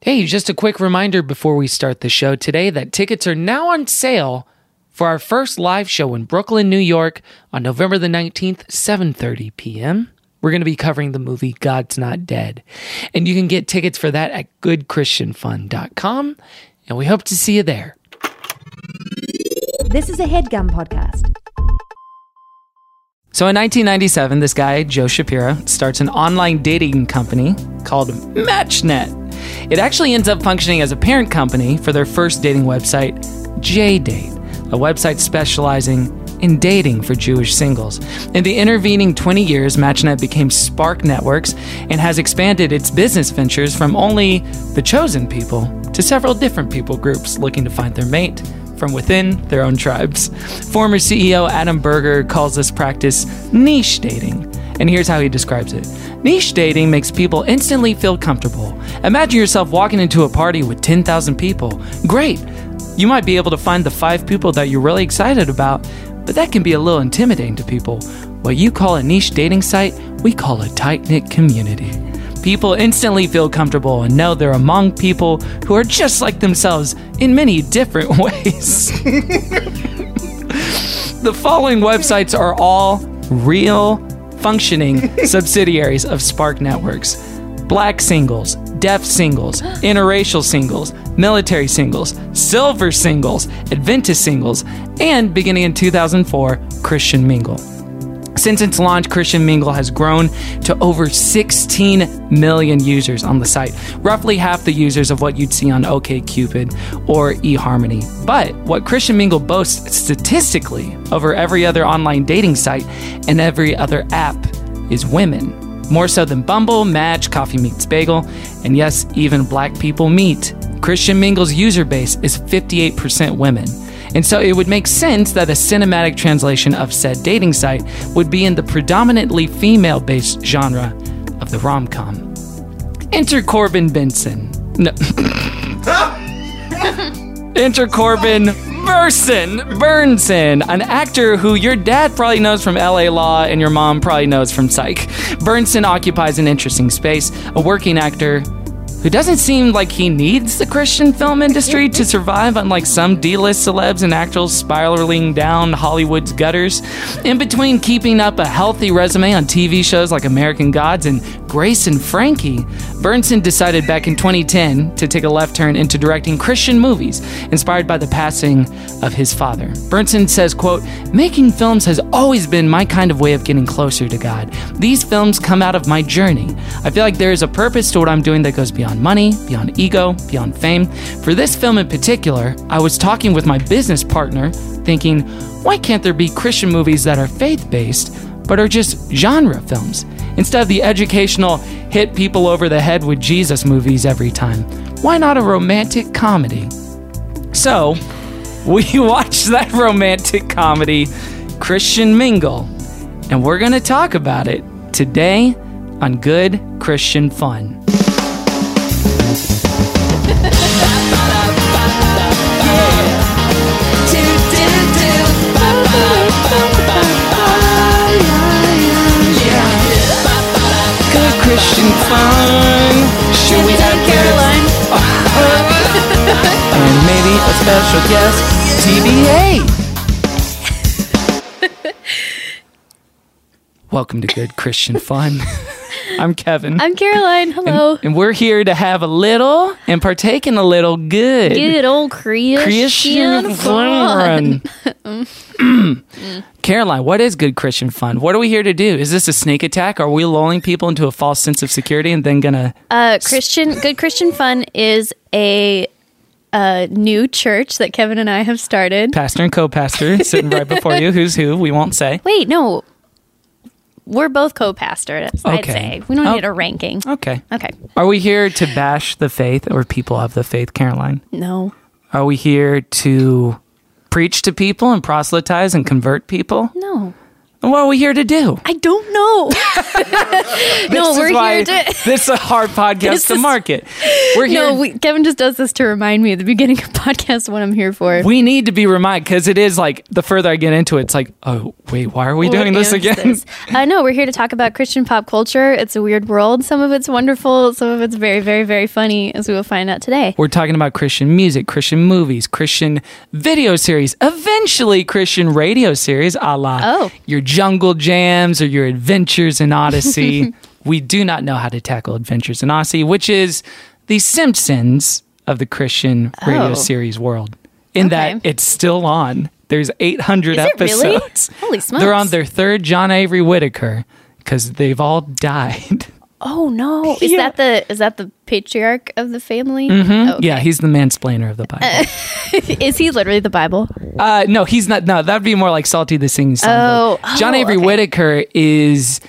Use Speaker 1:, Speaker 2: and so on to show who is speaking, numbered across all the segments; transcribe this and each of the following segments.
Speaker 1: Hey, just a quick reminder before we start the show today that tickets are now on sale for our first live show in Brooklyn, New York on November the 19th, 7:30 p.m. We're going to be covering the movie God's Not Dead. And you can get tickets for that at goodchristianfun.com and we hope to see you there.
Speaker 2: This is a headgum podcast.
Speaker 1: So in 1997, this guy, Joe Shapiro, starts an online dating company called MatchNet. It actually ends up functioning as a parent company for their first dating website, JDate, a website specializing in dating for Jewish singles. In the intervening 20 years, MatchNet became Spark Networks and has expanded its business ventures from only the chosen people to several different people groups looking to find their mate from within their own tribes. Former CEO Adam Berger calls this practice niche dating. And here's how he describes it Niche dating makes people instantly feel comfortable. Imagine yourself walking into a party with 10,000 people. Great! You might be able to find the five people that you're really excited about, but that can be a little intimidating to people. What you call a niche dating site, we call a tight knit community. People instantly feel comfortable and know they're among people who are just like themselves in many different ways. the following websites are all real, functioning subsidiaries of Spark Networks black singles, deaf singles, interracial singles, military singles, silver singles, Adventist singles, and beginning in 2004, Christian Mingle. Since its launch, Christian Mingle has grown to over 16 million users on the site, roughly half the users of what you'd see on OKCupid or eHarmony. But what Christian Mingle boasts statistically over every other online dating site and every other app is women, more so than Bumble, Match, Coffee Meets Bagel, and yes, even Black People Meet. Christian Mingle's user base is 58% women. And so it would make sense that a cinematic translation of said dating site would be in the predominantly female based genre of the rom com. Enter Corbin Benson. No. Enter Corbin Burson, Burnson, an actor who your dad probably knows from LA Law and your mom probably knows from Psych. Burnson occupies an interesting space, a working actor who doesn't seem like he needs the Christian film industry to survive, unlike some D list celebs and actors spiraling down Hollywood's gutters. In between keeping up a healthy resume on TV shows like American Gods and Grace and Frankie, Burnson decided back in 2010 to take a left turn into directing Christian movies, inspired by the passing of his father. Burnson says, quote, Making films has always been my kind of way of getting closer to God. These films come out of my journey. I feel like there is a purpose to what I'm doing that goes beyond money, beyond ego, beyond fame. For this film in particular, I was talking with my business partner, thinking, why can't there be Christian movies that are faith based, but are just genre films, instead of the educational, hit people over the head with Jesus movies every time? Why not a romantic comedy? So, we watched that romantic comedy, Christian Mingle, and we're going to talk about it today on Good Christian Fun. Good Christian Fun. Should we have Caroline? and maybe a special guest, TBA. Welcome to Good Christian Fun. I'm Kevin.
Speaker 2: I'm Caroline. Hello.
Speaker 1: and we're here to have a little and partake in a little good.
Speaker 2: Good old Christian,
Speaker 1: Christian fun. Caroline, what is good Christian fun? What are we here to do? Is this a snake attack? Are we lulling people into a false sense of security and then gonna?
Speaker 2: Uh, Christian, good Christian fun is a uh, new church that Kevin and I have started.
Speaker 1: pastor and co-pastor sitting right before you. Who's who? We won't say.
Speaker 2: Wait, no, we're both co-pastors. I'd
Speaker 1: Okay.
Speaker 2: say we don't
Speaker 1: Oh.
Speaker 2: need a ranking.
Speaker 1: Okay.
Speaker 2: Okay,
Speaker 1: Are we here to bash the faith or people of the faith, Caroline?
Speaker 2: no,
Speaker 1: Are we here to preach to people and proselytize and convert people?
Speaker 2: no.
Speaker 1: And what are we here to do?
Speaker 2: I don't know. no,
Speaker 1: This is
Speaker 2: we're
Speaker 1: why
Speaker 2: here to.
Speaker 1: this is a hard podcast
Speaker 2: This
Speaker 1: to
Speaker 2: is-
Speaker 1: market. We're here.
Speaker 2: No, we, Kevin just does this to remind me at the beginning of podcast what I'm here for.
Speaker 1: we need to be reminded because it is like the further I get into it, it's like, oh wait, why are we doing this
Speaker 2: What is
Speaker 1: again?
Speaker 2: this? Uh, no, we're here to talk about Christian pop culture. It's a weird world. Some of it's wonderful. Some of it's very, very, very funny, as we will find out today.
Speaker 1: We're talking about Christian music, Christian movies, Christian video series, eventually Christian radio series, a la
Speaker 2: Oh.
Speaker 1: your Jungle Jams or your Adventures in Odyssey. we do not know how to tackle Adventures in Odyssey, which is the Simpsons of the Christian radio
Speaker 2: Oh.
Speaker 1: series world, in that
Speaker 2: Okay.
Speaker 1: it's still on. There's
Speaker 2: Is
Speaker 1: 800
Speaker 2: it really?
Speaker 1: episodes.
Speaker 2: Holy smokes.
Speaker 1: They're on their third John Avery Whitaker because they've all died.
Speaker 2: Oh no! Is
Speaker 1: Yeah.
Speaker 2: that the is that the patriarch of the family? Oh.
Speaker 1: Mm-hmm. Yeah, he's the mansplainer of the Bible.
Speaker 2: Is he literally the Bible?
Speaker 1: Uh, no, he's not. No, that'd be more like Salty the Singing
Speaker 2: Oh,
Speaker 1: Songbird. John
Speaker 2: oh,
Speaker 1: Avery
Speaker 2: okay.
Speaker 1: Whitaker is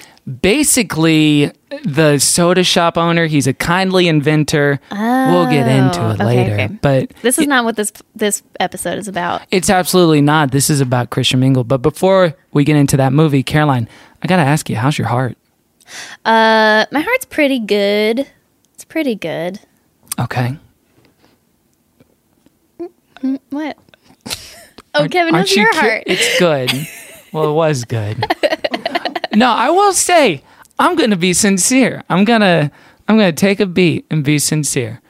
Speaker 1: basically the soda shop owner. He's a kindly inventor. we'll get into it
Speaker 2: Oh, okay,
Speaker 1: later,
Speaker 2: okay.
Speaker 1: but
Speaker 2: This is not what this this episode is about.
Speaker 1: it's absolutely not. This is about Christian Mingle. But before we get into that movie, Caroline, I gotta ask you, how's your heart?
Speaker 2: Uh, my heart's pretty good. It's pretty good.
Speaker 1: Okay.
Speaker 2: What? Oh, Kevin,
Speaker 1: Aren't
Speaker 2: how's
Speaker 1: you
Speaker 2: your
Speaker 1: cu-
Speaker 2: heart?
Speaker 1: It's good. well, it was good. no, I will say I'm going to be sincere. I'm going to I'm going to take a beat and be sincere.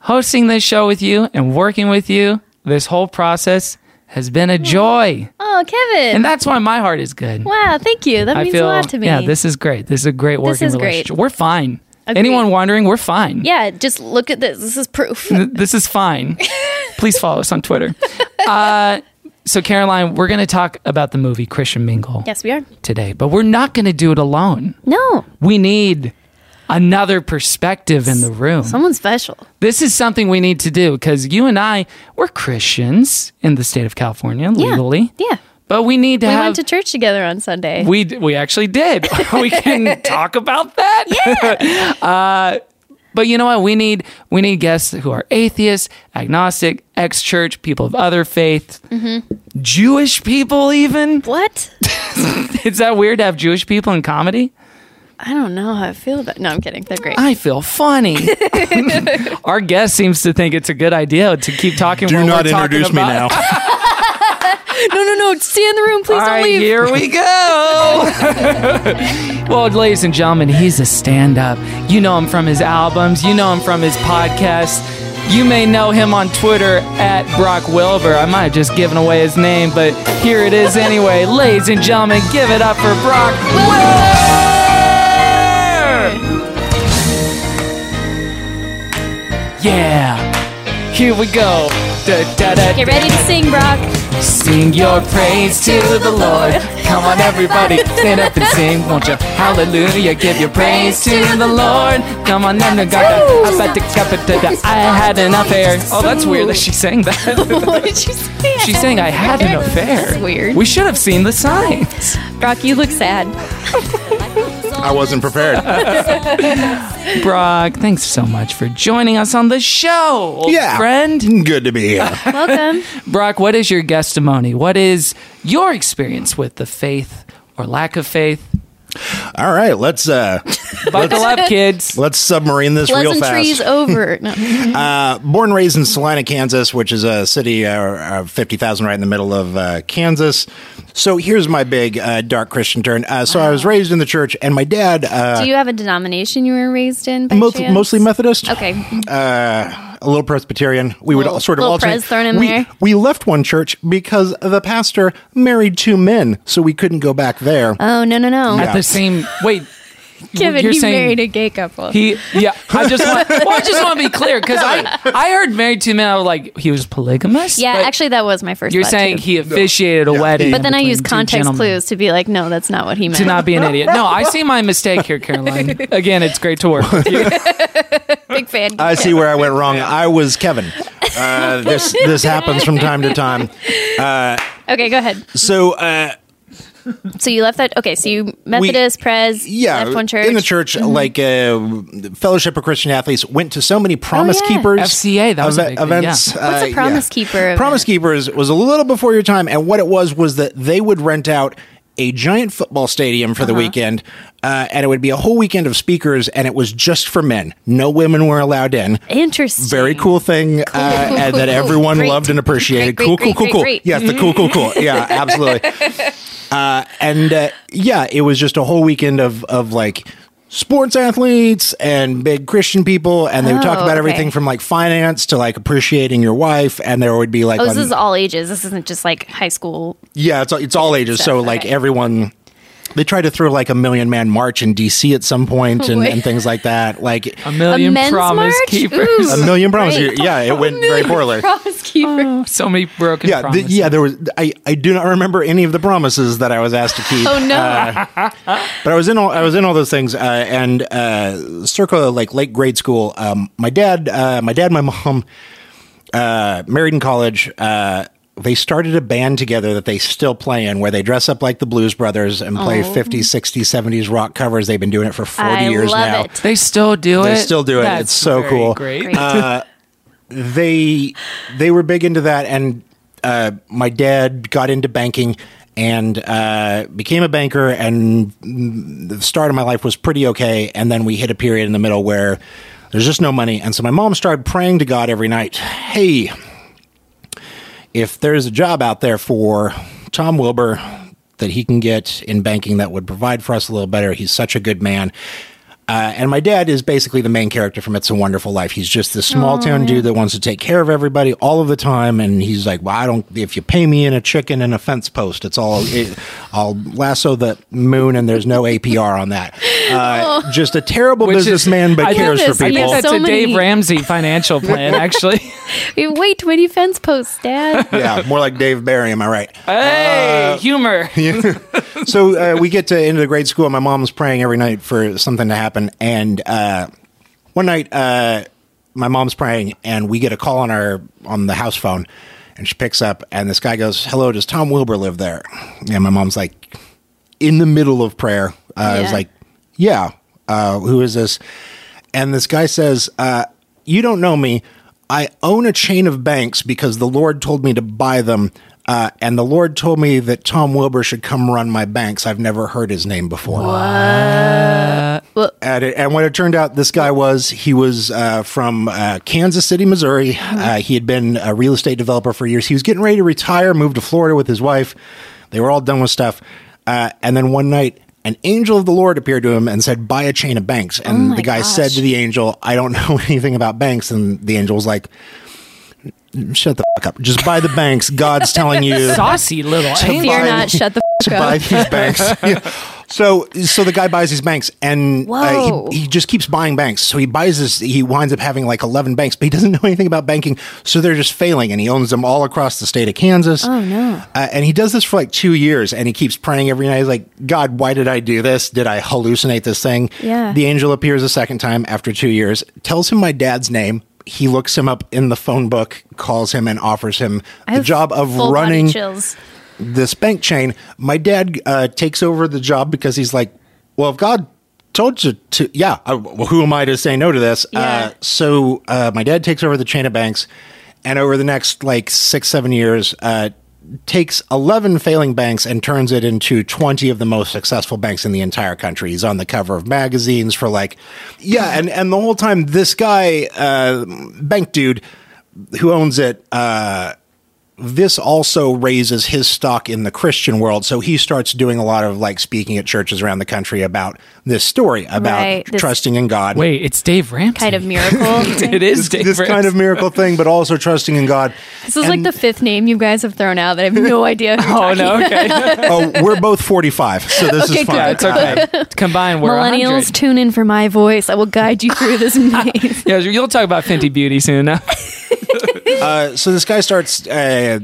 Speaker 1: Hosting this show with you and working with you this whole process has been a joy.
Speaker 2: Oh, Kevin.
Speaker 1: And that's why my heart is good.
Speaker 2: wow, thank you. That
Speaker 1: I
Speaker 2: means
Speaker 1: feel
Speaker 2: a lot to me.
Speaker 1: Yeah, this is great. This is a great working
Speaker 2: is great.
Speaker 1: relationship. We're fine.
Speaker 2: Agreed.
Speaker 1: Anyone wondering, we're fine.
Speaker 2: Yeah, just look at this. This is proof.
Speaker 1: Th- this is fine. Please follow us on Twitter. Uh, so, Caroline, we're going to talk about the movie Christian Mingle
Speaker 2: yes, we are.
Speaker 1: today, but we're not going to do it alone.
Speaker 2: No,
Speaker 1: We need another perspective in the room.
Speaker 2: someone special.
Speaker 1: This is something we need to do because you and I, we're Christians in the state of California
Speaker 2: Yeah.
Speaker 1: legally,
Speaker 2: Yeah.
Speaker 1: but we need to
Speaker 2: We
Speaker 1: have.
Speaker 2: went to church together on Sunday.
Speaker 1: we, d- we actually did. we can talk about that. Uh, But you know what? We need we need guests who are atheists, agnostic, ex-church, people of other faith,
Speaker 2: Mm-hmm.
Speaker 1: Jewish people. Even
Speaker 2: what?
Speaker 1: is that weird to have Jewish people in comedy?
Speaker 2: I don't know how I feel about. No, I'm kidding. They're great.
Speaker 1: I feel funny. Our guest seems to think it's a good idea to keep talking.
Speaker 3: Do
Speaker 1: when
Speaker 3: not
Speaker 1: we're talking
Speaker 3: introduce me
Speaker 1: about-
Speaker 3: now.
Speaker 2: no, no, no. Stay in the room, please.
Speaker 1: All
Speaker 2: don't
Speaker 1: right,
Speaker 2: leave.
Speaker 1: here we go. well, ladies and gentlemen, he's a stand up. You know him from his albums, you know him from his podcast. You may know him on Twitter at Brock Wilbur. I might have just given away his name, but here it is anyway. ladies and gentlemen, give it up for Brock Wilbur! Yeah, here we go. Da, da, da,
Speaker 2: Get ready to sing, Brock.
Speaker 1: Sing your praise to the Lord. Come on, everybody, stand up and sing, won't you? Hallelujah, give your praise to the Lord. Come on, then, God, I bet the cup of the- the- I had an affair. Oh, that's weird that she sang that.
Speaker 2: what did you say?
Speaker 1: She sang, I had an affair.
Speaker 2: That's weird.
Speaker 1: We should have seen the signs.
Speaker 2: Brock, you look sad.
Speaker 3: I wasn't prepared.
Speaker 1: Brock, thanks so much for joining us on the show, old
Speaker 3: Yeah.
Speaker 1: friend.
Speaker 3: Good to be here.
Speaker 2: Welcome.
Speaker 1: Brock, what is your testimony? What is your experience with the faith or lack of faith?
Speaker 3: All right, let's uh
Speaker 1: Buckle up, kids.
Speaker 3: let's submarine this real
Speaker 2: Pleasantries
Speaker 3: fast.
Speaker 2: over. No.
Speaker 3: Uh, born and raised in Salina, Kansas, which is a city uh, uh, fifty thousand right in the middle of uh, Kansas. So here's my big uh, dark Christian turn. Uh, so I was raised in the church, and my dad uh,
Speaker 2: Do you have a denomination you were raised in? by
Speaker 3: moth-
Speaker 2: chance?
Speaker 3: mostly Methodist.
Speaker 2: Okay.
Speaker 3: a little Presbyterian. We would
Speaker 2: Little-
Speaker 3: all sort of
Speaker 2: little
Speaker 3: alternate.
Speaker 2: pres thrown in
Speaker 3: we,
Speaker 2: there.
Speaker 3: we left one church because the pastor married two men, so we couldn't go back there.
Speaker 2: Oh no no no.
Speaker 1: At the same wait.
Speaker 2: Kevin,
Speaker 1: you're
Speaker 2: he
Speaker 1: saying
Speaker 2: married a gay couple.
Speaker 1: he yeah. I just want well, I just want to be clear because I I heard married two men. I was like he was polygamous.
Speaker 2: yeah,
Speaker 1: but
Speaker 2: actually, that was my first.
Speaker 1: you're
Speaker 2: thought,
Speaker 1: saying
Speaker 2: too.
Speaker 1: he officiated a
Speaker 3: Yeah.
Speaker 1: wedding.
Speaker 2: But then I
Speaker 1: between
Speaker 2: used
Speaker 1: two
Speaker 2: context
Speaker 1: gentlemen.
Speaker 2: clues to be like, no, that's not what he meant.
Speaker 1: To not be an idiot. No, I see my mistake here, Caroline. Again, it's great to work with you.
Speaker 2: Big fan.
Speaker 3: I see where I went wrong. I was Kevin. Uh, this this happens from time to time.
Speaker 2: Okay, go ahead.
Speaker 3: So uh,
Speaker 2: So you left that. Okay, so you Methodist, Pres,
Speaker 3: yeah,
Speaker 2: left one church. Mm-hmm.
Speaker 3: in the church, like uh, Fellowship of Christian Athletes, went to so many Promise
Speaker 2: Oh, yeah.
Speaker 3: Keepers
Speaker 1: FCA, that was a
Speaker 3: eve-
Speaker 1: big thing,
Speaker 3: events.
Speaker 1: yeah.
Speaker 2: What's a
Speaker 3: uh,
Speaker 2: Promise Keeper event?
Speaker 3: Promise Keepers was a little before your time, and what it was was that they would rent out
Speaker 4: a giant football stadium for
Speaker 2: Uh-huh.
Speaker 4: the weekend, uh, and it would be a whole weekend of speakers, and it was just for men. No women were allowed in.
Speaker 2: Interesting.
Speaker 4: Very cool thing, uh,
Speaker 2: cool,
Speaker 4: and
Speaker 2: cool,
Speaker 4: that
Speaker 2: cool.
Speaker 4: everyone
Speaker 2: Great.
Speaker 4: loved and appreciated.
Speaker 2: Great,
Speaker 4: cool,
Speaker 2: great,
Speaker 4: cool, cool,
Speaker 2: great,
Speaker 4: cool.
Speaker 2: great,
Speaker 4: Yes,
Speaker 2: great.
Speaker 4: the cool, cool, cool. Yeah, absolutely. Uh, and uh, yeah, it was just a whole weekend of of like sports athletes and big Christian people, and they would talk
Speaker 2: Oh,
Speaker 4: about
Speaker 2: okay.
Speaker 4: everything from like finance to like appreciating your wife, and there would be like
Speaker 2: Oh, this
Speaker 4: on-
Speaker 2: is all ages. This isn't just like high school.
Speaker 4: yeah, it's it's all ages, so
Speaker 2: Stuff,
Speaker 4: like
Speaker 2: okay.
Speaker 4: everyone. They tried to throw like a million man march in DC at some point and,
Speaker 2: Wait.
Speaker 4: and things like that. Like
Speaker 1: A million
Speaker 2: men's
Speaker 1: promise
Speaker 2: march?
Speaker 1: keepers.
Speaker 4: a
Speaker 2: Ooh.
Speaker 4: million promises.
Speaker 2: Great.
Speaker 4: Yeah, it went very poorly.
Speaker 2: Promise keeper.
Speaker 1: so many broken
Speaker 4: Yeah, the,
Speaker 1: promises.
Speaker 4: yeah. There was. I, I do not remember any of the promises that I was asked to keep.
Speaker 2: oh no.
Speaker 4: Uh, But I was in all I was in all those things, uh, and uh, circa like late grade school. Um, my dad, uh, my dad, and my mom, uh, married in college. Uh, they started a band together that they still play in, where they dress up like the Blues Brothers and play 50s, 60s, 70s rock covers. They've been doing it for 40
Speaker 2: Oh. I
Speaker 4: years
Speaker 2: love
Speaker 4: now.
Speaker 2: it.
Speaker 1: They still do
Speaker 4: They
Speaker 1: it.
Speaker 4: still do it.
Speaker 1: That's
Speaker 4: It's so
Speaker 1: very
Speaker 4: cool.
Speaker 1: Great.
Speaker 2: Great.
Speaker 4: Uh, they they were big into that and uh, my dad got into banking and uh, became a banker and mm, the start of my life was pretty okay and then we hit a period in the middle where there's just no money and so my mom started praying to god every night hey if there's a job out there for Tom Wilbur that he can get in banking that would provide for us a little better, he's such a good man. Uh, and my dad is basically the main character from It's a Wonderful Life. He's just this small town dude that wants to take care of everybody all of the time. And he's like, well, I don't, if you pay me in a chicken and a fence post, it's all, it, I'll lasso the moon and there's no APR on that. Uh, Just a terrible
Speaker 1: Which is-
Speaker 4: businessman,
Speaker 1: I
Speaker 4: but
Speaker 1: think
Speaker 4: cares
Speaker 2: this-
Speaker 4: for
Speaker 2: I think
Speaker 4: people.
Speaker 1: I think
Speaker 2: There's
Speaker 1: that's
Speaker 2: so
Speaker 1: a Dave
Speaker 2: many-
Speaker 1: Ramsey financial plan, actually.
Speaker 2: We way too many fence posts, Dad.
Speaker 4: yeah, more like Dave Barry, am I right?
Speaker 1: hey, humor.
Speaker 4: so uh, we get to into the grade school. and My mom's praying every night for something to happen, and uh, one night uh, my mom's praying, and we get a call on our on the house phone, and she picks up, and this guy goes, "Hello, does Tom Wilbur live there?" And my mom's like, in the middle of prayer, uh, I was
Speaker 2: Yeah.
Speaker 4: like, "Yeah, uh, who is this?" And this guy says, uh, "You don't know me. I own a chain of banks because the Lord told me to buy them, uh, and the Lord told me that Tom Wilbur should come run my banks. I've never heard his name before." And, it, and what it turned out, this guy was he was uh, from uh, Kansas City, Missouri.
Speaker 2: Mm-hmm.
Speaker 4: Uh, he had been a real estate developer for years. He was getting ready to retire, moved to Florida with his wife. They were all done with stuff, uh, and then one night. An angel of the Lord appeared to him and said, "Buy a chain of banks." And
Speaker 2: Oh my
Speaker 4: the guy said
Speaker 2: gosh.
Speaker 4: to the angel, "I don't know anything about banks." And the angel was like, "Shut the fuck up! Just buy the banks. God's telling you."
Speaker 1: Saucy little angel.
Speaker 2: Fear
Speaker 4: Fine.
Speaker 2: not. Shut the
Speaker 4: to
Speaker 2: f-
Speaker 4: buy
Speaker 2: up.
Speaker 4: these banks. Yeah. So, so the guy buys these banks, and uh,
Speaker 2: Whoa.
Speaker 4: he, he just keeps buying banks. So he buys this. He winds up having like eleven banks, but he doesn't know anything about banking. So they're just failing, and he owns them all across the state of Kansas. Oh no! Uh, and he does this for like two years, and he keeps praying every night. He's like, God, why did I do this? Did I hallucinate this thing?
Speaker 2: Yeah.
Speaker 4: The angel appears a second time after two years, tells him my dad's name. He looks him up in the phone book, calls him, and offers him the
Speaker 2: have
Speaker 4: job of
Speaker 2: Full body
Speaker 4: running
Speaker 2: chills.
Speaker 4: this bank chain. My dad uh, takes over the job because he's like, well, if God told you to, yeah, I, well, who am I to say no to this?
Speaker 2: Yeah.
Speaker 4: Uh, so uh, my dad takes over the chain of banks, and over the next like six, seven years, uh, takes 11 failing banks and turns it into 20 of the most successful banks in the entire country. He's on the cover of magazines for like, yeah, and, and the whole time, this guy, uh, bank dude, who owns it, uh, this also raises his stock in the Christian world. So he starts doing a lot of like speaking at churches around the country about this story about
Speaker 2: Right, this-
Speaker 4: trusting in God.
Speaker 1: Wait, it's Dave Ramsey.
Speaker 2: Kind of miracle.
Speaker 1: It is Dave
Speaker 4: this
Speaker 1: Ramsey.
Speaker 4: kind of miracle thing, but also trusting in God.
Speaker 2: This is
Speaker 4: And-
Speaker 2: like the fifth name you guys have thrown out that I have no idea. Who
Speaker 1: Oh no! Okay,
Speaker 4: oh, we're both 45, so this
Speaker 2: Okay,
Speaker 4: is
Speaker 2: good,
Speaker 1: yeah,
Speaker 4: fine.
Speaker 1: it's okay. Combined, we're
Speaker 2: Millennials,
Speaker 1: 100.
Speaker 2: tune in for my voice. I will guide you through this maze.
Speaker 1: Yeah, you'll talk about Fenty Beauty soon enough.
Speaker 4: Uh, so this guy starts uh,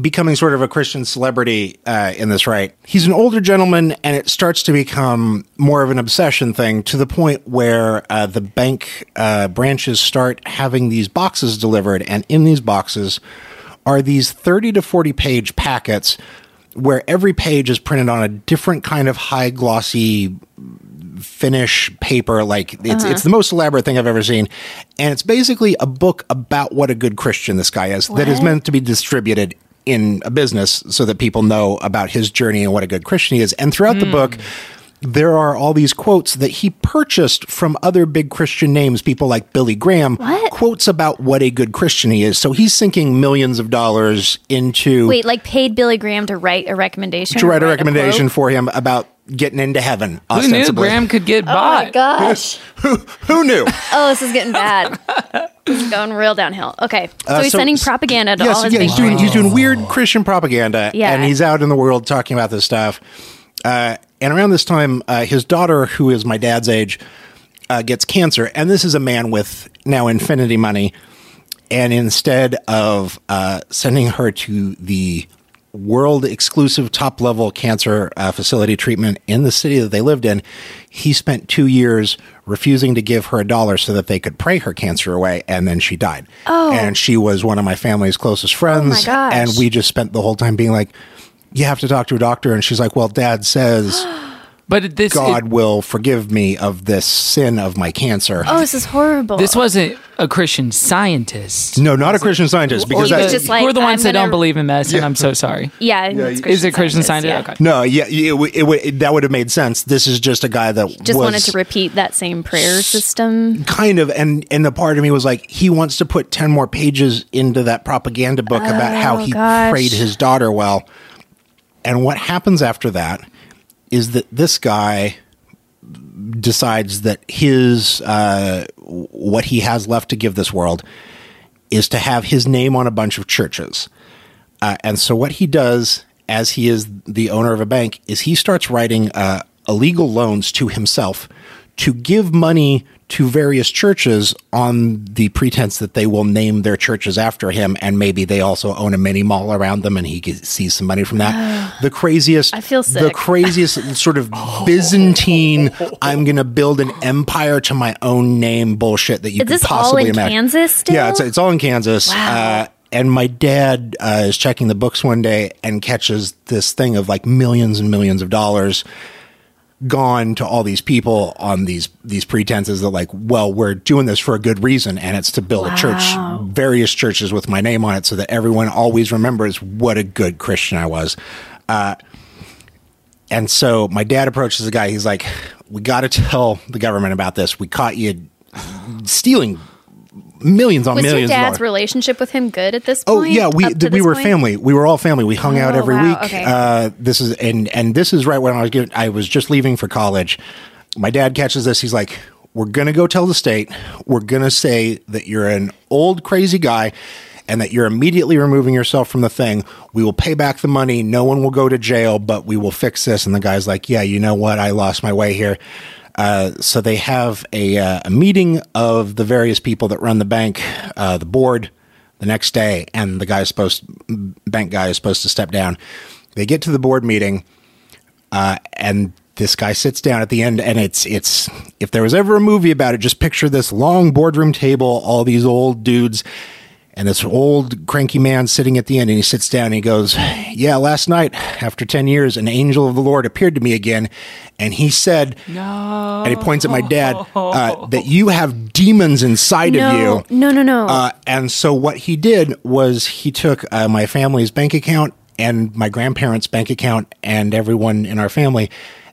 Speaker 4: becoming sort of a Christian celebrity uh, in this, right? He's an older gentleman, and it starts to become more of an obsession thing to the point where uh, the bank uh, branches start having these boxes delivered, and in these boxes are these 30 to 40 page packets where every page is printed on a different kind of high glossy finish paper like it's it's the most elaborate thing I've ever seen and it's basically a book about what a good Christian this guy is that is meant to be distributed in a business so that people know about his journey and what a good Christian he is. And throughout the book, there are all these quotes that he purchased from other big Christian names, people like Billy Graham,
Speaker 2: What?
Speaker 4: quotes about what a good Christian he is. So he's sinking millions of dollars into
Speaker 2: Wait, like paid Billy Graham to write a recommendation.
Speaker 4: to
Speaker 2: or
Speaker 4: write a
Speaker 2: quote?
Speaker 4: recommendation for him about getting into heaven.
Speaker 1: Who knew
Speaker 4: ostensibly.
Speaker 1: Graham could get
Speaker 2: Oh my
Speaker 1: bought?
Speaker 2: gosh.
Speaker 4: Who knew?
Speaker 2: Oh, this is getting bad. this is going real downhill. Okay. So
Speaker 4: Uh,
Speaker 2: he's
Speaker 4: so-
Speaker 2: sending propaganda to
Speaker 4: yes,
Speaker 2: all his
Speaker 4: yeah,
Speaker 2: big
Speaker 4: he's doing,
Speaker 2: friends.
Speaker 4: he's doing weird Christian propaganda,
Speaker 2: Yeah.
Speaker 4: and he's out in the world talking about this stuff. Uh, and around this time, uh, his daughter, who is my dad's age, uh, gets cancer, and this is a man with now infinity money. And instead of uh, sending her to the world exclusive top level cancer uh, facility treatment in the city that they lived in, he spent two years refusing to give her a dollar so that they could pray her cancer away. And then she died.
Speaker 2: Oh.
Speaker 4: And she was one of my family's closest friends.
Speaker 2: gosh.
Speaker 4: and we just spent the whole time being like, you have to talk to a doctor. And she's like, well, dad says
Speaker 1: But this
Speaker 4: God will forgive me of this sin of my cancer.
Speaker 2: Oh, this is horrible.
Speaker 1: this wasn't a Christian scientist.
Speaker 4: No, not a Christian scientist because
Speaker 2: He
Speaker 4: I,
Speaker 2: was just like,
Speaker 1: Who are the ones
Speaker 2: I'm
Speaker 1: that
Speaker 2: gonna-
Speaker 1: don't believe in medicine? I'm so sorry.
Speaker 2: Yeah. it's
Speaker 1: Is it Christian scientist?
Speaker 2: yeah.
Speaker 1: Okay.
Speaker 4: no, yeah, it, w- it, w- that would have made sense. This is just a guy that
Speaker 2: Just
Speaker 4: was
Speaker 2: wanted to repeat that same prayer system.
Speaker 4: kind of, and and the part of me was like, he wants to put ten more pages into that propaganda book about how he
Speaker 2: gosh.
Speaker 4: prayed his daughter well, and what happens after that is that this guy decides that his uh, w- what he has left to give this world is to have his name on a bunch of churches. Uh, and so what he does, as he is the owner of a bank, is he starts writing uh, illegal loans to himself to give money to various churches on the pretense that they will name their churches after him, and maybe they also own a mini mall around them, and he gets, sees some money from that. The craziest,
Speaker 2: I feel
Speaker 4: the
Speaker 2: sick.
Speaker 4: craziest sort of Byzantine. I'm going to build an empire to my own name bullshit that you
Speaker 2: Is
Speaker 4: could
Speaker 2: this all
Speaker 4: possibly
Speaker 2: in
Speaker 4: imagine.
Speaker 2: Kansas still?
Speaker 4: Yeah, it's, it's all in Kansas.
Speaker 2: Wow.
Speaker 4: Uh, and my dad uh, is checking the books one day and catches this thing of like millions and millions of dollars gone to all these people on these these pretenses that like well we're doing this for a good reason and it's to build a
Speaker 2: Wow.
Speaker 4: church various churches with my name on it so that everyone always remembers what a good christian i was and so my dad approaches the guy. He's like, "We got to tell the government about this. We caught you stealing millions on
Speaker 2: Was your
Speaker 4: millions." of
Speaker 2: dad's
Speaker 4: dollars.
Speaker 2: relationship with him good at this
Speaker 4: Oh
Speaker 2: point?
Speaker 4: yeah, we
Speaker 2: Up to
Speaker 4: we
Speaker 2: this
Speaker 4: were
Speaker 2: point?
Speaker 4: family. We were all family. We hung out
Speaker 2: Oh,
Speaker 4: every
Speaker 2: wow,
Speaker 4: week.
Speaker 2: okay.
Speaker 4: Uh, this is and and this is right when I was getting, I was just leaving for college. My dad catches this. He's like, "We're gonna go tell the state. We're gonna say that you're an old crazy guy." And that you're immediately removing yourself from the thing. We will pay back the money. No one will go to jail, but we will fix this. And the guy's like, Yeah, you know what? I lost my way here. Uh, so they have a, uh, a meeting of the various people that run the bank, uh, the board, the next day, and the guy is supposed bank guy is supposed to step down. They get to the board meeting, uh, and this guy sits down at the end, and it's it's if there was ever a movie about it, just picture this long boardroom table, all these old dudes, and this old cranky man sitting at the end, and he sits down and he goes, "Yeah, last night after ten years, an angel of the Lord appeared to me again, and he said."
Speaker 1: No.
Speaker 4: And he points at my dad uh, that you have demons inside of you.
Speaker 2: No, no, no, no.
Speaker 4: Uh, and so what he did was he took uh, my family's bank account and my grandparents' bank account and everyone in our family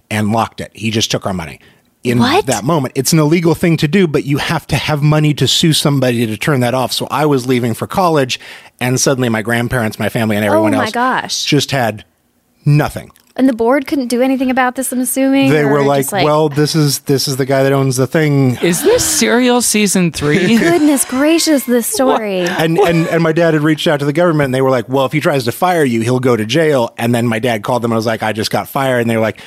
Speaker 4: and locked it. He just took our money. In
Speaker 2: What?
Speaker 4: that moment, it's an illegal thing to do, but you have to have money to sue somebody to turn that off. So I was leaving for college, and suddenly my grandparents, my family, and everyone
Speaker 2: Oh my
Speaker 4: else
Speaker 2: gosh.
Speaker 4: just had nothing.
Speaker 2: and the board couldn't do anything about this. I'm assuming
Speaker 4: They
Speaker 2: or
Speaker 4: were like,
Speaker 2: just
Speaker 4: "Well, this is this is the guy that owns the thing."
Speaker 1: Is this Serial season three?
Speaker 2: goodness gracious, this story.
Speaker 4: and and and my dad had reached out to the government and they were like well if he tries to fire you he'll go to jail and then my dad called them and was like i just got fired and they were like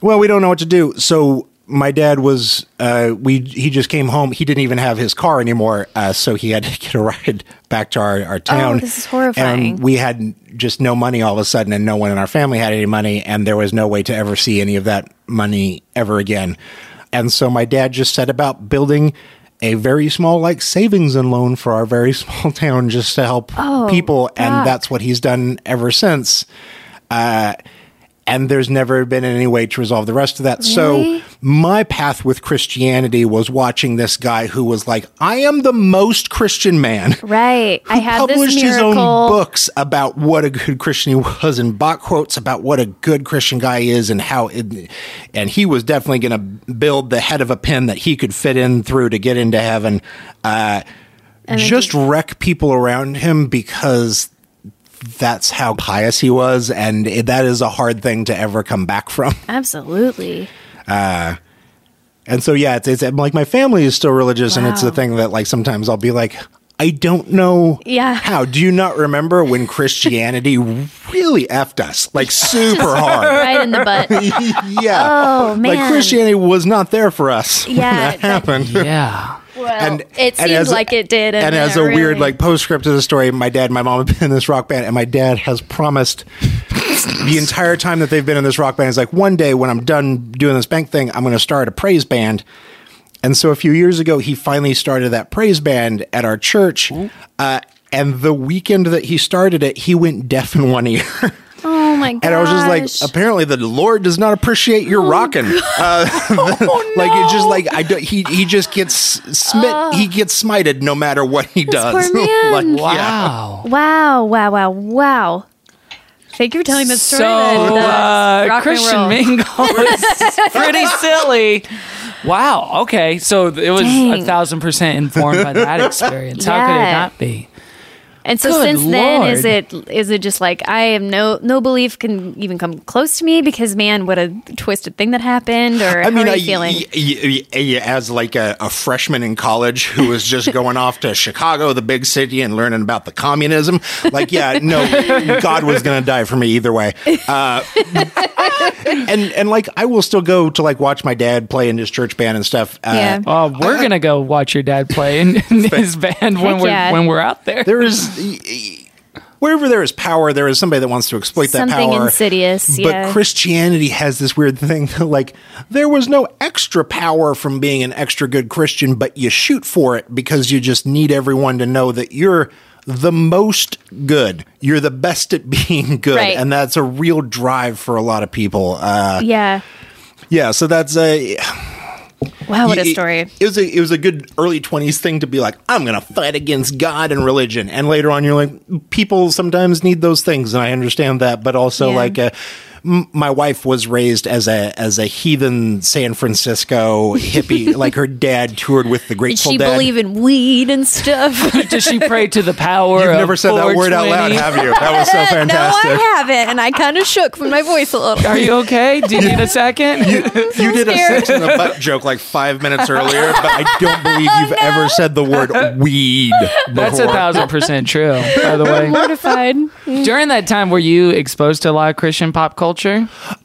Speaker 4: well we don't know what to do so my dad was uh, we he just came home he didn't even have his car anymore uh, so he had to get a ride back to our, our town
Speaker 2: this is horrifying.
Speaker 4: and we had just no money all of a sudden and no one in our family had any money and there was no way to ever see any of that money ever again and so my dad just set about building a very small like savings and loan for our very small town
Speaker 2: Oh,
Speaker 4: just to help people and
Speaker 2: fuck.
Speaker 4: that's what he's done ever since Uh, and there's never been any way to resolve the rest of that. So my path with Christianity was watching this guy who was like, I am the most Christian man.
Speaker 2: Right. I had this
Speaker 4: published his
Speaker 2: miracle.
Speaker 4: own books about what a good Christian he was and bought quotes about what a good Christian guy is and how it, and he was definitely going to build the head of a pin that he could fit in through to get into heaven. Uh, just wreck people around him because that's how pious he was, and it- that is a hard thing to ever come back from.
Speaker 2: Absolutely.
Speaker 4: And so, yeah, it's, it's I'm like my family is still religious, and it's
Speaker 2: Wow.
Speaker 4: the thing that like sometimes I'll be like, I don't know,
Speaker 2: Yeah.
Speaker 4: How do you not remember when Christianity really effed us like super hard?
Speaker 2: Right in the butt.
Speaker 4: yeah,
Speaker 2: Oh,
Speaker 4: like
Speaker 2: man.
Speaker 4: Christianity was not there for us. when
Speaker 2: Yeah,
Speaker 4: that
Speaker 2: that-
Speaker 4: happened.
Speaker 1: Yeah.
Speaker 2: Well,
Speaker 4: And-
Speaker 2: it
Speaker 4: and
Speaker 2: seemed
Speaker 4: as a-
Speaker 2: like it did.
Speaker 4: and as a weird like postscript to the story, my dad and my mom have been in this rock band, and my dad has promised the entire time that they've been in this rock band is like one day when I'm done doing this bank thing, I'm going to start a praise band. And so a few years ago, he finally started that praise band at our church. Uh, and the weekend that he started it, he went deaf in one ear.
Speaker 2: oh my god.
Speaker 4: And I was just like, apparently the Lord does not appreciate
Speaker 2: Oh,
Speaker 4: your rocking. Uh, like it's just like I don't, he he just gets smit he gets smited no matter what he does.
Speaker 2: poor man.
Speaker 4: yeah.
Speaker 1: Wow.
Speaker 2: wow, wow, wow, wow. Thank you for telling that story.
Speaker 1: So
Speaker 2: then. That's rock
Speaker 1: uh,
Speaker 2: and
Speaker 1: Christian
Speaker 2: roll.
Speaker 1: Mingle is pretty silly. Wow. Okay. So it was a
Speaker 2: Dang.
Speaker 1: thousand percent informed by that experience. How could it
Speaker 2: Yeah.
Speaker 1: not be?
Speaker 2: And so
Speaker 1: Good
Speaker 2: since then, is
Speaker 1: Lord.
Speaker 2: it is it just like I am no no belief can even come close to me because man, what a twisted thing that happened. Or
Speaker 4: I mean,
Speaker 2: how are
Speaker 4: I,
Speaker 2: you feeling?
Speaker 4: y- y- y- y- as like a, a freshman in college who was just going off to Chicago, the big city, and learning about the communism, like, yeah, no, God was going to die for me either way. Uh, and and like, I will still go to like watch my dad play in his church band and stuff. Uh,
Speaker 2: yeah.
Speaker 1: Uh, we're gonna go watch your dad play in, in his band when
Speaker 2: Heck
Speaker 1: we're
Speaker 2: yeah.
Speaker 1: when we're out there.
Speaker 4: there is wherever there is power, there is somebody that wants to exploit that
Speaker 2: Something
Speaker 4: power.
Speaker 2: insidious,
Speaker 4: But
Speaker 2: yeah.
Speaker 4: Christianity has this weird thing that, like, there was no extra power from being an extra good Christian, but you shoot for it because you just need everyone to know that you're the most good. You're the best at being good,
Speaker 2: Right.
Speaker 4: and that's a real drive for a lot of people. Uh,
Speaker 2: yeah.
Speaker 4: yeah, so that's a
Speaker 2: Wow, Oh, what a
Speaker 4: it-
Speaker 2: story.
Speaker 4: It, was a it was a good early twenties thing to be like, I'm gonna fight against God and religion, and later on you're like, people sometimes need those things, and I understand that, but also
Speaker 2: Yeah.
Speaker 4: like. Uh, m- my wife was raised as a as a heathen San Francisco hippie. like her dad toured with the
Speaker 2: Did
Speaker 4: Grateful
Speaker 2: she
Speaker 4: Dead.
Speaker 2: believe in weed and stuff?
Speaker 1: Does she pray to the power?
Speaker 4: You've
Speaker 1: of
Speaker 4: never said that word out loud,
Speaker 1: 420?
Speaker 4: have you? That was so
Speaker 2: no,
Speaker 4: fantastic.
Speaker 2: I haven't, and I kind of shook from my voice a little.
Speaker 1: Are you okay? Do you need a second?
Speaker 4: you did a
Speaker 2: scared.
Speaker 4: six in the butt joke like five minutes earlier, but I don't believe you've ever said the word weed.
Speaker 1: That's a
Speaker 4: before.
Speaker 1: thousand percent true. By the way,
Speaker 2: Mortified.
Speaker 1: during that time, were you exposed to a lot of Christian pop culture?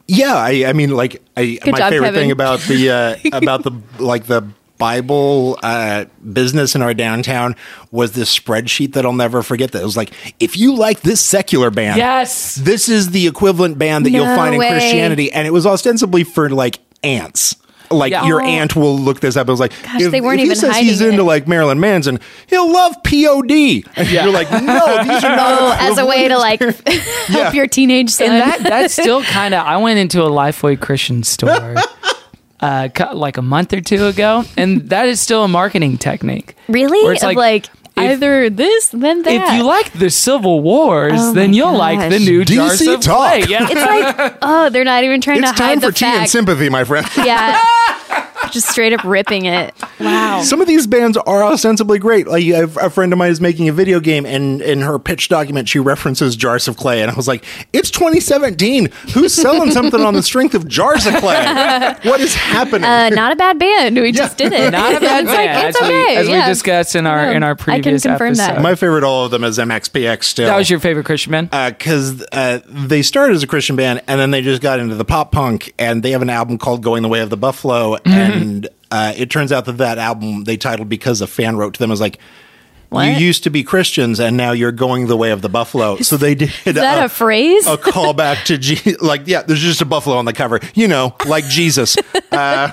Speaker 4: Yeah, I, I mean, like, I, my
Speaker 2: job,
Speaker 4: favorite
Speaker 2: Kevin.
Speaker 4: thing about the uh, about the like the Bible uh, business in our downtown was this spreadsheet that I'll never forget. That was like, if you like this secular band,
Speaker 1: Yes.
Speaker 4: this is the equivalent band that you'll
Speaker 2: No
Speaker 4: find
Speaker 2: way.
Speaker 4: in Christianity, and it was ostensibly for like ants. Like
Speaker 1: Yeah.
Speaker 4: your
Speaker 1: Oh.
Speaker 4: aunt will look this up. It was like, if,
Speaker 2: they weren't
Speaker 4: if he
Speaker 2: even
Speaker 4: says he's
Speaker 2: hiding
Speaker 4: into
Speaker 2: it.
Speaker 4: like Marilyn Manson, he'll love POD. And
Speaker 1: Yeah.
Speaker 4: you're like, no, these are not.
Speaker 2: As a way to like help
Speaker 4: Yeah.
Speaker 2: your teenage son.
Speaker 1: And that that's still kind of. I went into a Lifeway Christian store. Uh, cu- like a month or two ago, and that is still a marketing technique.
Speaker 2: really?
Speaker 1: Where it's
Speaker 2: Of
Speaker 1: like,
Speaker 2: like,
Speaker 1: if-
Speaker 2: either this, then that.
Speaker 1: If you like the Civil Wars,
Speaker 2: Oh
Speaker 1: then
Speaker 2: my
Speaker 1: you'll like the
Speaker 2: gosh.
Speaker 1: new
Speaker 4: DC
Speaker 1: Jars of
Speaker 4: talk.
Speaker 1: Clay. Yeah.
Speaker 2: it's like, oh, they're not even trying
Speaker 4: It's
Speaker 2: to hide
Speaker 4: time for
Speaker 2: the
Speaker 4: tea
Speaker 2: fact.
Speaker 4: and sympathy, my friend.
Speaker 2: yeah. Just straight up ripping it. Wow.
Speaker 4: Some of these bands are ostensibly great. Like a, a friend of mine is making a video game, and in her pitch document, she references Jars of Clay, and I was like, "It's 2017. Who's selling something on the strength of Jars of Clay? What is happening?"
Speaker 2: Uh, not a bad band. We just did it.
Speaker 1: not a bad
Speaker 2: It's like,
Speaker 1: band,
Speaker 2: it's
Speaker 1: as, we,
Speaker 2: okay,
Speaker 1: as
Speaker 2: yeah.
Speaker 1: we discussed in our
Speaker 2: Yeah,
Speaker 1: in
Speaker 2: I
Speaker 1: our
Speaker 2: can
Speaker 1: previous
Speaker 2: confirm that.
Speaker 1: episode.
Speaker 4: My favorite, all of them, is MXPX. Still,
Speaker 1: that was your favorite Christian band.
Speaker 4: because uh, they started as a Christian band and then they just got into the pop punk and they have an album called Going the Way of the Buffalo
Speaker 2: Mm-hmm.
Speaker 4: and uh, it turns out that that album they titled because a fan wrote to them as like you
Speaker 2: What?
Speaker 4: used to be Christians and now you're going the way of the buffalo so they did uh,
Speaker 2: Is that a, phrase?
Speaker 4: a callback to G- like yeah there's just a buffalo on the cover you know like Jesus uh,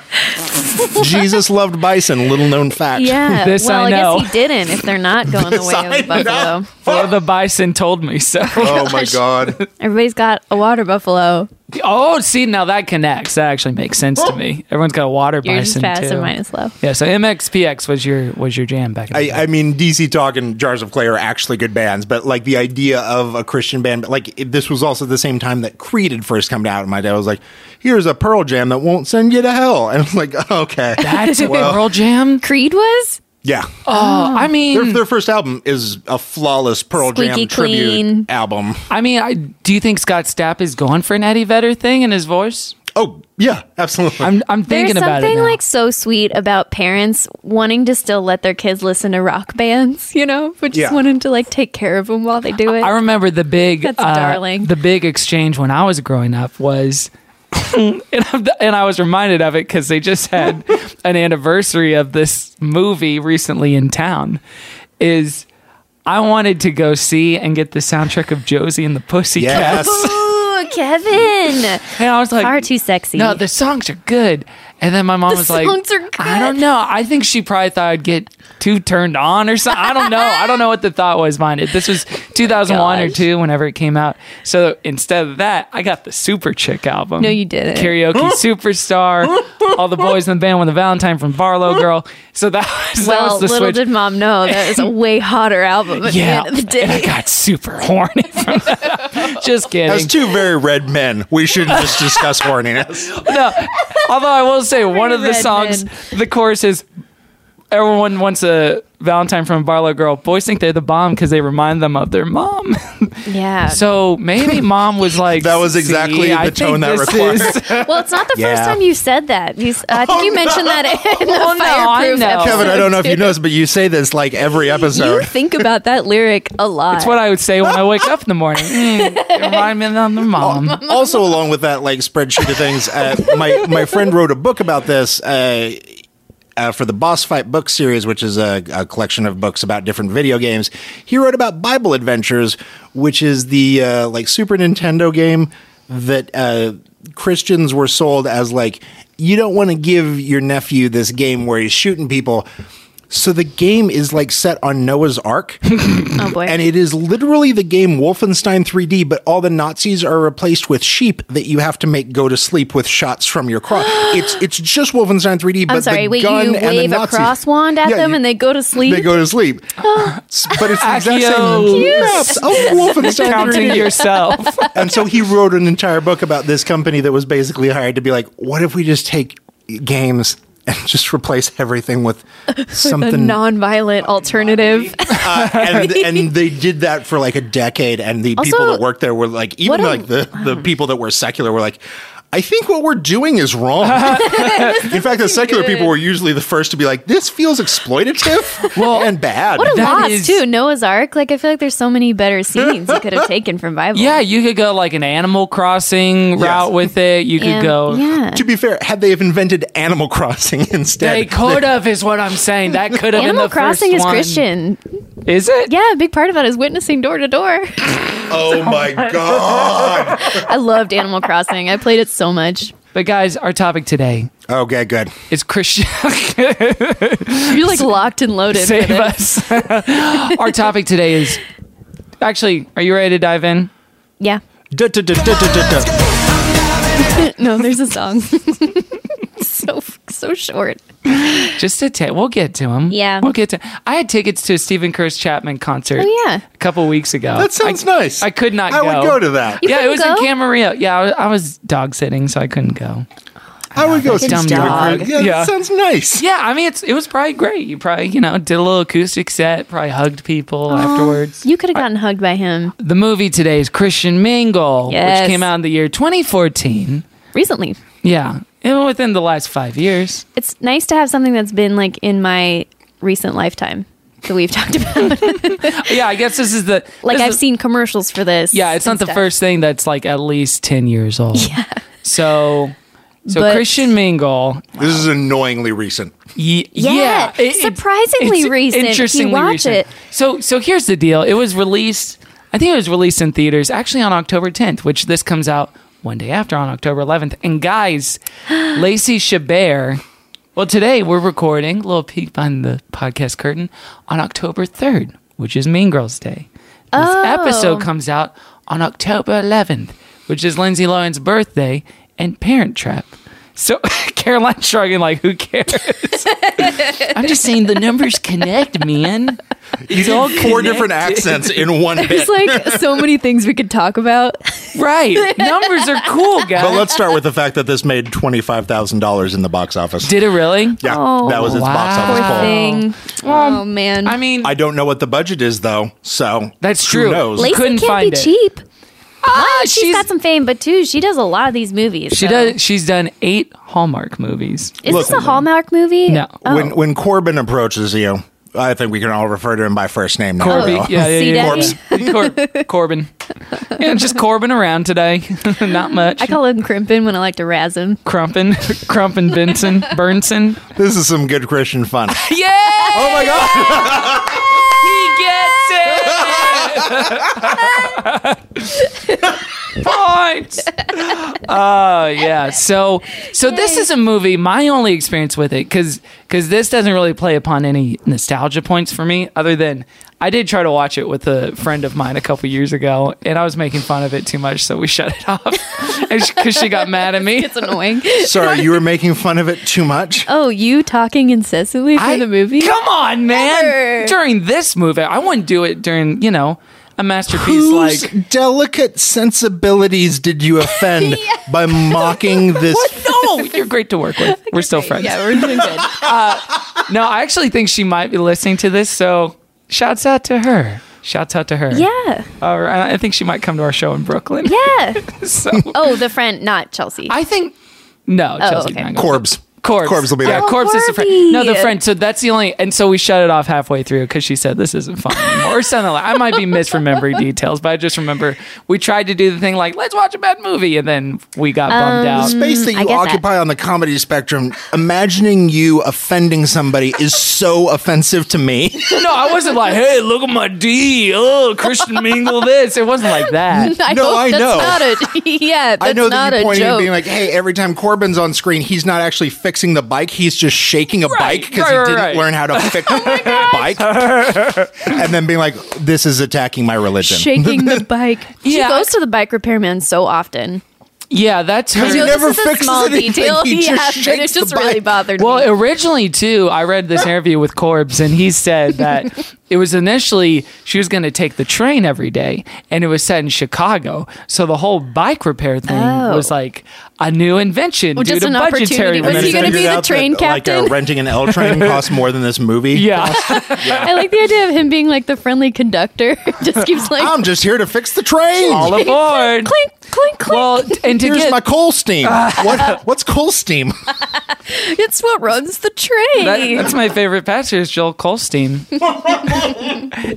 Speaker 4: Jesus loved bison little known fact
Speaker 2: yeah.
Speaker 1: This
Speaker 2: well,
Speaker 1: I
Speaker 2: I,
Speaker 1: know.
Speaker 2: guess he didn't if they're not going the
Speaker 4: This
Speaker 2: way
Speaker 4: I
Speaker 2: of the buffalo.
Speaker 4: know.
Speaker 1: Well, the Bison told me so.
Speaker 4: oh my god
Speaker 2: Everybody's got a water buffalo.
Speaker 1: Oh, see, now that connects. That actually makes sense to me. Everyone's got a water
Speaker 2: Yours is
Speaker 1: bison
Speaker 2: fast
Speaker 1: too.
Speaker 2: and mine is slow.
Speaker 1: Yeah, so MXPX was your was your jam back in the
Speaker 4: I,
Speaker 1: day.
Speaker 4: I mean, DC Talk and Jars of Clay are actually good bands, but like the idea of a Christian band, but like it, this was also the same time that Creed had first come out, and my dad was like, "Here's a Pearl Jam that won't send you to hell," and I was like, "Okay,
Speaker 1: That's a Pearl Jam.
Speaker 2: Creed was
Speaker 4: yeah."
Speaker 1: Oh, I mean,
Speaker 4: Their, their first album is a flawless Pearl Jam
Speaker 2: Um, Squeaky
Speaker 4: tribute
Speaker 2: clean.
Speaker 4: album.
Speaker 1: I mean, I, do you think Scott Stapp is going for an Eddie Vedder thing in his voice?
Speaker 4: Oh yeah, absolutely.
Speaker 1: I'm I'm thinking
Speaker 2: There's
Speaker 1: about it.
Speaker 2: something
Speaker 1: now.
Speaker 2: like so sweet about parents wanting to still let their kids listen to rock bands, you know, but just
Speaker 4: Yeah.
Speaker 2: wanting to like take care of them while they do it.
Speaker 1: I remember the big
Speaker 2: That's
Speaker 1: uh,
Speaker 2: darling.
Speaker 1: the big exchange when I was growing up was and, I'm, and I was reminded of it because they just had an anniversary of this movie recently in town is I wanted to go see and get the soundtrack of Josie and the Pussycats.
Speaker 4: Yes.
Speaker 2: Ooh, Kevin,
Speaker 1: And I was like,
Speaker 2: far too sexy.
Speaker 1: No, the songs are good. And then my mom
Speaker 2: The
Speaker 1: was like,
Speaker 2: songs are good.
Speaker 1: I don't know. I think she probably thought I'd get too turned on or something. I don't know. I don't know what the thought was behind it. This was 2001 or
Speaker 2: Oh Gosh.
Speaker 1: two, whenever it came out. So instead of that, I got the Super Chick album.
Speaker 2: No, you didn't.
Speaker 1: Karaoke Superstar, all the boys in the band with a Valentine from Barlow Girl. So that was, that
Speaker 2: well,
Speaker 1: was the
Speaker 2: little
Speaker 1: switch.
Speaker 2: did mom know that was a way hotter album at
Speaker 1: yeah,
Speaker 2: the end of the
Speaker 1: and I
Speaker 2: day.
Speaker 1: got super horny. From that. Just kidding.
Speaker 4: As two very red men, we shouldn't just discuss horniness.
Speaker 1: Although I will say one of the
Speaker 2: Redman.
Speaker 1: songs, the chorus is everyone wants a Valentine from a Barlow Girl. Boys think they're the bomb because they remind them of their mom.
Speaker 2: Yeah.
Speaker 1: so maybe mom was like,
Speaker 4: That was
Speaker 1: "See,
Speaker 4: exactly
Speaker 1: I
Speaker 4: the tone
Speaker 1: think
Speaker 4: that
Speaker 1: this
Speaker 4: required."
Speaker 1: is-
Speaker 2: well, it's not the first
Speaker 4: Yeah. Oh,
Speaker 2: time you said that. You, s- I think you mentioned that in the
Speaker 1: Well, Oh, no, I
Speaker 2: fireproof
Speaker 1: know.
Speaker 2: episode.
Speaker 4: Kevin, I don't know if you
Speaker 2: too.
Speaker 4: noticed, but you say this like every
Speaker 2: Oh, You
Speaker 4: episode.
Speaker 2: think about that lyric a lot.
Speaker 1: That's what I would say when I wake up in the morning. Mm, it remind me of their mom.
Speaker 4: Um, also along with that like spreadsheet of things uh, my my friend wrote a book about this uh, uh, for the boss fight book series which is a, a collection of books about different video games he wrote about bible adventures which is the uh, like super nintendo game that uh, christians were sold as like you don't want to give your nephew this game where he's shooting people so the game is like set on noah's ark
Speaker 2: Oh boy.
Speaker 4: and it is literally the game Wolfenstein 3D, but all the Nazis are replaced with sheep that you have to make go to sleep with shots from your cross. it's it's just Wolfenstein 3D, but
Speaker 2: I'm sorry.
Speaker 4: the
Speaker 2: Wait,
Speaker 4: gun
Speaker 2: you
Speaker 4: and
Speaker 2: wave
Speaker 4: the
Speaker 2: a
Speaker 4: Nazis,
Speaker 2: cross wand at
Speaker 4: Yeah,
Speaker 2: them
Speaker 4: you-
Speaker 2: and they go to sleep.
Speaker 4: They go to sleep, S- but it's the exact
Speaker 1: Accio.
Speaker 4: same maps of Wolfenstein
Speaker 1: Counting
Speaker 4: 3D.
Speaker 1: yourself.
Speaker 4: And so he wrote an entire book about this company that was basically hired to be like, what if we just take games and just replace everything with
Speaker 2: a
Speaker 4: something
Speaker 2: non-violent alternative.
Speaker 4: uh, and, and they did that for like a decade and the people
Speaker 2: Also,
Speaker 4: that worked there were like
Speaker 2: what
Speaker 4: even
Speaker 2: a-
Speaker 4: like the, the people that were secular were like I think what we're doing is wrong. In fact, the secular
Speaker 2: good.
Speaker 4: people were usually the first to be like, "This feels exploitative and bad."
Speaker 2: What a
Speaker 1: That
Speaker 2: loss
Speaker 1: is-
Speaker 2: too. Noah's Ark. Like I feel like there's so many better scenes you could have taken from Bible.
Speaker 1: Yeah, you could go like an Animal Crossing route with it. You could
Speaker 2: And-
Speaker 1: go.
Speaker 2: Yeah.
Speaker 4: to be fair, had they have invented Animal Crossing instead,
Speaker 1: They could have is what I'm saying. That could have been
Speaker 2: Animal
Speaker 1: the first
Speaker 2: Crossing is
Speaker 1: one.
Speaker 2: Christian.
Speaker 1: Is it?
Speaker 2: Yeah, a big part of that is witnessing door to door.
Speaker 4: oh my god!
Speaker 2: I loved Animal Crossing. I played it so much.
Speaker 1: But guys, our topic today
Speaker 4: Okay, good.
Speaker 1: is Christian.
Speaker 2: You're like locked and loaded. for
Speaker 1: Save
Speaker 2: this.
Speaker 1: us. Our topic today is actually, are you ready to dive in?
Speaker 2: Yeah.
Speaker 4: Duh, duh, duh, duh, duh, duh, duh.
Speaker 2: No, there's a song. so so short.
Speaker 1: Just a ta- we'll get to him.
Speaker 2: Yeah.
Speaker 1: we'll get to. I had tickets to a Stephen Curtis Chapman concert.
Speaker 2: Oh, yeah.
Speaker 1: a couple weeks ago.
Speaker 4: That sounds
Speaker 1: I,
Speaker 4: nice.
Speaker 1: I could not.
Speaker 4: I
Speaker 1: go.
Speaker 4: would go to that.
Speaker 1: yeah, it
Speaker 2: couldn't
Speaker 1: was
Speaker 2: go?
Speaker 1: in Camarillo. Yeah, I was, I was dog sitting, so I couldn't go.
Speaker 4: I would go.
Speaker 1: dumb
Speaker 4: Stupid.
Speaker 1: dog.
Speaker 4: Yeah,
Speaker 1: Yeah.
Speaker 4: that sounds nice.
Speaker 1: Yeah, I mean, it's it was probably great. You probably you know did a little acoustic set. Probably hugged people afterwards.
Speaker 2: You could have gotten hugged by him
Speaker 1: the movie today is Christian Mingle,
Speaker 2: Yes.
Speaker 1: which came out in the year 2014.
Speaker 2: recently.
Speaker 1: Yeah, and within the last five years.
Speaker 2: It's nice to have something that's been like in my recent lifetime that we've talked about.
Speaker 1: Yeah, I guess this is the
Speaker 2: like
Speaker 1: this
Speaker 2: I've
Speaker 1: is-
Speaker 2: seen commercials for this.
Speaker 1: Yeah, it's not
Speaker 2: and
Speaker 1: the
Speaker 2: stuff.
Speaker 1: first thing that's like at least ten years old. Yeah. So, so
Speaker 2: But-
Speaker 1: Christian Mingle.
Speaker 4: This is annoyingly recent.
Speaker 1: Y-
Speaker 2: Yeah,
Speaker 1: yeah,
Speaker 2: surprisingly recent, if you watch it.
Speaker 1: So, so here's the deal. It was released. I think it was released in theaters actually on October 10th, which this comes out one day after on October 11th. And guys, Lacey Chabert. Well, today we're recording a little peek behind the podcast curtain on October
Speaker 5: Oh.
Speaker 1: 3rd, which is Mean Girls Day. This episode comes out on October 11th, which is Lindsay Lohan's birthday, and Parent Trap. So Caroline shrugging like, who cares? I'm just saying the numbers connect, man. It's all
Speaker 4: Four
Speaker 1: connected.
Speaker 4: different accents in one bit.
Speaker 2: There's like so many things we could talk about.
Speaker 1: right. Numbers are cool, guys.
Speaker 4: But let's start with the fact that this made twenty five thousand dollars in the box office.
Speaker 1: Did it really?
Speaker 4: yeah,
Speaker 2: Oh,
Speaker 4: that was its box
Speaker 1: wow.
Speaker 4: office
Speaker 1: Poor
Speaker 4: poll.
Speaker 2: Thing. Oh man.
Speaker 1: I mean,
Speaker 4: I don't know what the budget is though, so
Speaker 1: That's
Speaker 4: who
Speaker 1: true.
Speaker 4: Knows?
Speaker 1: Late-
Speaker 2: Lacey
Speaker 1: couldn't
Speaker 2: can't
Speaker 1: find
Speaker 2: be
Speaker 1: it.
Speaker 2: cheap.
Speaker 1: ah,
Speaker 5: she's got some fame, but too, she does a lot of these movies.
Speaker 1: She
Speaker 5: so-
Speaker 1: does. She's done eight Hallmark movies.
Speaker 5: Is
Speaker 4: Look-
Speaker 5: this a Hallmark movie?
Speaker 1: No.
Speaker 5: Oh.
Speaker 4: When when Corbin approaches you, I think we can all refer to him by first name now.
Speaker 1: Corby,
Speaker 5: Oh,
Speaker 4: though.
Speaker 1: Oh, yeah, yeah, yeah.
Speaker 5: C-Daddy?
Speaker 1: Cor- Corbin. Yeah, just Corbin around today. Not much.
Speaker 2: I call him Crimpin when I like to razz him.
Speaker 1: Crumpin, Crumpin Benson, Burnson.
Speaker 4: This is some good Christian fun.
Speaker 1: Yeah!
Speaker 4: oh my god!
Speaker 1: He gets it. Points. Oh yeah. So so this is a movie. My only experience with it, because because this doesn't really play upon any nostalgia points for me, other than I did try to watch it with a friend of mine a couple years ago, and I was making fun of it too much, so we shut it off because she got mad at me.
Speaker 2: It's annoying.
Speaker 4: Sorry, you were making fun of it too much.
Speaker 2: oh, you talking incessantly for
Speaker 1: I-
Speaker 2: the movie?
Speaker 1: Come on, man!
Speaker 2: Never.
Speaker 1: During this movie, I wouldn't do it during you know a masterpiece
Speaker 4: Whose
Speaker 1: like
Speaker 4: delicate sensibilities did you offend by mocking this?
Speaker 1: no, oh, you're great to work with. We're still friends.
Speaker 2: Yeah, we're doing good.
Speaker 1: No, I actually think she might be listening to this, so shouts out to her. Shouts out to her.
Speaker 2: yeah.
Speaker 1: Or I I think she might come to our show in Brooklyn.
Speaker 2: Yeah.
Speaker 1: So
Speaker 2: Oh, the friend, not Chelsea.
Speaker 1: I think no, Chelsea.
Speaker 2: Oh, okay.
Speaker 1: not gonna-
Speaker 4: Corbs.
Speaker 1: Corbs.
Speaker 4: Corbs will be
Speaker 1: yeah,
Speaker 4: there.
Speaker 1: Corbs is the friend.
Speaker 2: Corby.
Speaker 1: No, the friend. So that's the only. And so we shut it off halfway through because she said this isn't fun anymore or something like. I might be misremembering details, but I just remember we tried to do the thing like let's watch a bad movie, and then we got bummed out.
Speaker 4: space that
Speaker 5: I
Speaker 4: you
Speaker 5: get that.
Speaker 4: occupy on the comedy spectrum, imagining you offending somebody is so offensive to me.
Speaker 1: No, I wasn't like, hey, look at my D. Oh, Christian Mingle this. It wasn't like that.
Speaker 2: I
Speaker 4: No,
Speaker 2: hope
Speaker 4: I know.
Speaker 2: That's not a, yeah, that's
Speaker 4: I know
Speaker 2: not
Speaker 4: that you
Speaker 2: a
Speaker 4: pointed and
Speaker 2: joke.
Speaker 4: being like, "Hey, every time Corbin's on screen, he's not actually fixing the bike; he's just shaking a
Speaker 1: Right,
Speaker 4: bike because
Speaker 1: right,
Speaker 4: he
Speaker 1: right,
Speaker 4: didn't
Speaker 1: right.
Speaker 4: learn how to fix a bike." and then being like, "This is attacking my religion."
Speaker 2: shaking the bike. She
Speaker 1: Yeah.
Speaker 2: goes to the bike repairman so often.
Speaker 1: Yeah, that's her.
Speaker 4: He
Speaker 2: You know,
Speaker 4: never
Speaker 2: this is a
Speaker 4: fixes
Speaker 2: small
Speaker 4: anything.
Speaker 2: detail.
Speaker 4: He just
Speaker 2: yeah, but
Speaker 4: shakes
Speaker 2: it
Speaker 4: the
Speaker 2: just really
Speaker 4: bike.
Speaker 2: bothered me.
Speaker 1: Well, originally too, I read this interview with Corbs, and he said that it was initially she was going to take the train every day, and it was set in Chicago. So the whole bike repair thing
Speaker 2: Oh.
Speaker 1: was like a new invention
Speaker 2: Well,
Speaker 1: due
Speaker 2: just
Speaker 1: to
Speaker 2: an
Speaker 1: budgetary
Speaker 2: opportunity. Was
Speaker 4: And
Speaker 2: he
Speaker 4: then
Speaker 1: reasons.
Speaker 2: gonna
Speaker 4: figured
Speaker 2: be the
Speaker 4: out
Speaker 2: train
Speaker 4: that, like, uh,
Speaker 2: captain?
Speaker 4: renting an L train costs more than this movie.
Speaker 1: Yeah,
Speaker 2: I like the idea of him being like the friendly conductor. just keeps like
Speaker 4: I'm just here to fix the train.
Speaker 1: all aboard.
Speaker 2: clink, clink, clink.
Speaker 1: Well, t- and to
Speaker 4: Here's
Speaker 1: get
Speaker 4: my coal steam. what, what's coal steam?
Speaker 2: it's what runs the train.
Speaker 1: that, that's my favorite pastor is Joel Colstein.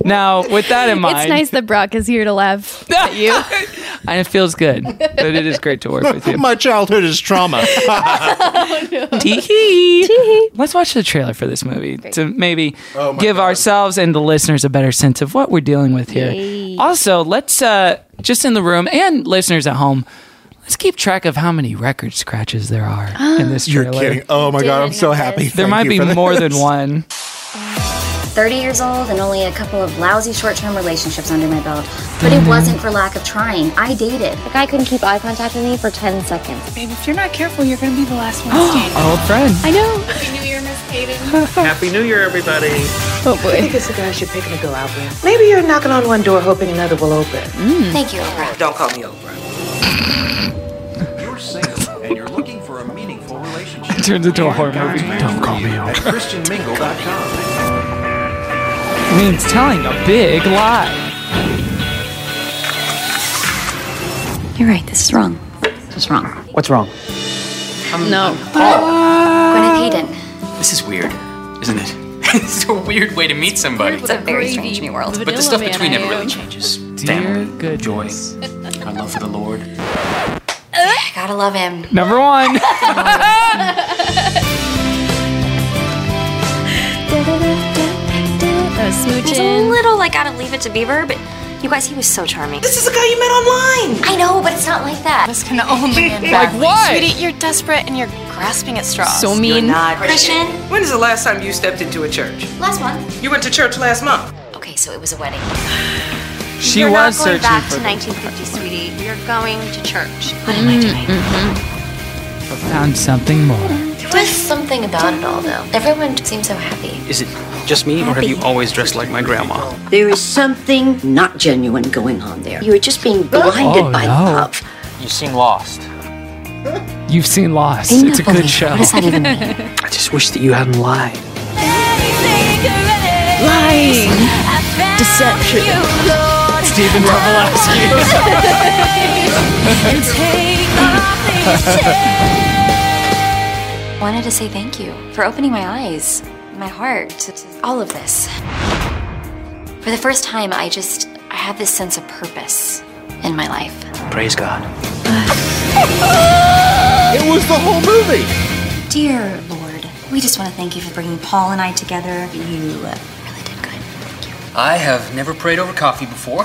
Speaker 1: now, with that in mind,
Speaker 2: it's nice that Brock is here to laugh at you.
Speaker 1: and it feels good, but it is great to work with you.
Speaker 4: my childhood is trauma.
Speaker 1: Tee-hee. Let's watch the trailer for this movie to maybe
Speaker 4: Oh
Speaker 1: give ourselves and the listeners a better sense of what we're dealing with here. Also, let's uh, just in the room and listeners at home, let's keep track of how many record scratches there are in this
Speaker 4: You're
Speaker 1: trailer.
Speaker 4: kidding. Oh my god, I'm so happy.
Speaker 1: There
Speaker 4: Thank
Speaker 1: might
Speaker 4: you
Speaker 1: be
Speaker 4: for this.
Speaker 1: more than one.
Speaker 6: 30 years old and only a couple of lousy short term relationships under my belt. But it wasn't for lack of trying. I dated.
Speaker 7: The guy couldn't keep eye contact with me for 10 seconds.
Speaker 8: Babe, if you're not careful, you're going to be the last one standing.
Speaker 1: Our old friend.
Speaker 2: I know.
Speaker 9: Happy New Year, everybody.
Speaker 2: Oh boy.
Speaker 8: It's the guys you're picking to go out with. Maybe you're knocking on one door hoping another will open.
Speaker 6: Thank you, Oprah.
Speaker 9: Don't call me Oprah.
Speaker 10: You're single and you're looking for a meaningful relationship.
Speaker 1: It turns into a horror movie. Don't call me
Speaker 10: At ChristianMingle.com.
Speaker 1: means telling a big lie.
Speaker 6: You're right. This is wrong. This is wrong.
Speaker 11: What's wrong?
Speaker 2: No.
Speaker 6: Gwyneth Hayden.
Speaker 11: This is weird, isn't it? it's a weird way to meet somebody.
Speaker 6: It's a very strange new world.
Speaker 11: But the stuff between
Speaker 2: them
Speaker 11: never really changes.
Speaker 1: Dear
Speaker 11: Stamina, joy,
Speaker 1: goodness.
Speaker 11: our love for the Lord.
Speaker 6: I gotta love him.
Speaker 1: Number one.
Speaker 2: That was
Speaker 6: He's
Speaker 2: smooching.
Speaker 6: a little like gotta leave it to Beaver, but you guys, he was so charming.
Speaker 8: This is the guy you met online.
Speaker 6: I know, but it's not like that.
Speaker 8: This can only end
Speaker 1: like what?
Speaker 8: Sweetie, you're desperate and you're grasping at straws.
Speaker 2: So mean.
Speaker 6: Christian,
Speaker 9: When is the last time you stepped into a church?
Speaker 6: last one.
Speaker 9: You went to church last month.
Speaker 6: Okay, so it was a wedding.
Speaker 1: She
Speaker 12: You're
Speaker 1: was
Speaker 12: not going
Speaker 1: searching
Speaker 12: back
Speaker 1: for
Speaker 12: to
Speaker 1: the-
Speaker 12: 1950, sweetie. You're going to church. What am I
Speaker 6: Hmm.
Speaker 12: doing?
Speaker 1: but found something more.
Speaker 12: There was something about it all, though. Everyone seemed so happy.
Speaker 11: Is it just me, or have you always dressed like my grandma?
Speaker 13: There is something not genuine going on there. You are just being blinded
Speaker 1: Oh,
Speaker 13: by love.
Speaker 11: You seem lost.
Speaker 1: You've seen Lost.
Speaker 13: Ain't
Speaker 1: It's a
Speaker 13: no
Speaker 1: good
Speaker 13: belief.
Speaker 1: show.
Speaker 13: What does that even mean?
Speaker 11: I just wish that you hadn't lied.
Speaker 13: Lying. Deception.
Speaker 1: Stephen
Speaker 12: Wanted to say thank you for opening my eyes, my heart, to, to all of this. For the first time, I just I have this sense of purpose in my life.
Speaker 11: Praise God.
Speaker 12: It was the whole movie. Dear Lord, we just want to thank you for bringing Paul and I together. You. uh,
Speaker 11: I have never prayed over coffee before.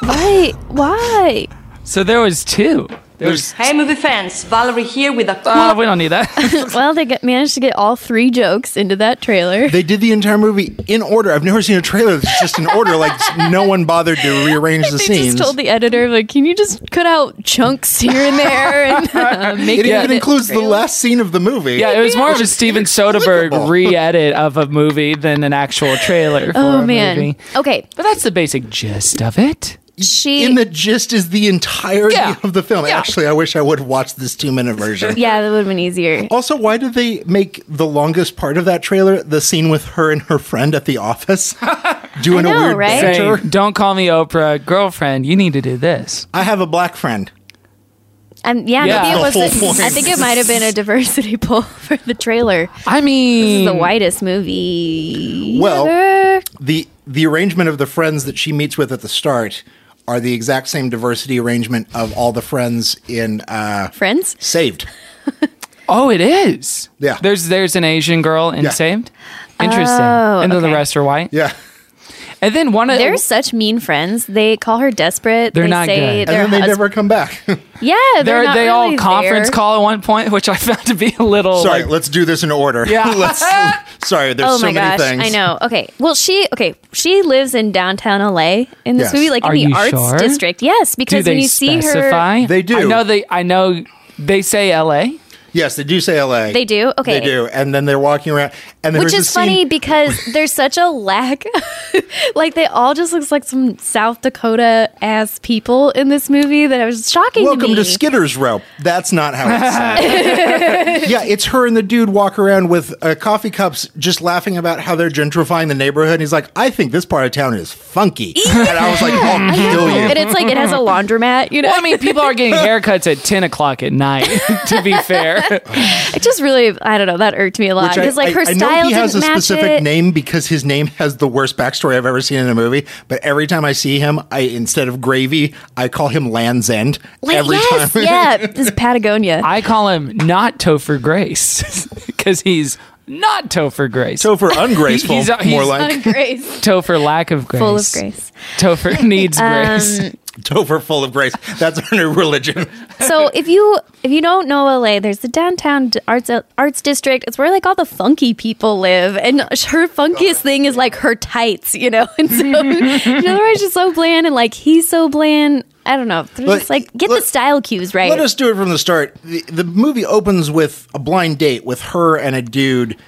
Speaker 2: Why? Why?
Speaker 1: So there was two. There was.
Speaker 2: Hey, movie fans. Valerie here with a.
Speaker 1: Uh, we don't need that.
Speaker 2: well, they get, managed to get all three jokes into that trailer.
Speaker 4: They did the entire movie in order. I've never seen a trailer that's just in order. Like no one bothered to rearrange the
Speaker 2: they
Speaker 4: scenes.
Speaker 2: just told the editor, like, can you just cut out chunks here and there and uh, make
Speaker 4: it
Speaker 2: it
Speaker 4: even
Speaker 2: fit
Speaker 4: includes the
Speaker 2: trailer?"
Speaker 4: last scene of the movie.
Speaker 1: Yeah, it was more of a Steven Soderbergh re-edit of a movie than an actual trailer. For
Speaker 2: Oh
Speaker 1: a
Speaker 2: man.
Speaker 1: movie.
Speaker 2: Okay.
Speaker 1: But that's the basic gist of it.
Speaker 2: She
Speaker 4: in the gist is the entirety of the film. Actually, I wish I would have watched this two minute version.
Speaker 2: Yeah, that would have been easier.
Speaker 4: Also, why did they make the longest part of that trailer the scene with her and her friend at the office doing a weird banter?
Speaker 1: Saying, Don't call me Oprah, girlfriend. You need to do this.
Speaker 4: I have a black friend.
Speaker 2: Um, yeah,
Speaker 1: Yeah.
Speaker 2: maybe it
Speaker 1: The
Speaker 2: was.
Speaker 1: full
Speaker 2: the- I
Speaker 1: point.
Speaker 2: think it might have been a diversity poll for the trailer.
Speaker 1: I
Speaker 2: this
Speaker 1: mean,
Speaker 2: is the whitest movie.
Speaker 4: Well,
Speaker 2: ever.
Speaker 4: the the arrangement of the friends that she meets with at the start are the exact same diversity arrangement of all the friends in uh,
Speaker 2: Friends
Speaker 4: Saved.
Speaker 1: Oh, it is.
Speaker 4: Yeah.
Speaker 1: There's there's an Asian girl in
Speaker 4: Yeah.
Speaker 1: Saved. Interesting.
Speaker 2: Oh,
Speaker 1: and then the
Speaker 2: okay.
Speaker 1: rest are white.
Speaker 4: Yeah.
Speaker 1: And then one of
Speaker 2: they're such mean friends. They call her desperate.
Speaker 1: They're
Speaker 2: they
Speaker 1: not
Speaker 2: say
Speaker 1: good. And
Speaker 2: their
Speaker 1: then they
Speaker 2: hus-
Speaker 4: never come back.
Speaker 2: Yeah, they're,
Speaker 1: they're,
Speaker 2: not
Speaker 1: they all
Speaker 2: really
Speaker 1: conference
Speaker 2: there.
Speaker 1: call at one point, which I found to be a little
Speaker 4: Sorry,
Speaker 1: like,
Speaker 4: let's do this in order.
Speaker 1: Yeah.
Speaker 4: let's, sorry, there's
Speaker 2: oh
Speaker 4: so
Speaker 2: my
Speaker 4: many
Speaker 2: gosh,
Speaker 4: things.
Speaker 2: I know. Okay, well she okay she lives in downtown LA in this
Speaker 4: Yes.
Speaker 2: movie, like
Speaker 1: Are
Speaker 2: in
Speaker 1: you
Speaker 2: the arts
Speaker 1: sure?
Speaker 2: district. Yes, because
Speaker 1: do they
Speaker 2: when you see
Speaker 1: specify?
Speaker 2: her,
Speaker 4: They do.
Speaker 1: I know they. I know they say L.A.
Speaker 4: Yes, they do say LA.
Speaker 2: They do? Okay.
Speaker 4: They do. And then they're walking around. And there was
Speaker 2: which
Speaker 4: a
Speaker 2: is funny
Speaker 4: scene-
Speaker 2: because there's such a lack like they all just looks like some south dakota ass people in this movie that was shocking
Speaker 4: Welcome
Speaker 2: to me
Speaker 4: to Skitter's Row. That's not how it's said. yeah, it's her and the dude walk around with uh, coffee cups just laughing about how they're gentrifying the neighborhood. And he's like, I think this part of town is funky. and I was like, I'll kill you.
Speaker 2: and it's like it has a laundromat you know
Speaker 1: Well, I mean, people are getting haircuts at ten o'clock at night. to be fair,
Speaker 2: it just really i don't know that irked me a lot
Speaker 4: Which I-
Speaker 2: because like her
Speaker 4: I, I
Speaker 2: style
Speaker 4: know he has a
Speaker 2: didn't match
Speaker 4: specific
Speaker 2: it.
Speaker 4: name because his name has the worst backstory I've ever seen in a movie. But every time I see him, I instead of gravy, I call him Land's End.
Speaker 2: Like,
Speaker 4: every
Speaker 2: yes,
Speaker 4: time.
Speaker 2: yeah, this is Patagonia.
Speaker 1: I call him not Topher Grace because he's not Topher Grace.
Speaker 4: Topher ungraceful,
Speaker 1: He's- uh, he's-
Speaker 4: more like
Speaker 2: Grace.
Speaker 1: Topher lack of grace.
Speaker 2: Full of grace.
Speaker 1: Topher needs grace.
Speaker 2: Um,
Speaker 4: Topher full of grace. That's our new religion.
Speaker 2: so if you if you don't know LA, there's the downtown d- arts arts district. It's where like all the funky people live, and her funkiest thing is like her tights, you know. And so you know, everybody's just so bland, and like he's so bland. I don't know. They're
Speaker 4: Let-
Speaker 2: just like get the style cues right.
Speaker 4: Let us do it from the start. The, the movie opens with a blind date with her and a dude,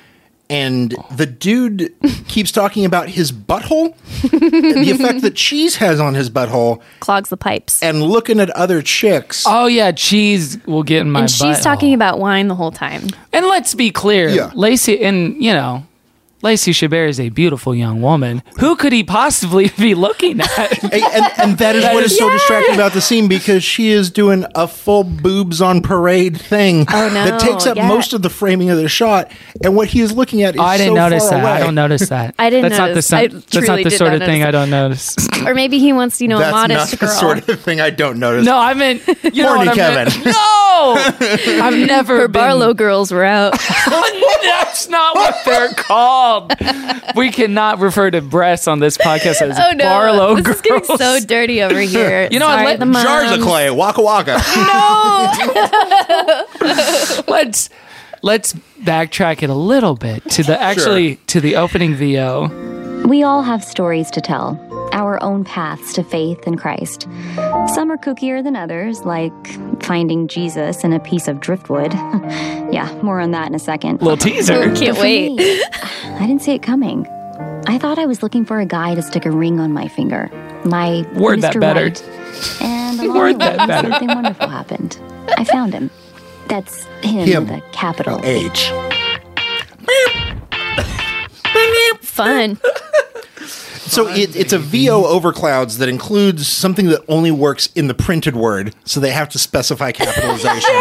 Speaker 4: and the dude keeps talking about his butthole, the effect that cheese has on his butthole,
Speaker 2: clogs the pipes,
Speaker 4: and looking at other chicks.
Speaker 1: Oh yeah, cheese will get in my.
Speaker 2: and she's
Speaker 1: butthole.
Speaker 2: talking about wine the whole time.
Speaker 1: And let's be clear, Lacey, and you know, Lacey Chabert is a beautiful young woman. Who could he possibly be looking at?
Speaker 4: A- and, and that is
Speaker 1: That
Speaker 4: what
Speaker 1: is-
Speaker 4: is so
Speaker 1: Yeah.
Speaker 4: distracting about the scene because she is doing a full boobs on parade thing that takes up
Speaker 2: yeah.
Speaker 4: most of the framing of the shot. And what he is looking at is
Speaker 1: I didn't
Speaker 4: so
Speaker 1: notice
Speaker 4: far
Speaker 1: that. I
Speaker 4: away.
Speaker 1: don't notice that.
Speaker 2: I didn't
Speaker 1: That's
Speaker 2: notice.
Speaker 1: not
Speaker 2: I
Speaker 1: the son- That's not
Speaker 2: truly
Speaker 1: the
Speaker 2: did
Speaker 1: sort
Speaker 2: not
Speaker 1: of thing
Speaker 2: notice
Speaker 1: I don't notice.
Speaker 2: Or maybe he wants you know a
Speaker 4: That's
Speaker 2: modest
Speaker 4: not
Speaker 2: girl.
Speaker 4: the sort of thing I don't notice.
Speaker 1: No, I meant you know
Speaker 4: Horny
Speaker 1: what I meant.
Speaker 4: Kevin.
Speaker 1: No, I've never.
Speaker 2: Her
Speaker 1: been-
Speaker 2: Barlow girls were out.
Speaker 1: That's not what they're called. We cannot refer to breasts on this podcast as
Speaker 2: Oh no,
Speaker 1: Barlow
Speaker 2: this
Speaker 1: girls.
Speaker 2: is getting so dirty over here.
Speaker 1: You know what,
Speaker 2: Sorry,
Speaker 1: let-
Speaker 2: the moms.
Speaker 4: Jars of clay, waka waka.
Speaker 1: let's let's backtrack it a little bit to the actually to the opening VO.
Speaker 14: We all have stories to tell, our own paths to faith in Christ. Some are kookier than others, like finding Jesus in a piece of driftwood. yeah, more on that in a second.
Speaker 1: Little teaser.
Speaker 14: But for me, I didn't see it coming. I thought I was looking for a guy to stick a ring on my finger. My
Speaker 1: Word
Speaker 14: Mr.
Speaker 1: that better.
Speaker 14: Right. And along
Speaker 1: Word
Speaker 14: the way,
Speaker 1: that better.
Speaker 14: something wonderful happened. I found him. That's him,
Speaker 3: Him.
Speaker 14: the capital
Speaker 3: H.
Speaker 2: Fun.
Speaker 4: So it, it's a VO over clouds that includes something that only works in the printed word, so they have to specify capitalization.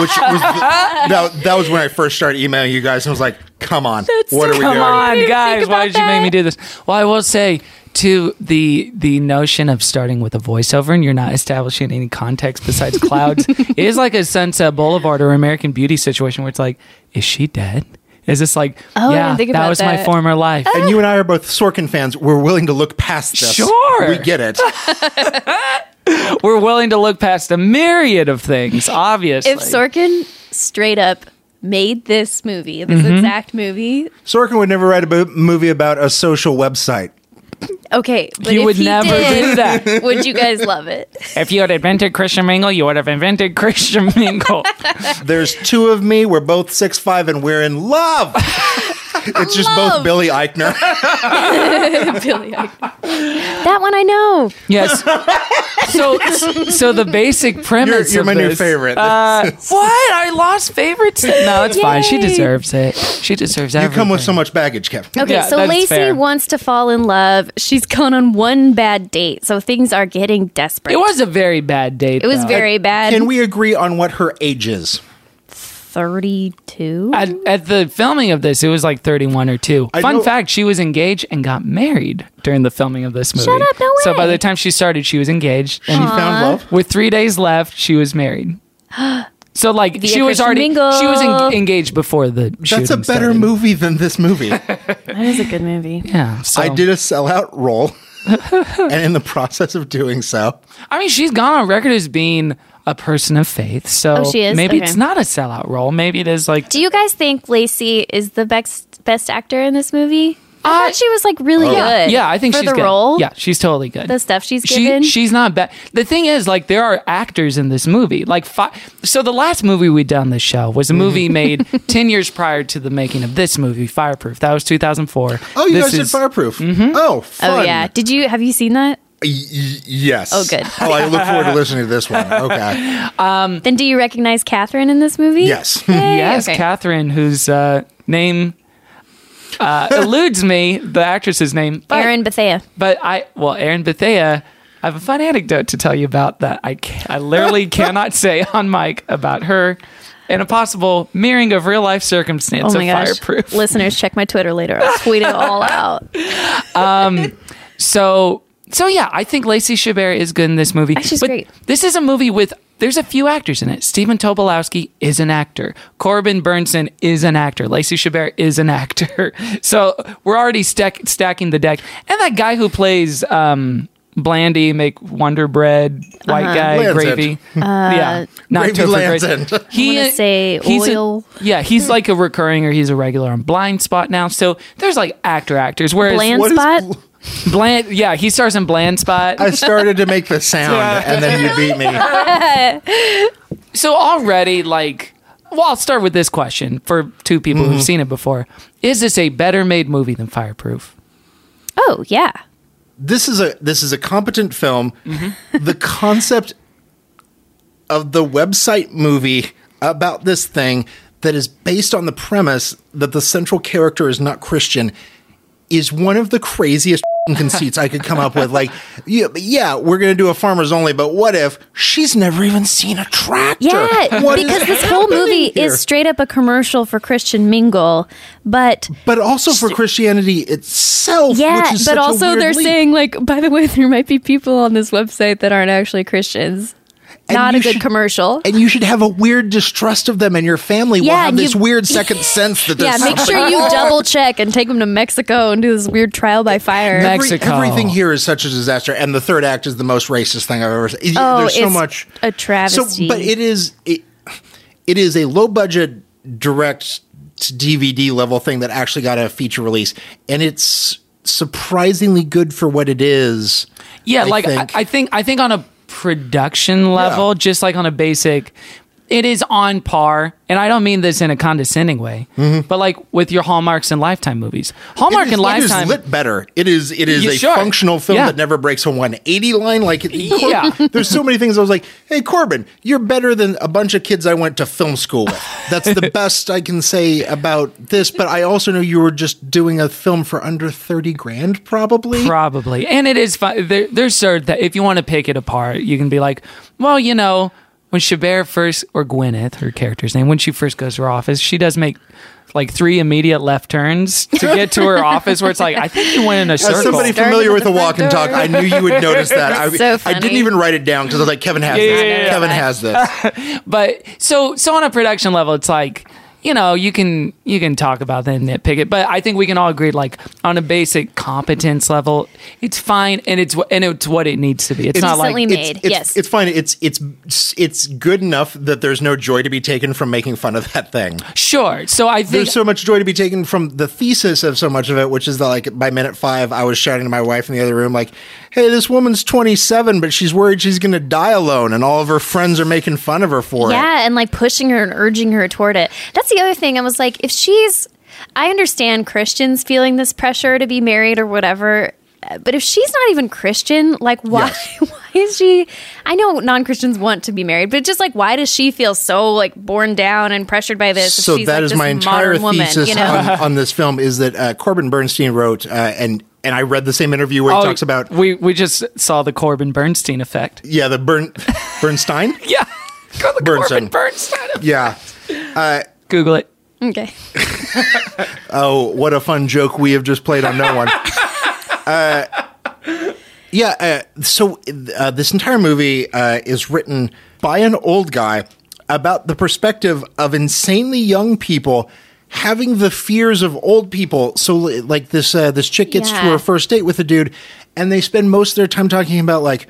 Speaker 4: which was the- that, that was when I first started emailing you guys, and I was like, "Come on, what are we
Speaker 1: Come
Speaker 4: doing?"
Speaker 1: on, guys. Why did you make me do this? Well, I will say to the the notion of starting with a voiceover and you're not establishing any context besides clouds it is like a Sunset Boulevard or American Beauty situation where it's like, is she dead? Is this like,
Speaker 4: Oh, I didn't
Speaker 1: yeah,
Speaker 4: think
Speaker 1: that
Speaker 4: about
Speaker 1: was my
Speaker 4: that. Oh.
Speaker 1: former life?
Speaker 4: And you and I are both Sorkin fans. We're willing to look past this.
Speaker 1: Sure.
Speaker 4: we get it.
Speaker 1: We're willing to look past a myriad of things, obviously.
Speaker 2: if Sorkin straight up made this movie, this
Speaker 1: Mm-hmm.
Speaker 4: Mhm.
Speaker 2: exact movie,
Speaker 4: Sorkin would never write a bo- movie about a social website.
Speaker 2: okay, but
Speaker 1: You
Speaker 2: if
Speaker 1: would
Speaker 2: he
Speaker 1: never
Speaker 2: did,
Speaker 1: do that.
Speaker 2: Would you guys love it?
Speaker 1: If you had invented Christian Mingle, you would have invented Christian Mingle.
Speaker 4: There's two of me. We're both six five, and we're in love. it's just both Billy Eichner.
Speaker 2: Billy Eichner.
Speaker 5: That one I know.
Speaker 1: Yes. So, so the basic premise.
Speaker 4: You're- you're my
Speaker 1: of
Speaker 4: new
Speaker 1: this-
Speaker 4: favorite.
Speaker 1: Uh, what? I lost favorites. No, it's fine. She
Speaker 2: Yay.
Speaker 1: deserves it. She deserves
Speaker 4: You
Speaker 1: everything.
Speaker 4: come with so much baggage, Kevin.
Speaker 2: Okay, so Lacey wants to fall in love. She's gone on one bad date, so things are getting desperate.
Speaker 1: It was a very bad date.
Speaker 2: It was very bad.
Speaker 4: Can we agree on what her age is?
Speaker 2: 32?
Speaker 1: At, at the filming of this, it was like 31 or 2. Fun
Speaker 2: know-
Speaker 1: fact, she was engaged and got married during the filming of this movie.
Speaker 2: Shut up, no
Speaker 1: So by
Speaker 2: way.
Speaker 1: the time she started, she was engaged.
Speaker 2: She found Aw. love?
Speaker 1: With three days left, she was married. So like
Speaker 2: Via
Speaker 1: she was
Speaker 2: Christian
Speaker 1: already
Speaker 2: Mingle.
Speaker 1: she was en- engaged before the
Speaker 4: That's a
Speaker 1: shooting
Speaker 4: better movie than this movie.
Speaker 2: That is a good movie.
Speaker 1: Yeah. So.
Speaker 4: I did a sellout role, and in the process of doing so,
Speaker 1: I mean, she's gone on record as being a person of faith. So
Speaker 5: Oh, she is?
Speaker 1: maybe
Speaker 5: Okay.
Speaker 1: it's not a sellout role. Maybe it is like
Speaker 5: Do you guys think Lacey is the best best actor in this movie? I thought she was like really
Speaker 1: Oh, yeah,
Speaker 5: good.
Speaker 1: yeah, I think
Speaker 5: for
Speaker 1: she's
Speaker 5: the
Speaker 1: good.
Speaker 5: role.
Speaker 1: Yeah, she's totally good.
Speaker 5: the stuff she's
Speaker 1: she,
Speaker 5: given.
Speaker 1: she's not bad. The thing is, like, there are actors in this movie. Like, fi- so the last movie we did on this show was
Speaker 4: Mm-hmm.
Speaker 1: a movie made ten years prior to the making of this movie, Fireproof. That was two thousand four.
Speaker 4: oh, you guys did Fireproof. Oh, fun.
Speaker 2: Oh yeah. Did you have you seen that?
Speaker 4: Yes.
Speaker 2: Oh, good.
Speaker 4: Oh, I look forward to listening to this one. Okay.
Speaker 5: Um, then do you recognize Catherine in this movie?
Speaker 4: Yes.
Speaker 5: Yay,
Speaker 1: yes,
Speaker 5: okay.
Speaker 1: Catherine, whose uh, name uh, eludes me, the actress's name, but,
Speaker 2: Aaron Bethea.
Speaker 1: But I, well, Aaron Bethea. I have a fun anecdote to tell you about that I ca I literally cannot say on mic about her and a possible mirroring of real life circumstance
Speaker 2: oh my
Speaker 1: of
Speaker 2: gosh.
Speaker 1: fireproof.
Speaker 2: Listeners, check my Twitter later. I'll tweet it all out.
Speaker 1: um, so so yeah, I think Lacey Chabert is good in this movie.
Speaker 2: Oh,
Speaker 1: She's great. This is a movie with there's a few actors in it. Stephen Tobolowsky is an actor. Corbin Burnson is an actor. Lacey Chabert is an actor. So we're already stack, stacking the deck. And that guy who plays um, Blandy, make Wonder Bread, white
Speaker 2: Uh-huh.
Speaker 1: guy,
Speaker 2: Lancet.
Speaker 1: gravy. yeah,
Speaker 2: Uh, Gravy
Speaker 1: Topher Grace.
Speaker 2: Lancet.
Speaker 1: He
Speaker 2: I wanna say
Speaker 1: he's a-
Speaker 2: oil.
Speaker 1: yeah, he's like a recurring or he's a regular on Blind Spot now. So there's like actor actors. Whereas
Speaker 2: Bland What is Spot? bl-
Speaker 1: Bland, yeah, he stars in Bland Spot.
Speaker 4: I started to make the sound, and then you beat me.
Speaker 1: So already, like, well, I'll start with this question for two people
Speaker 2: Mhm.
Speaker 4: Mm-hmm.
Speaker 1: who've seen it before: Is this a better made movie than Fireproof?
Speaker 2: Oh yeah.
Speaker 4: This is a this is a competent film. the concept of the website movie about this thing that is based on the premise that the central character is not Christian is one of the craziest conceits I could come up with. Like, yeah, yeah, we're going to do a farmers only, but what if she's never even seen a tractor?
Speaker 2: Yeah,
Speaker 4: What is
Speaker 2: because this whole
Speaker 4: happening
Speaker 2: movie
Speaker 4: here?
Speaker 2: is straight up a commercial for Christian Mingle, but
Speaker 4: But also for Christianity itself.
Speaker 2: yeah,
Speaker 4: which is
Speaker 2: but
Speaker 4: such a
Speaker 2: also
Speaker 4: weird
Speaker 2: they're
Speaker 4: leap.
Speaker 2: saying like, by the way, there might be people on this website that aren't actually Christians.
Speaker 4: And
Speaker 2: Not a
Speaker 4: you
Speaker 2: good
Speaker 4: should-
Speaker 2: commercial.
Speaker 4: And you should have a weird distrust of them, and your family will
Speaker 2: Yeah,
Speaker 4: have
Speaker 2: and
Speaker 4: this
Speaker 2: you-
Speaker 4: weird second sense that
Speaker 2: Yeah,
Speaker 4: there's
Speaker 2: make sure
Speaker 4: something
Speaker 2: you
Speaker 4: wrong.
Speaker 2: double check and take them to Mexico and do this weird trial by fire.
Speaker 4: Every- everything here is such a disaster, and the third act is the most racist thing I've ever seen.
Speaker 2: Oh,
Speaker 4: There's so
Speaker 2: it's
Speaker 4: much
Speaker 2: a travesty.
Speaker 4: but it is it, it is a low budget direct to DVD level thing that actually got a feature release, and it's surprisingly good for what it is.
Speaker 1: Yeah,
Speaker 4: I
Speaker 1: like
Speaker 4: think.
Speaker 1: I, I think I think on a production level, just like on a basic, it is on par. And I don't mean this in a condescending way, but like with your hallmarks and Lifetime movies, Hallmark
Speaker 4: Mm-hmm. It is-
Speaker 1: and Lifetime.
Speaker 4: It is lit better. It is it is
Speaker 1: Yeah,
Speaker 4: a
Speaker 1: sure.
Speaker 4: functional film
Speaker 1: Yeah.
Speaker 4: that never breaks a 180 line. Like
Speaker 1: Yeah.
Speaker 4: there's so many things I was like, hey Corbin, you're better than a bunch of kids I went to film school with. That's the best I can say about this. But I also know you were just doing a film for under 30 grand, probably.
Speaker 1: Probably. And it is fun. There, there's certain that if you want to pick it apart, you can be like, well, you know, when Chabert first, or Gwyneth, her character's name, when she first goes to her office, she does make like three immediate left turns to get to her office where it's like, I think you went in a circle.
Speaker 4: As somebody familiar with the walk and talk, I knew you would notice that. I,
Speaker 1: So
Speaker 4: I didn't even write it down because I was like, Kevin has
Speaker 1: Yeah,
Speaker 4: this.
Speaker 1: yeah, yeah, yeah.
Speaker 4: Kevin has this.
Speaker 1: but so so on a production level it's like you know you can you can talk about that and nitpick it but i think we can all agree like on a basic competence level it's fine and it's wh- and it's what it needs to be it's, not like
Speaker 4: it's- it's, it's fine. It's it's it's good enough that there's no joy to be taken from making fun of that thing.
Speaker 1: Sure. So I think
Speaker 4: there's so much joy to be taken from the thesis of so much of it, which is that like by minute five, I was shouting to my wife in the other room, like, "Hey, this woman's 27, but she's worried she's going to die alone, and all of her friends are making fun of her for it."
Speaker 2: yeah, and like pushing her and urging her toward it. That's the other thing. I was like, if she's, I understand Christians feeling this pressure to be married or whatever, uh, but if she's not even Christian, like why? Why is she? I know non Christians want to be married, but just like why does she feel so like borne down and pressured by this? if
Speaker 4: so
Speaker 2: she's,
Speaker 4: that
Speaker 2: like,
Speaker 4: is
Speaker 2: this
Speaker 4: my entire
Speaker 2: modern woman,
Speaker 4: thesis
Speaker 2: you know?
Speaker 4: on, on this film is that uh, Corbin Bernstein wrote, uh, and and I read the same interview where he
Speaker 1: Oh,
Speaker 4: talks about
Speaker 1: we we just saw the corbin bernstein effect
Speaker 4: yeah the Bern Bernstein
Speaker 1: yeah
Speaker 4: Bernstein
Speaker 1: Bernstein
Speaker 4: yeah uh,
Speaker 1: Google it.
Speaker 2: okay.
Speaker 4: Oh, what a fun joke we have just played on no one. uh, yeah, uh, so uh, this entire movie uh, is written by an old guy about the perspective of insanely young people having the fears of old people. So, li- like this, uh, this chick gets to
Speaker 15: Yeah.
Speaker 4: her first date with a dude, and they spend most of their time talking about like.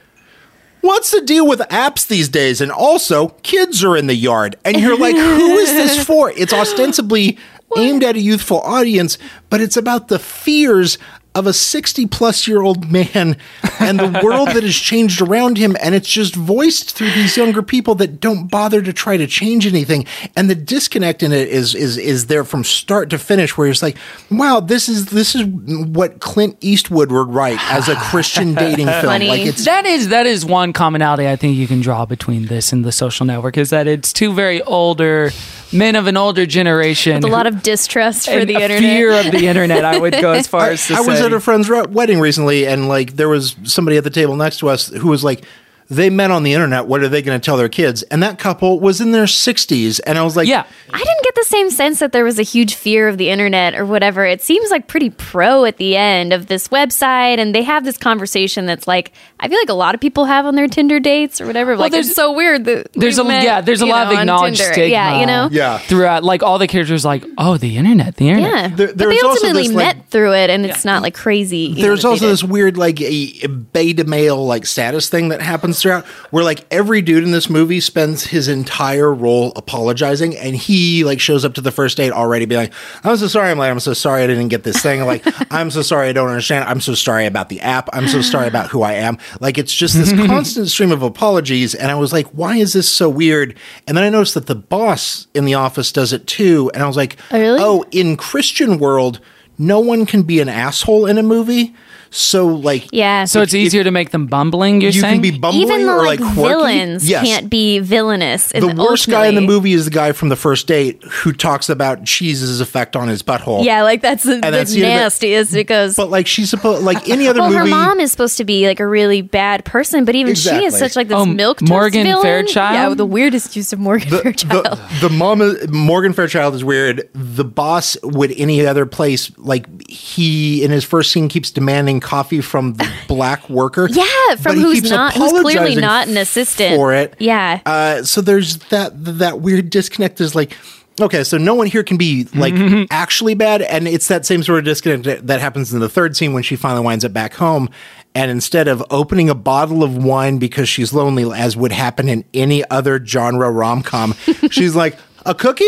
Speaker 4: What's the deal with apps these days? And also, kids are in the yard. And you're like, who is this for? It's ostensibly aimed at a youthful audience, but it's about the fears of a 60 plus year old man and the world that has changed around him. And it's just voiced through these younger people that don't bother to try to change anything. And the disconnect in it is, is, is there from start to finish where it's like, wow, this is, this is what Clint Eastwood would write as a Christian dating film. Like it's,
Speaker 1: that is that is one commonality I think you can draw between this and the social network is that it's two very older men of an older generation
Speaker 2: With a
Speaker 1: who-
Speaker 2: lot of distrust for
Speaker 1: and
Speaker 2: the
Speaker 1: a
Speaker 2: internet.
Speaker 1: fear of the internet. I would go as far as to
Speaker 4: I was
Speaker 1: say.
Speaker 4: at a friend's re- wedding recently, and like there was somebody at the table next to us who was like, "They met on the internet. What are they going to tell their kids?" And that couple was in their sixties, and I was like, "Yeah,
Speaker 2: I didn't get the same sense that there was a huge fear of the internet or whatever. It seems like pretty pro at the end of this website, and they have this conversation that's like I feel like a lot of people have on their Tinder dates or whatever. like
Speaker 1: there's-
Speaker 2: it's so weird. That
Speaker 1: There's a
Speaker 2: we met,
Speaker 1: yeah. There's a
Speaker 2: you
Speaker 1: lot
Speaker 2: know,
Speaker 1: of
Speaker 2: on
Speaker 1: acknowledged
Speaker 2: Tinder.
Speaker 1: stigma.
Speaker 2: Yeah, you know.
Speaker 1: Throughout, like all the characters, like oh, the internet, the internet.
Speaker 2: Yeah, but they ultimately met through it, and it's not like crazy. you know,
Speaker 4: There's
Speaker 2: that they
Speaker 4: also
Speaker 2: did.
Speaker 4: this weird like a a beta male like status thing that happens throughout where like every dude in this movie spends his entire role apologizing and he like shows up to the first date already being like, I'm so sorry I'm late, I'm so sorry I didn't get this thing. Like, I'm so sorry I don't understand. I'm so sorry about the app. I'm so sorry about who I am. Like it's just this constant stream of apologies. And I was like, why is this so weird? And then I noticed that the boss in the office does it too. And I was like, oh, in Christian world, no one can be an asshole in a movie. So like
Speaker 2: yeah.
Speaker 1: So it's easier to make them bumbling. You're
Speaker 4: you can
Speaker 1: saying
Speaker 4: be bumbling
Speaker 2: even the
Speaker 4: or
Speaker 2: like,
Speaker 4: like, quirky.
Speaker 2: villains
Speaker 4: Yes.
Speaker 2: can't be villainous.
Speaker 4: the worst guy in the
Speaker 2: ultimately-
Speaker 4: movie is the guy from the first date who talks about cheese's effect on his butthole.
Speaker 2: Yeah, like that's the,
Speaker 4: And
Speaker 2: the
Speaker 4: that's the end of it.
Speaker 2: nastiest because.
Speaker 4: But like she's supposed like any other
Speaker 2: well, her
Speaker 4: movie-
Speaker 2: mom is supposed to be like a really bad person, but even she is
Speaker 4: Exactly.
Speaker 2: such like this
Speaker 4: Oh,
Speaker 2: milk
Speaker 4: Morgan
Speaker 2: villain.
Speaker 4: Fairchild?
Speaker 2: Yeah, the weirdest use of Morgan Fairchild.
Speaker 4: uh, the mom is- Morgan Fairchild is weird. The boss would any other place like he in his first scene keeps demanding coffee from the black worker.
Speaker 2: yeah, from
Speaker 4: but he
Speaker 2: who's
Speaker 4: keeps
Speaker 2: not, who's clearly
Speaker 4: apologizing
Speaker 2: not an assistant
Speaker 4: for it.
Speaker 2: Yeah,
Speaker 4: Uh, so there's that that weird disconnect is like okay so no one here can be like
Speaker 2: Mm-hmm.
Speaker 4: actually bad and it's that same sort of disconnect that- that happens in the third scene when she finally winds up back home and instead of opening a bottle of wine because she's lonely as would happen in any other genre rom-com she's like a cookie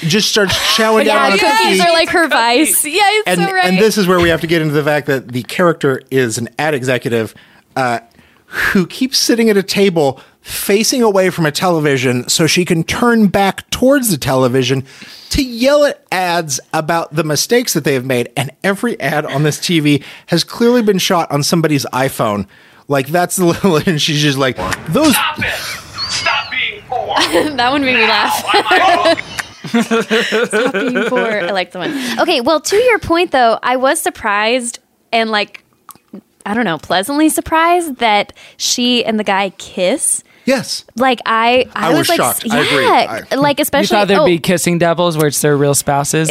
Speaker 4: just starts chowing down
Speaker 2: yeah,
Speaker 4: on
Speaker 2: cookies
Speaker 4: cookies.
Speaker 2: are like her vice. Yeah, it's
Speaker 4: and,
Speaker 2: so right.
Speaker 4: and this is where we have to get into the fact that the character is an ad executive uh, who keeps sitting at a table facing away from a television so she can turn back towards the television to yell at ads about the mistakes that they have made. And every ad on this TV has clearly been shot on somebody's iPhone. Like, that's the little, and she's just like, those.
Speaker 2: that one made me laugh. Stop being poor. I like the one. Okay, well, to your point though, I was surprised and like I don't know, pleasantly surprised that she and the guy kiss.
Speaker 4: Yes.
Speaker 2: Like I, I,
Speaker 1: I was
Speaker 2: like,
Speaker 1: shocked.
Speaker 2: Yeah,
Speaker 1: I agree. I-
Speaker 2: like especially
Speaker 1: you thought there'd
Speaker 2: oh,
Speaker 1: be kissing devils, where it's their real spouses,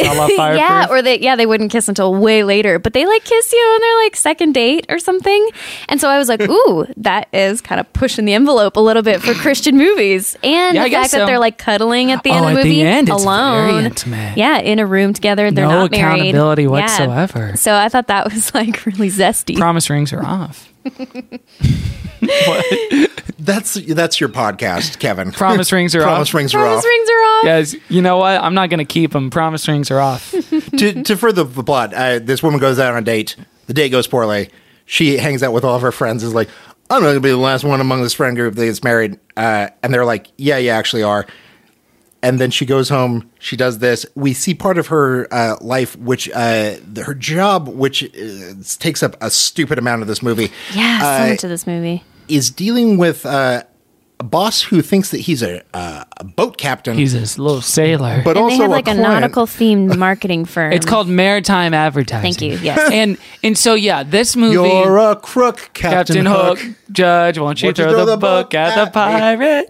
Speaker 1: a la Fireproof.
Speaker 2: yeah, or they yeah they wouldn't kiss until way later, but they like kiss you on their like second date or something. And so I was like, ooh, that is kind of pushing the envelope a little bit for Christian movies, and
Speaker 1: Yeah, I
Speaker 2: the
Speaker 1: guess
Speaker 2: fact
Speaker 1: so.
Speaker 2: that they're like cuddling at the end
Speaker 1: Oh,
Speaker 2: of the
Speaker 1: at the
Speaker 2: movie
Speaker 1: end, it's very
Speaker 2: alone,
Speaker 1: intimate.
Speaker 2: yeah, in a room together. They're
Speaker 1: No
Speaker 2: not married.
Speaker 1: accountability
Speaker 2: Yeah.
Speaker 1: whatsoever.
Speaker 2: So I thought that was like really zesty.
Speaker 1: Promise rings are off.
Speaker 4: That's that's your podcast, Kevin.
Speaker 1: Promise rings are
Speaker 4: Promise
Speaker 1: off.
Speaker 4: rings are off.
Speaker 2: rings are off.
Speaker 1: Guys, you know what? I'm not going to keep them. Promise rings are off.
Speaker 4: to, to further the plot, uh, this woman goes out on a date. The date goes poorly. She hangs out with all of her friends. Is like, I'm not gonna be the last one among this friend group that gets married. Uh, and they're like, Yeah, you actually are. And then she goes home. She does this. We see part of her uh, life, which uh, the- her job, which uh, takes up a stupid amount of this movie.
Speaker 2: yeah, so
Speaker 4: uh,
Speaker 2: much of this movie.
Speaker 4: is dealing with uh, a boss who thinks that he's a, uh, a boat captain.
Speaker 1: He's a little sailor.
Speaker 4: but
Speaker 2: and
Speaker 4: also
Speaker 2: they have
Speaker 4: a
Speaker 2: like a,
Speaker 4: client.
Speaker 2: nautical themed marketing firm.
Speaker 1: It's called maritime advertising.
Speaker 2: Thank you. Yes.
Speaker 1: and and so yeah, this movie.
Speaker 4: You're a crook, Captain, Hook.
Speaker 1: Judge, won't you, throw, the, book at the pirate?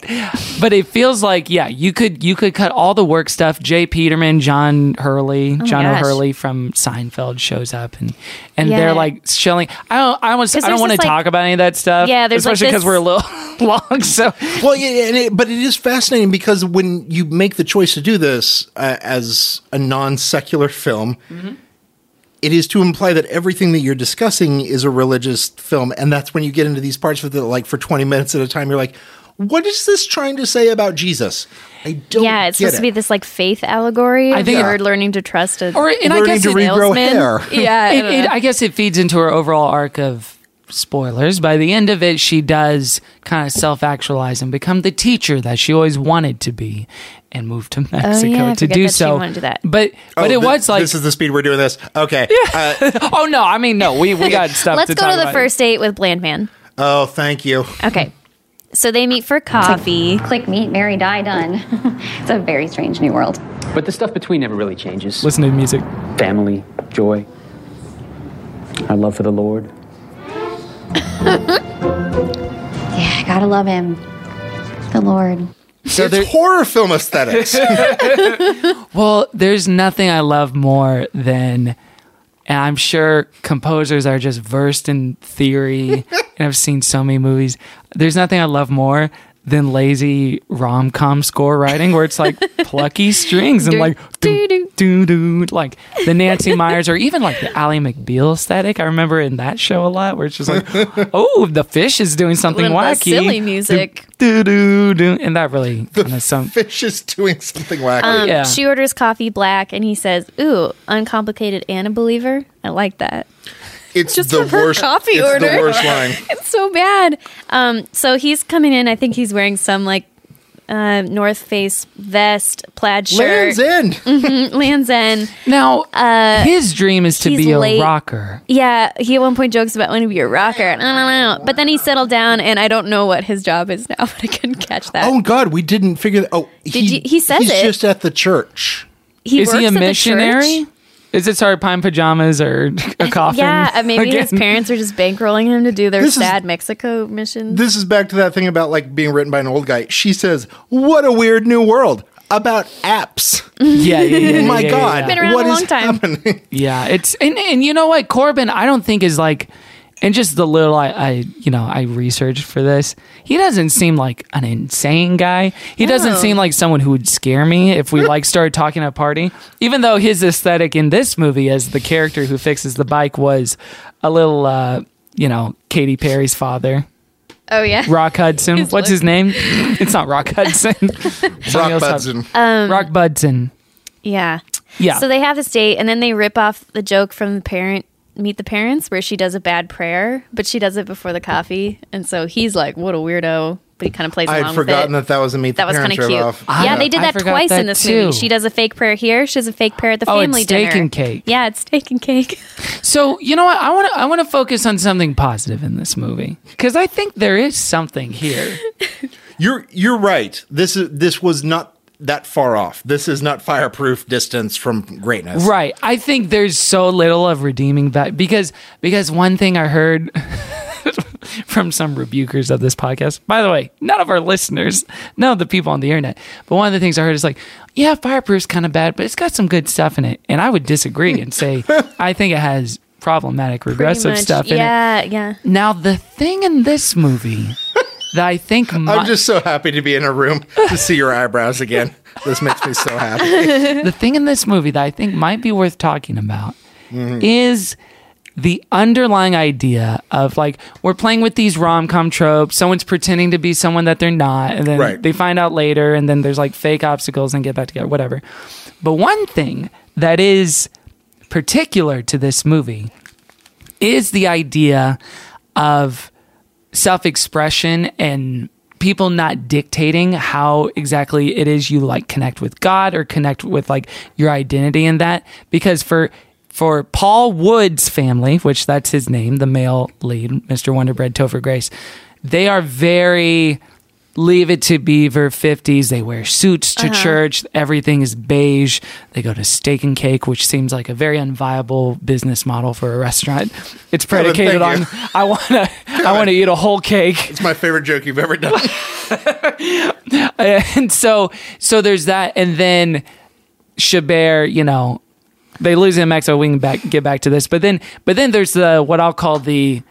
Speaker 1: but it feels like yeah, you could you could cut all the work stuff. Jay Peterman, John Hurley,
Speaker 2: Oh my
Speaker 1: John
Speaker 2: gosh.
Speaker 1: O'Hurley from Seinfeld shows up and and
Speaker 2: Yeah.
Speaker 1: they're like shilling. I don't I want
Speaker 2: 'Cause
Speaker 1: I don't
Speaker 2: there's
Speaker 1: want to
Speaker 2: this, like-
Speaker 1: talk about any of that stuff.
Speaker 2: Yeah, there's, like,
Speaker 1: especially because
Speaker 2: this-
Speaker 1: we're a little long. So
Speaker 4: well, yeah, and it, but it is fascinating because when you make the choice to do this uh, as a non secular film,
Speaker 2: Mm-hmm.
Speaker 4: it is to imply that everything that you're discussing is a religious film, and that's when you get into these parts with it, like for 20 minutes at a time. You're like, what is this trying to say about Jesus? I don't.
Speaker 2: yeah, it's
Speaker 4: get
Speaker 2: supposed
Speaker 4: it.
Speaker 2: to be this like faith allegory.
Speaker 1: I
Speaker 2: I
Speaker 1: think-
Speaker 2: think or learning to trust it.
Speaker 1: Or- and I Learning guess to it- regrow
Speaker 4: hair.
Speaker 2: Yeah, I
Speaker 1: it,
Speaker 2: don't
Speaker 1: it,
Speaker 2: know.
Speaker 1: I guess it feeds into her overall arc of spoilers. By the end of it, she does kind of self actualize and become the teacher that she always wanted to be and move to Mexico
Speaker 2: Oh, yeah, I
Speaker 1: to
Speaker 2: forget
Speaker 1: do
Speaker 2: that she
Speaker 1: so.
Speaker 2: wanted to do that.
Speaker 1: But,
Speaker 4: Oh,
Speaker 1: but it
Speaker 4: thi-
Speaker 1: was like,
Speaker 4: this is the speed we're doing this. Okay. Uh,
Speaker 1: oh no, I mean, no, we, we got stuff
Speaker 2: Let's
Speaker 1: to
Speaker 2: go
Speaker 1: talk
Speaker 2: to the
Speaker 1: about.
Speaker 2: first date with Blandman.
Speaker 4: oh, thank you.
Speaker 2: Okay, so they meet for coffee.
Speaker 14: Click meet, marry, die, done. it's a very strange new world.
Speaker 11: But the stuff between never really changes.
Speaker 1: Listen to the music.
Speaker 11: Family, joy, our love for the Lord.
Speaker 12: Yeah, gotta love him. The Lord.
Speaker 1: So
Speaker 4: it's
Speaker 1: there,
Speaker 4: horror film aesthetics.
Speaker 1: Well, there's nothing I love more than, and I'm sure composers are just versed in theory, and I've seen so many movies. There's nothing I love more than lazy rom com score writing where it's like plucky strings and like do do do like the Nancy Myers or even like the Ally McBeal aesthetic. I remember in that show a lot where it's just like, oh, the fish is doing something
Speaker 2: Little bit of
Speaker 1: wacky,
Speaker 2: silly music.
Speaker 1: do do do, and that really kind of some
Speaker 4: Fish is doing something wacky.
Speaker 2: Um,
Speaker 1: yeah.
Speaker 2: She orders coffee black, and he says, "Ooh, uncomplicated and a believer." I like that.
Speaker 4: it's
Speaker 2: just
Speaker 4: the
Speaker 2: from her
Speaker 4: worst.
Speaker 2: coffee
Speaker 4: it's
Speaker 2: order.
Speaker 4: the worst line.
Speaker 2: It's so bad. Um, so he's coming in. I think he's wearing some like uh, North Face vest, plaid shirt,
Speaker 4: Land's End.
Speaker 2: Mhm, Lands End.
Speaker 1: now his dream is
Speaker 2: Uh,
Speaker 1: to
Speaker 2: he's
Speaker 1: be a
Speaker 2: late.
Speaker 1: rocker.
Speaker 2: Yeah, he at one point jokes about wanting to be a rocker. I don't know. But then he settled down, and I don't know what his job is now, but I couldn't catch that.
Speaker 4: Oh God, we didn't figure. That. Oh,
Speaker 2: you- he says
Speaker 4: he's
Speaker 2: it.
Speaker 4: just at the church.
Speaker 2: he
Speaker 1: is
Speaker 2: works
Speaker 1: he a
Speaker 2: at the
Speaker 1: missionary?
Speaker 2: church.
Speaker 1: Is it sorry pine pajamas or a coffin?
Speaker 2: Yeah, uh, maybe his
Speaker 1: Again.
Speaker 2: parents are just bankrolling him to do their
Speaker 4: This is-
Speaker 2: sad Mexico mission.
Speaker 4: This is back to that thing about like being written by an old guy. She says, "What a weird new world about apps." Oh,
Speaker 2: Mm-hmm.
Speaker 1: Yeah, yeah, yeah, yeah,
Speaker 4: My
Speaker 1: yeah,
Speaker 4: God,
Speaker 1: yeah.
Speaker 2: Been around
Speaker 4: what
Speaker 2: a
Speaker 4: is
Speaker 2: long time.
Speaker 4: happening?
Speaker 1: Yeah, it's and and you know what, Corbin, I don't think is like, and just the little I, I you know I researched for this. He doesn't seem like an insane guy. He doesn't
Speaker 2: No.
Speaker 1: seem like someone who would scare me if we like started talking at a party. Even though his aesthetic in this movie as the character who fixes the bike was a little, uh, you know, Katy Perry's father.
Speaker 2: Oh yeah,
Speaker 1: Rock Hudson.
Speaker 2: His
Speaker 1: What's
Speaker 2: look.
Speaker 1: his name? It's not Rock Hudson. Something
Speaker 4: Rock
Speaker 1: else up-
Speaker 4: Budson.
Speaker 1: Rock Budson.
Speaker 2: Yeah.
Speaker 1: Yeah.
Speaker 2: So they have this date, and then they rip off the joke from the parent meet the parents where she does a bad prayer, but she does it before the coffee, and so he's like, "What a weirdo!" But he kind of plays.
Speaker 4: I
Speaker 2: along
Speaker 4: had
Speaker 2: with
Speaker 4: forgotten
Speaker 2: it.
Speaker 4: that that was a meet the
Speaker 2: That was kind
Speaker 4: parents
Speaker 2: of cute.
Speaker 4: ripoff.
Speaker 2: Yeah, they did
Speaker 1: I
Speaker 2: that
Speaker 1: forgot
Speaker 2: twice
Speaker 1: that
Speaker 2: in this
Speaker 1: too.
Speaker 2: movie. She does a fake prayer here. She does a fake prayer at the
Speaker 1: Oh, it's
Speaker 2: family
Speaker 1: steak
Speaker 2: dinner.
Speaker 1: and cake.
Speaker 2: Yeah, it's steak and cake.
Speaker 1: So you know what? I want to I want to focus on something positive in this movie because I think there is something here.
Speaker 4: You're you're right. This is this was not that far off. This is not fireproof distance from greatness.
Speaker 1: Right. I think there's so little of redeeming value because because one thing I heard from some rebukers of this podcast. By the way, none of our listeners, none of the people on the internet. But one of the things I heard is like, yeah, fireproof's kind of bad, but it's got some good stuff in it. And I would disagree and say I think it has problematic regressive
Speaker 2: much.
Speaker 1: stuff in it.
Speaker 2: yeah, yeah.
Speaker 1: Now the thing in this movie that I think
Speaker 4: I'm
Speaker 1: might-
Speaker 4: just so happy to be in a room to see your eyebrows again. This makes me so happy.
Speaker 1: the thing in this movie that I think might be worth talking about is the underlying idea of like we're playing with these rom-com tropes someone's pretending to be someone that they're not and then
Speaker 4: Right.
Speaker 1: they find out later and then there's like fake obstacles and get back together whatever but one thing that is particular to this movie is the idea of self-expression and people not dictating how exactly it is you like connect with God or connect with like your identity in that because for for Paul Wood's family, which that's his name, the male lead, Mr. Wonderbread Topher Grace, they are very leave it to beaver 50s they wear suits to church everything is beige they go to steak and cake which seems like a very unviable business model for a restaurant it's
Speaker 4: Kevin,
Speaker 1: predicated on
Speaker 4: thank
Speaker 1: i want to i want to eat a whole cake
Speaker 4: It's my favorite joke you've ever done.
Speaker 1: and so so there's that and then Chabert, you know, they lose him Max. So we can back, get back to this, but then but then there's the what I'll call the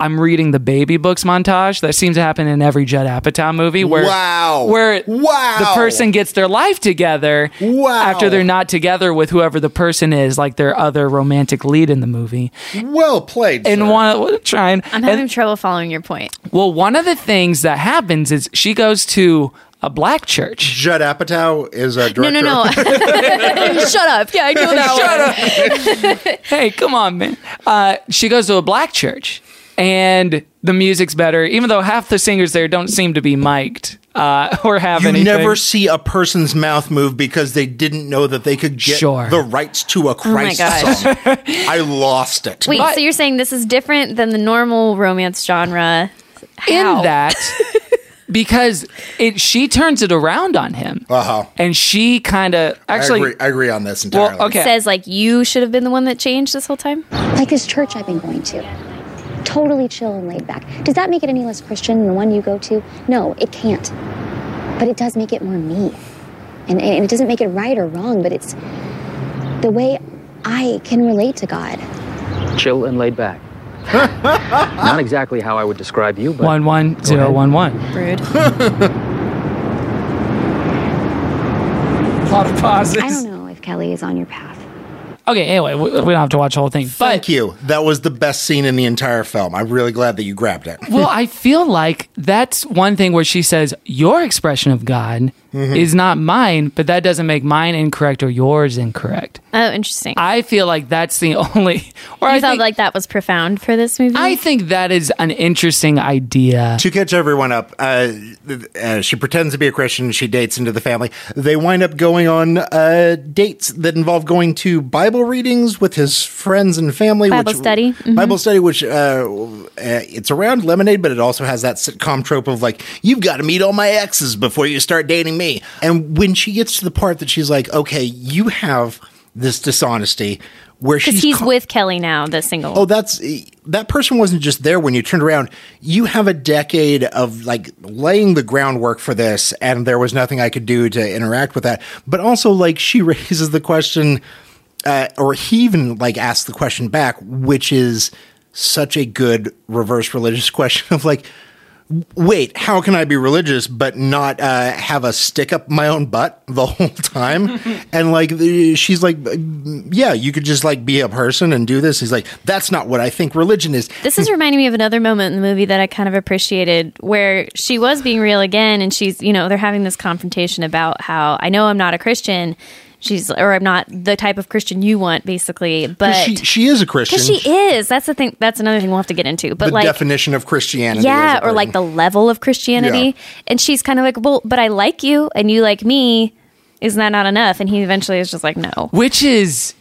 Speaker 1: I'm reading the baby books montage that seems to happen in every Judd Apatow movie where
Speaker 4: Wow.
Speaker 1: where
Speaker 4: Wow.
Speaker 1: the person gets their life together
Speaker 4: Wow.
Speaker 1: after they're not together with whoever the person is like their other romantic lead in the movie
Speaker 4: Well played.
Speaker 1: and
Speaker 4: sir.
Speaker 1: one trying
Speaker 2: I'm having trouble following your point.
Speaker 1: well one of the things that happens is she goes to a black church
Speaker 4: Judd Apatow is a director.
Speaker 2: No, no, no. Shut up. Yeah, I know that one.
Speaker 1: hey, come on, man. Uh, she goes to a black church, and the music's better, even though half the singers there don't seem to be mic'd uh, or have
Speaker 4: You
Speaker 1: anything.
Speaker 4: never see a person's mouth move because they didn't know that they could get
Speaker 1: Sure.
Speaker 4: the rights to a Christ
Speaker 2: Oh gosh.
Speaker 4: song. I lost it.
Speaker 2: Wait, so you're saying this is different than the normal romance genre?
Speaker 1: in
Speaker 2: How?
Speaker 1: that because it she turns it around on him,
Speaker 4: Uh-huh.
Speaker 1: and she kind of
Speaker 4: I
Speaker 1: actually.
Speaker 4: agree, I agree on this entirely.
Speaker 1: Well, okay.
Speaker 2: says like you should have been the one that changed this whole time.
Speaker 7: Like this church I've been going to. Totally chill and laid back. Does that make it any less Christian than the one you go to? No, it can't. But it does make it more me. And, and it doesn't make it right or wrong, but it's the way I can relate to God.
Speaker 15: Chill and laid back. Not exactly how I would describe you, but
Speaker 1: One one zero one one.
Speaker 2: Rude.
Speaker 1: A lot
Speaker 7: I
Speaker 1: of
Speaker 7: don't
Speaker 1: pauses.
Speaker 7: know if Kelly is on your path.
Speaker 1: Okay, anyway, we, we don't have to watch the whole thing. But
Speaker 4: Thank you. That was the best scene in the entire film. I'm really glad that you grabbed it.
Speaker 1: well, I feel like that's one thing where she says your expression of God is not mine, but that doesn't make mine incorrect or yours incorrect.
Speaker 2: Oh, interesting.
Speaker 1: I feel like that's the only, or
Speaker 2: you
Speaker 1: I
Speaker 2: thought
Speaker 1: think,
Speaker 2: like that was profound for this movie.
Speaker 1: I think that is an interesting idea.
Speaker 4: to catch everyone up, uh, th- uh, she pretends to be a Christian. She dates into the family. They wind up going on uh, dates that involve going to Bible readings with his friends and family.
Speaker 2: Bible
Speaker 4: which,
Speaker 2: study. Mhm.
Speaker 4: Bible study, which uh, uh, it's around lemonade, but it also has that sitcom trope of like, you've got to meet all my exes before you start dating me. And when she gets to the part that she's like, okay, you have this dishonesty where
Speaker 2: because
Speaker 4: she's
Speaker 2: he's
Speaker 4: con-
Speaker 2: with Kelly now, the single.
Speaker 4: Oh, that's that person wasn't just there when you turned around. You have a decade of like laying the groundwork for this, and there was nothing I could do to interact with that. But also, like she raises the question, uh, or he even like asks the question back, which is such a good reverse religious question of like, wait, how can I be religious but not uh, have a stick up my own butt the whole time? and like, the- she's like, yeah, you could just like be a person and do this. He's like, that's not what I think religion is.
Speaker 2: This is reminding me of another moment in the movie that I kind of appreciated where she was being real again and she's, you know, they're having this confrontation about how I know I'm not a Christian. she's or I'm not the type of Christian you want, basically. But
Speaker 3: she, she is a Christian.
Speaker 2: because she is. That's the thing. That's another thing we'll have to get into. But
Speaker 3: the
Speaker 2: like,
Speaker 3: definition of Christianity.
Speaker 2: yeah,
Speaker 3: is a
Speaker 2: or like the level of Christianity. And she's kind of like, well, but I like you, and you like me. Isn't that not enough? And he eventually is just like, no.
Speaker 1: which is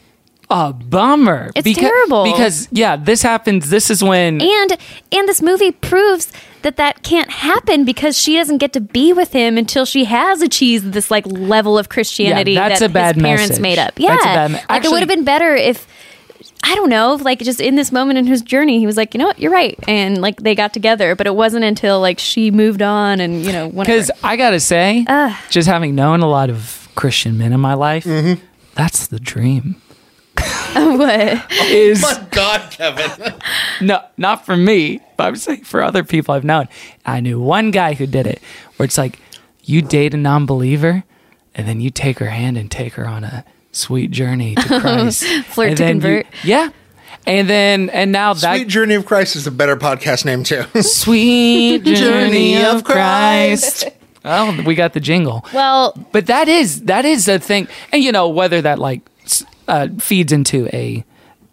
Speaker 1: a bummer.
Speaker 2: It's
Speaker 1: Beca-
Speaker 2: terrible.
Speaker 1: Because yeah, this happens. This is when
Speaker 2: and and this movie proves that that can't happen because she doesn't get to be with him until she has achieved this like level of Christianity
Speaker 1: Yeah, that's
Speaker 2: that
Speaker 1: a bad
Speaker 2: his parents
Speaker 1: message.
Speaker 2: made up. Yeah,
Speaker 1: That's a bad me-
Speaker 2: like it
Speaker 1: Actually-
Speaker 2: would have been better if I don't know, like just in this moment in his journey, he was like, you know what, you're right, and like they got together. But it wasn't until like she moved on and you know
Speaker 1: because
Speaker 2: whatever.
Speaker 1: I gotta say, just having known a lot of Christian men in my life, that's the dream.
Speaker 2: what
Speaker 1: Is
Speaker 4: God, Kevin.
Speaker 1: no, not for me, but I'm saying for other people I've known. I knew one guy who did it, where it's like you date a non-believer, and then you take her hand and take her on a sweet journey to Christ.
Speaker 2: Flirt
Speaker 1: And
Speaker 2: to
Speaker 1: then you-
Speaker 2: convert.
Speaker 1: yeah, and then and now that
Speaker 3: Sweet Journey of Christ is a better podcast name too.
Speaker 1: Sweet Journey of Christ. Oh, we got the jingle.
Speaker 2: Well,
Speaker 1: but that is that is a thing, and you know whether that like s- uh, feeds into a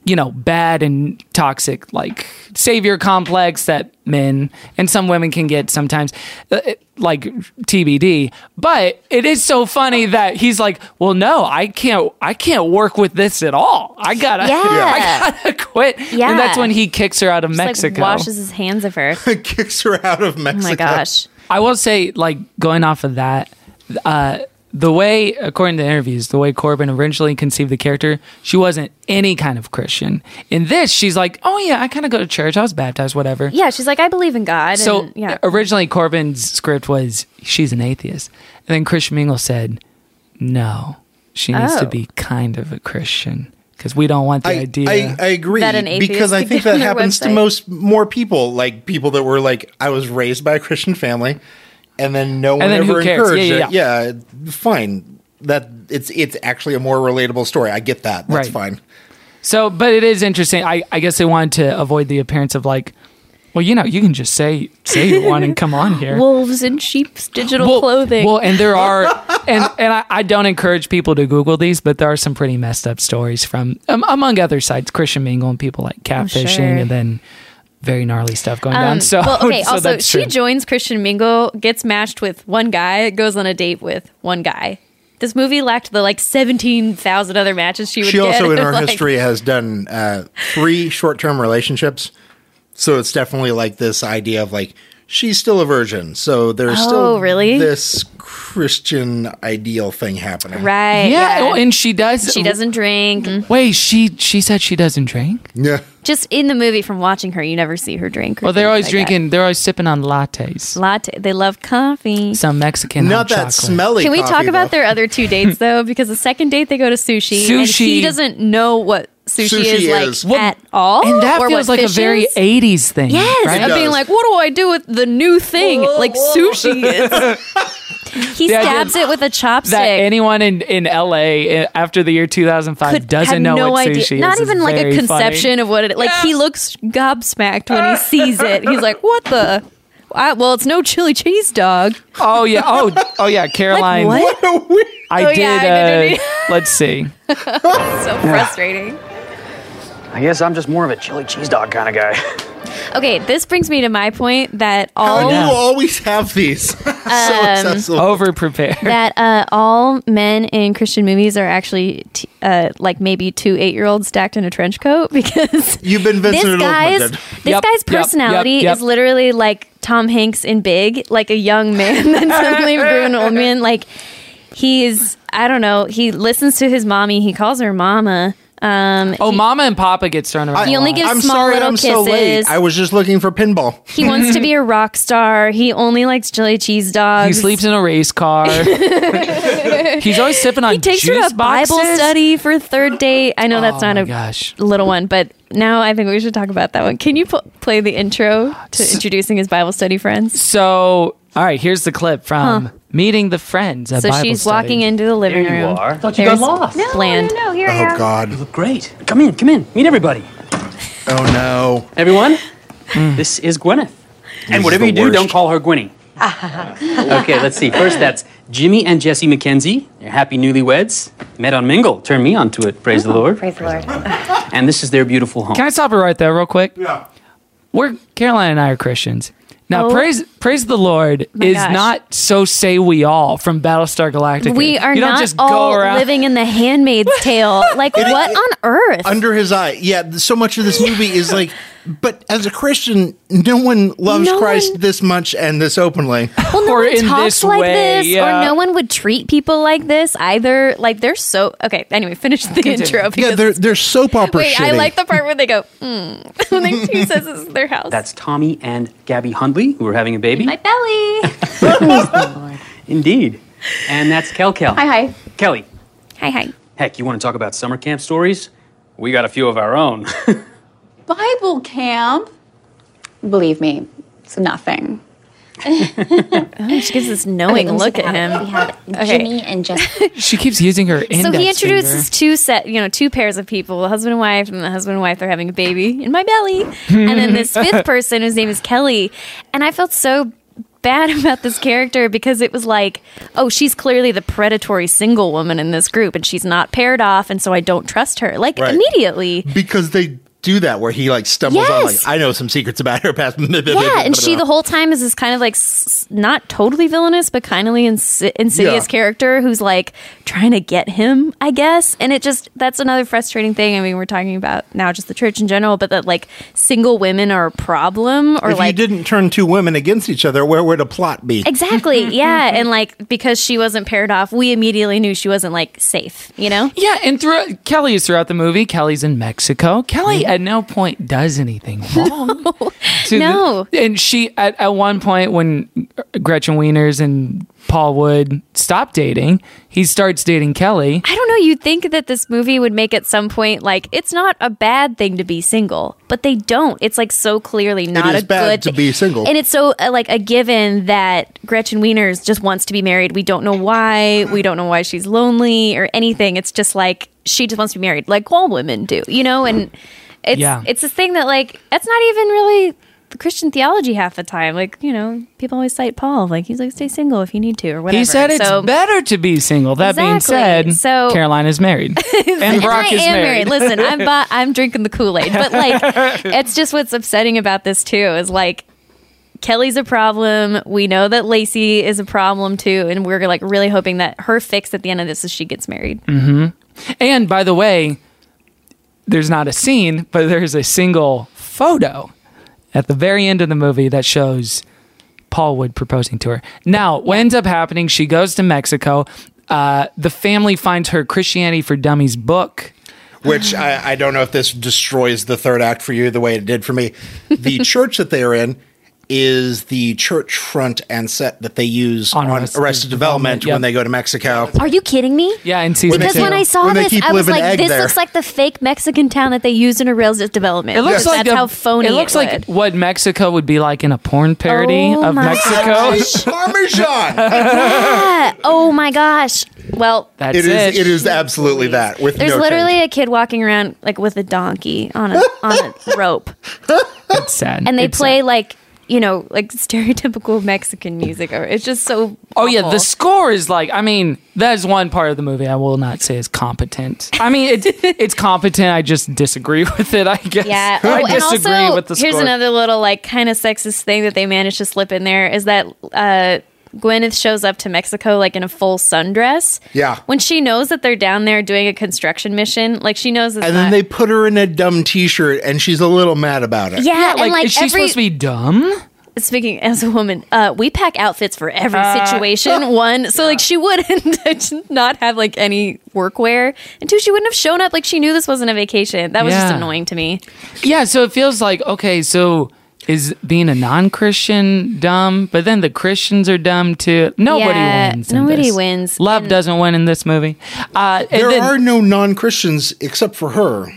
Speaker 1: you know bad and toxic like savior complex that men and some women can get sometimes uh, it- like TBD but it is so funny that he's like well no I can't I can't work with this at all I got to
Speaker 2: Yeah.
Speaker 1: I got to quit
Speaker 2: Yeah.
Speaker 1: and that's when he kicks her out of
Speaker 2: Just,
Speaker 1: Mexico
Speaker 2: like, washes his hands of her.
Speaker 3: Kicks her out of Mexico.
Speaker 2: Oh my gosh.
Speaker 1: I will say, like, going off of that, uh, the way, according to interviews, the way Corbin originally conceived the character, she wasn't any kind of Christian. In this, she's like, oh, yeah, I kind of go to church. I was baptized, whatever.
Speaker 2: Yeah, she's like, I believe in God.
Speaker 1: So uh,
Speaker 2: and, yeah.
Speaker 1: originally, Corbin's script was, she's an atheist. And then Christian Mingle said, no, she needs
Speaker 2: Oh.
Speaker 1: to be kind of a Christian because we don't want the
Speaker 3: I,
Speaker 1: idea.
Speaker 3: I, I agree
Speaker 2: That an atheist
Speaker 3: because I
Speaker 2: could
Speaker 3: think
Speaker 2: get on
Speaker 3: that
Speaker 2: their
Speaker 3: happens to
Speaker 2: website.
Speaker 3: most more people, like people that were like, I was raised by a Christian family, and then no one
Speaker 1: then who
Speaker 3: ever
Speaker 1: cares?
Speaker 3: encouraged
Speaker 1: Yeah,
Speaker 3: it. Yeah, fine. That it's it's actually a more relatable story. I get that. That's
Speaker 1: Right.
Speaker 3: fine.
Speaker 1: So, but it is interesting. I, I guess they wanted to avoid the appearance of like, well, you know, you can just say say you want and come on here.
Speaker 2: Wolves in sheep's digital
Speaker 1: well,
Speaker 2: clothing.
Speaker 1: Well, and there are, and and I, I don't encourage people to Google these, but there are some pretty messed up stories from um, among other sites, Christian Mingle and people like catfishing,
Speaker 2: Oh, sure.
Speaker 1: and then very gnarly stuff going
Speaker 2: Um,
Speaker 1: down. So,
Speaker 2: well, okay.
Speaker 1: so
Speaker 2: also,
Speaker 1: that's
Speaker 2: she
Speaker 1: true.
Speaker 2: joins Christian Mingle, gets matched with one guy, goes on a date with one guy. This movie lacked the like seventeen thousand other matches she would.
Speaker 3: She
Speaker 2: get.
Speaker 3: also in her
Speaker 2: Like,
Speaker 3: history has done uh, three short term relationships, so it's definitely like this idea of like she's still a virgin, so there's
Speaker 2: Oh,
Speaker 3: still
Speaker 2: really?
Speaker 3: this Christian ideal thing happening.
Speaker 2: right?
Speaker 1: yeah, well, Mm-hmm. and she does.
Speaker 2: she doesn't drink.
Speaker 1: Wait, she she said she doesn't drink.
Speaker 3: Yeah.
Speaker 2: Just in the movie, from watching her, you never see her drink. or
Speaker 1: Well, they're
Speaker 2: things
Speaker 1: always
Speaker 2: like
Speaker 1: drinking. They're always sipping on lattes.
Speaker 2: that. latte. They love coffee.
Speaker 1: Some Mexican. hot
Speaker 3: Not that
Speaker 1: chocolate.
Speaker 3: smelly.
Speaker 2: Can we
Speaker 3: coffee,
Speaker 2: talk about
Speaker 3: though.
Speaker 2: their other two dates though? Because the second date they go to sushi, and
Speaker 1: Sushi.
Speaker 2: he doesn't know what sushi,
Speaker 3: Sushi
Speaker 2: is,
Speaker 3: is-
Speaker 2: like
Speaker 1: Well,
Speaker 2: at all,
Speaker 1: And that
Speaker 2: Oh, or
Speaker 1: feels
Speaker 2: what
Speaker 1: like a
Speaker 2: fish
Speaker 1: very
Speaker 2: is.
Speaker 1: 80s thing.
Speaker 2: Yes,
Speaker 1: right?
Speaker 2: I'm being
Speaker 3: does.
Speaker 2: like, what do I do with the new thing? like sushi is. he
Speaker 1: The idea
Speaker 2: stabs it with a chopstick.
Speaker 1: that anyone in, in LA after the year 2005
Speaker 2: Could have
Speaker 1: doesn't know
Speaker 2: no
Speaker 1: what
Speaker 2: idea.
Speaker 1: sushi
Speaker 2: Not
Speaker 1: is.
Speaker 2: even
Speaker 1: is
Speaker 2: like a
Speaker 1: very
Speaker 2: conception
Speaker 1: funny.
Speaker 2: of what it. Like he looks gobsmacked when he sees it. He's like, what the. I, well, it's no chili cheese dog.
Speaker 1: Oh yeah. Oh oh yeah. Caroline.
Speaker 2: What?
Speaker 1: I
Speaker 2: Oh, yeah, I
Speaker 1: did.
Speaker 2: did, didn't
Speaker 1: uh, let's see.
Speaker 2: so frustrating.
Speaker 15: I guess I'm just more of a chili cheese dog kind of guy.
Speaker 2: Okay, this brings me to my point that
Speaker 3: How
Speaker 4: Oh,
Speaker 2: all
Speaker 3: do you always have these?
Speaker 2: Um,
Speaker 3: so accessible.
Speaker 1: Over prepared.
Speaker 2: that uh, all men in Christian movies are actually t- uh, like maybe two eight year olds stacked in a trench coat because
Speaker 3: You've been
Speaker 2: this
Speaker 3: Vincent
Speaker 2: guy's
Speaker 3: Olmsted.
Speaker 2: this
Speaker 1: Yep,
Speaker 2: guy's
Speaker 1: yep,
Speaker 2: personality
Speaker 1: yep, yep.
Speaker 2: is literally like Tom Hanks in Big, like a young man then suddenly grew an old man. Like he's I don't know. He listens to his mommy. He calls her mama. Um,
Speaker 1: oh, Mama and Papa gets thrown around.
Speaker 2: He
Speaker 1: a
Speaker 2: only
Speaker 1: lot.
Speaker 2: gives
Speaker 3: I'm
Speaker 2: small
Speaker 3: sorry,
Speaker 2: little
Speaker 3: I'm so late.
Speaker 2: kisses.
Speaker 3: I was just looking for pinball.
Speaker 2: he wants to be a rock star. He only likes chili cheese dogs.
Speaker 1: He sleeps in a race car. He's always sipping on
Speaker 2: He takes her
Speaker 1: juice
Speaker 2: to a
Speaker 1: boxes.
Speaker 2: Bible study for third date. I know that's
Speaker 1: Oh
Speaker 2: not
Speaker 1: my
Speaker 2: a
Speaker 1: gosh.
Speaker 2: little one, but now I think we should talk about that one. Can you pl- play the intro to introducing his Bible study friends?
Speaker 1: So, all right, here's the clip from
Speaker 2: Huh.
Speaker 1: Meeting the Friends at
Speaker 2: So
Speaker 1: Bible
Speaker 2: she's
Speaker 1: study.
Speaker 2: walking into the living
Speaker 15: Here you
Speaker 2: room.
Speaker 15: are. Thought you got
Speaker 2: There's
Speaker 15: lost. No,
Speaker 2: Bland.
Speaker 5: No, here I
Speaker 3: Oh
Speaker 5: am.
Speaker 3: God.
Speaker 15: look great. Come in, come in. Meet everybody.
Speaker 3: Oh no.
Speaker 4: Hmm.
Speaker 15: Everyone, this is Gwyneth. and whatever
Speaker 3: the
Speaker 15: you do,
Speaker 3: worst.
Speaker 15: don't call her Gwynny.
Speaker 11: okay, let's see. First, that's Jimmy and Jesse McKenzie. They're happy newlyweds. Met on Mingle. Turn me on to it. Praise
Speaker 16: Oh.
Speaker 11: the Lord.
Speaker 2: Praise the Lord.
Speaker 11: And this is their beautiful home.
Speaker 1: Can I stop it right there, real quick? Yeah. We're Caroline and I are Christians. Now,
Speaker 2: Oh.
Speaker 1: praise praise the Lord
Speaker 2: My
Speaker 1: is
Speaker 2: gosh.
Speaker 1: not so say we all from Battlestar Galactica.
Speaker 2: We are
Speaker 1: you don't
Speaker 2: not
Speaker 1: just
Speaker 2: all
Speaker 1: go around.
Speaker 2: living in the Handmaid's Tale. Like what on earth?
Speaker 4: Under his eye. Yeah, th- so much of this movie is like, but as a Christian, no one loves
Speaker 2: No
Speaker 4: Christ this much and this openly.
Speaker 2: Well, no
Speaker 1: Or
Speaker 2: one
Speaker 1: in
Speaker 2: talks
Speaker 1: this
Speaker 2: like
Speaker 1: way,
Speaker 2: this,
Speaker 1: yeah.
Speaker 2: or no one would treat people like this either. Like they're so okay. Anyway, finish the intro.
Speaker 4: Yeah,
Speaker 2: Because,
Speaker 4: they're, they're soap opera
Speaker 2: wait, I
Speaker 11: shitty.
Speaker 2: like the part where they go. Mm, when they, he says this is their house.
Speaker 11: That's Tommy and Gabby Hundley, who are having a baby.
Speaker 2: My belly.
Speaker 11: Indeed. And that's Kel Kel.
Speaker 2: Hi, hi.
Speaker 11: Kelly.
Speaker 2: Hi, hi.
Speaker 11: Heck, you want to talk about summer camp stories? We got a few of our own.
Speaker 17: Bible camp? Believe me, it's nothing.
Speaker 2: she gives this knowing
Speaker 5: Okay,
Speaker 2: look at him. Jimmy
Speaker 5: and Jessica.
Speaker 1: she keeps using her index
Speaker 2: So he
Speaker 1: finger.
Speaker 2: introduces two set, you know, two pairs of people, a husband and wife, and the husband and wife are having a baby in my belly. and then this fifth person, whose name is Kelly, and I felt so bad about this character because it was like, oh, she's clearly the predatory single woman in this group, and she's not paired off, and so I don't trust her. Like
Speaker 4: Right.
Speaker 2: immediately.
Speaker 4: because they do that where he like stumbles on like
Speaker 2: Yes.
Speaker 4: I know some secrets about her past.
Speaker 2: Yeah, and she the whole time is this kind of like s- s- not totally villainous, but kind of insi- insidious
Speaker 4: Yeah.
Speaker 2: character who's like trying to get him, I guess. And it just that's another frustrating thing. I mean, we're talking about now just the church in general, but that like single women are a problem, or
Speaker 4: if
Speaker 2: like
Speaker 4: you didn't turn two women against each other, where would a plot be?
Speaker 2: exactly, yeah. And like because she wasn't paired off, we immediately knew she wasn't like safe, you know.
Speaker 1: Yeah, and throughout Kelly is throughout the movie. Kelly's in Mexico. Kelly at no point does anything wrong. To the-
Speaker 2: No.
Speaker 1: and she at, at one point when Gretchen Wieners and Paul Wood stop dating, he starts dating Kelly.
Speaker 2: I don't know. You'd think that this movie would make at some point like it's not a bad thing to be single, but they don't. It's like so clearly not
Speaker 4: is
Speaker 2: a
Speaker 4: bad
Speaker 2: good
Speaker 4: to
Speaker 2: thi-
Speaker 4: be single.
Speaker 2: and it's so uh, like a given that Gretchen Wieners just wants to be married. We don't know why. We don't know why she's lonely or anything. It's just like she just wants to be married, like all women do, you know. And it's
Speaker 1: Yeah.
Speaker 2: it's this thing that like that's not even really. the Christian theology half the time, like you know, people always cite Paul, like he's like, stay single if you need to, or whatever.
Speaker 1: He said it's
Speaker 2: So-
Speaker 1: better to be single. That being
Speaker 2: Exactly.
Speaker 1: said,
Speaker 2: So-
Speaker 1: Caroline is married. and Brock
Speaker 2: I
Speaker 1: is
Speaker 2: am
Speaker 1: married.
Speaker 2: Listen, I'm bi- I'm drinking the Kool Aid, but like, it's just what's upsetting about this too is like. Kelly's a problem. We know that Lacey is a problem too, and we're like really hoping that her fix at the end of this is she gets married.
Speaker 1: hmm And by the way, there's not a scene, but there's a single photo at the very end of the movie that shows Paul Wood proposing to her. Now, what ends up happening, she goes to Mexico. Uh, the family finds her Christianity for Dummies book.
Speaker 4: Which I, I don't know if this destroys the third act for you the way it did for me. The church that they are in is the church front and set that they use on, Arrested, Development when they go to Mexico.
Speaker 2: Are you kidding me?
Speaker 1: Yeah, and
Speaker 4: season
Speaker 2: because
Speaker 4: two.
Speaker 2: when I saw
Speaker 4: When they
Speaker 2: this,
Speaker 4: keep
Speaker 2: I was
Speaker 4: living
Speaker 2: like,
Speaker 4: egg
Speaker 2: "This
Speaker 4: there.
Speaker 2: looks like the fake Mexican town that they used in a rails development."
Speaker 1: It looks like
Speaker 2: that's
Speaker 1: a-
Speaker 2: how phony
Speaker 1: It looks like
Speaker 2: would.
Speaker 1: what Mexico would be like in a porn parody
Speaker 2: Oh
Speaker 1: of
Speaker 2: my
Speaker 1: Mexico.
Speaker 4: Parmesan.
Speaker 2: Yeah. Oh my gosh! Well,
Speaker 1: That's
Speaker 4: it is.
Speaker 1: it.
Speaker 4: It is absolutely that. With
Speaker 2: There's
Speaker 4: no
Speaker 2: literally a kid walking around like with a donkey on a on a rope.
Speaker 1: It's sad.
Speaker 2: And they
Speaker 1: It's uh,
Speaker 2: play like you know, like stereotypical Mexican music. Or It's just so.
Speaker 1: Oh yeah, the
Speaker 2: awful.
Speaker 1: score is like I mean, that is one part of the movie I will not say is competent. I mean, it, it's competent. I just disagree with it. I guess.
Speaker 2: Yeah.
Speaker 1: I
Speaker 2: Oh, and
Speaker 1: disagree
Speaker 2: also,
Speaker 1: with the score.
Speaker 2: here's another little like kind of sexist thing that they managed to slip in there is that uh, Gwyneth shows up to Mexico like in a full sundress.
Speaker 4: Yeah.
Speaker 2: When she knows that they're down there doing a construction mission, like she knows it's
Speaker 4: And
Speaker 2: not.
Speaker 4: then they put her in a dumb T-shirt, and she's a little mad about it.
Speaker 2: Yeah, Yeah, and, like, like, is she every- supposed to be
Speaker 1: dumb?
Speaker 2: Speaking as a woman, uh, we pack outfits for every
Speaker 1: Uh,
Speaker 2: situation. One, so like she wouldn't not have like any workwear, and two, she wouldn't have shown up. Like she knew this wasn't a vacation. That was just
Speaker 1: Yeah.
Speaker 2: annoying to me.
Speaker 1: yeah. So it feels like okay. So is being a non-Christian dumb? But then the Christians are dumb too. Nobody
Speaker 2: Yeah,
Speaker 1: wins. in
Speaker 2: nobody
Speaker 1: this.
Speaker 2: wins.
Speaker 1: Love doesn't win in this movie. Uh, and
Speaker 4: There
Speaker 1: then-
Speaker 4: are no non-Christians except for her.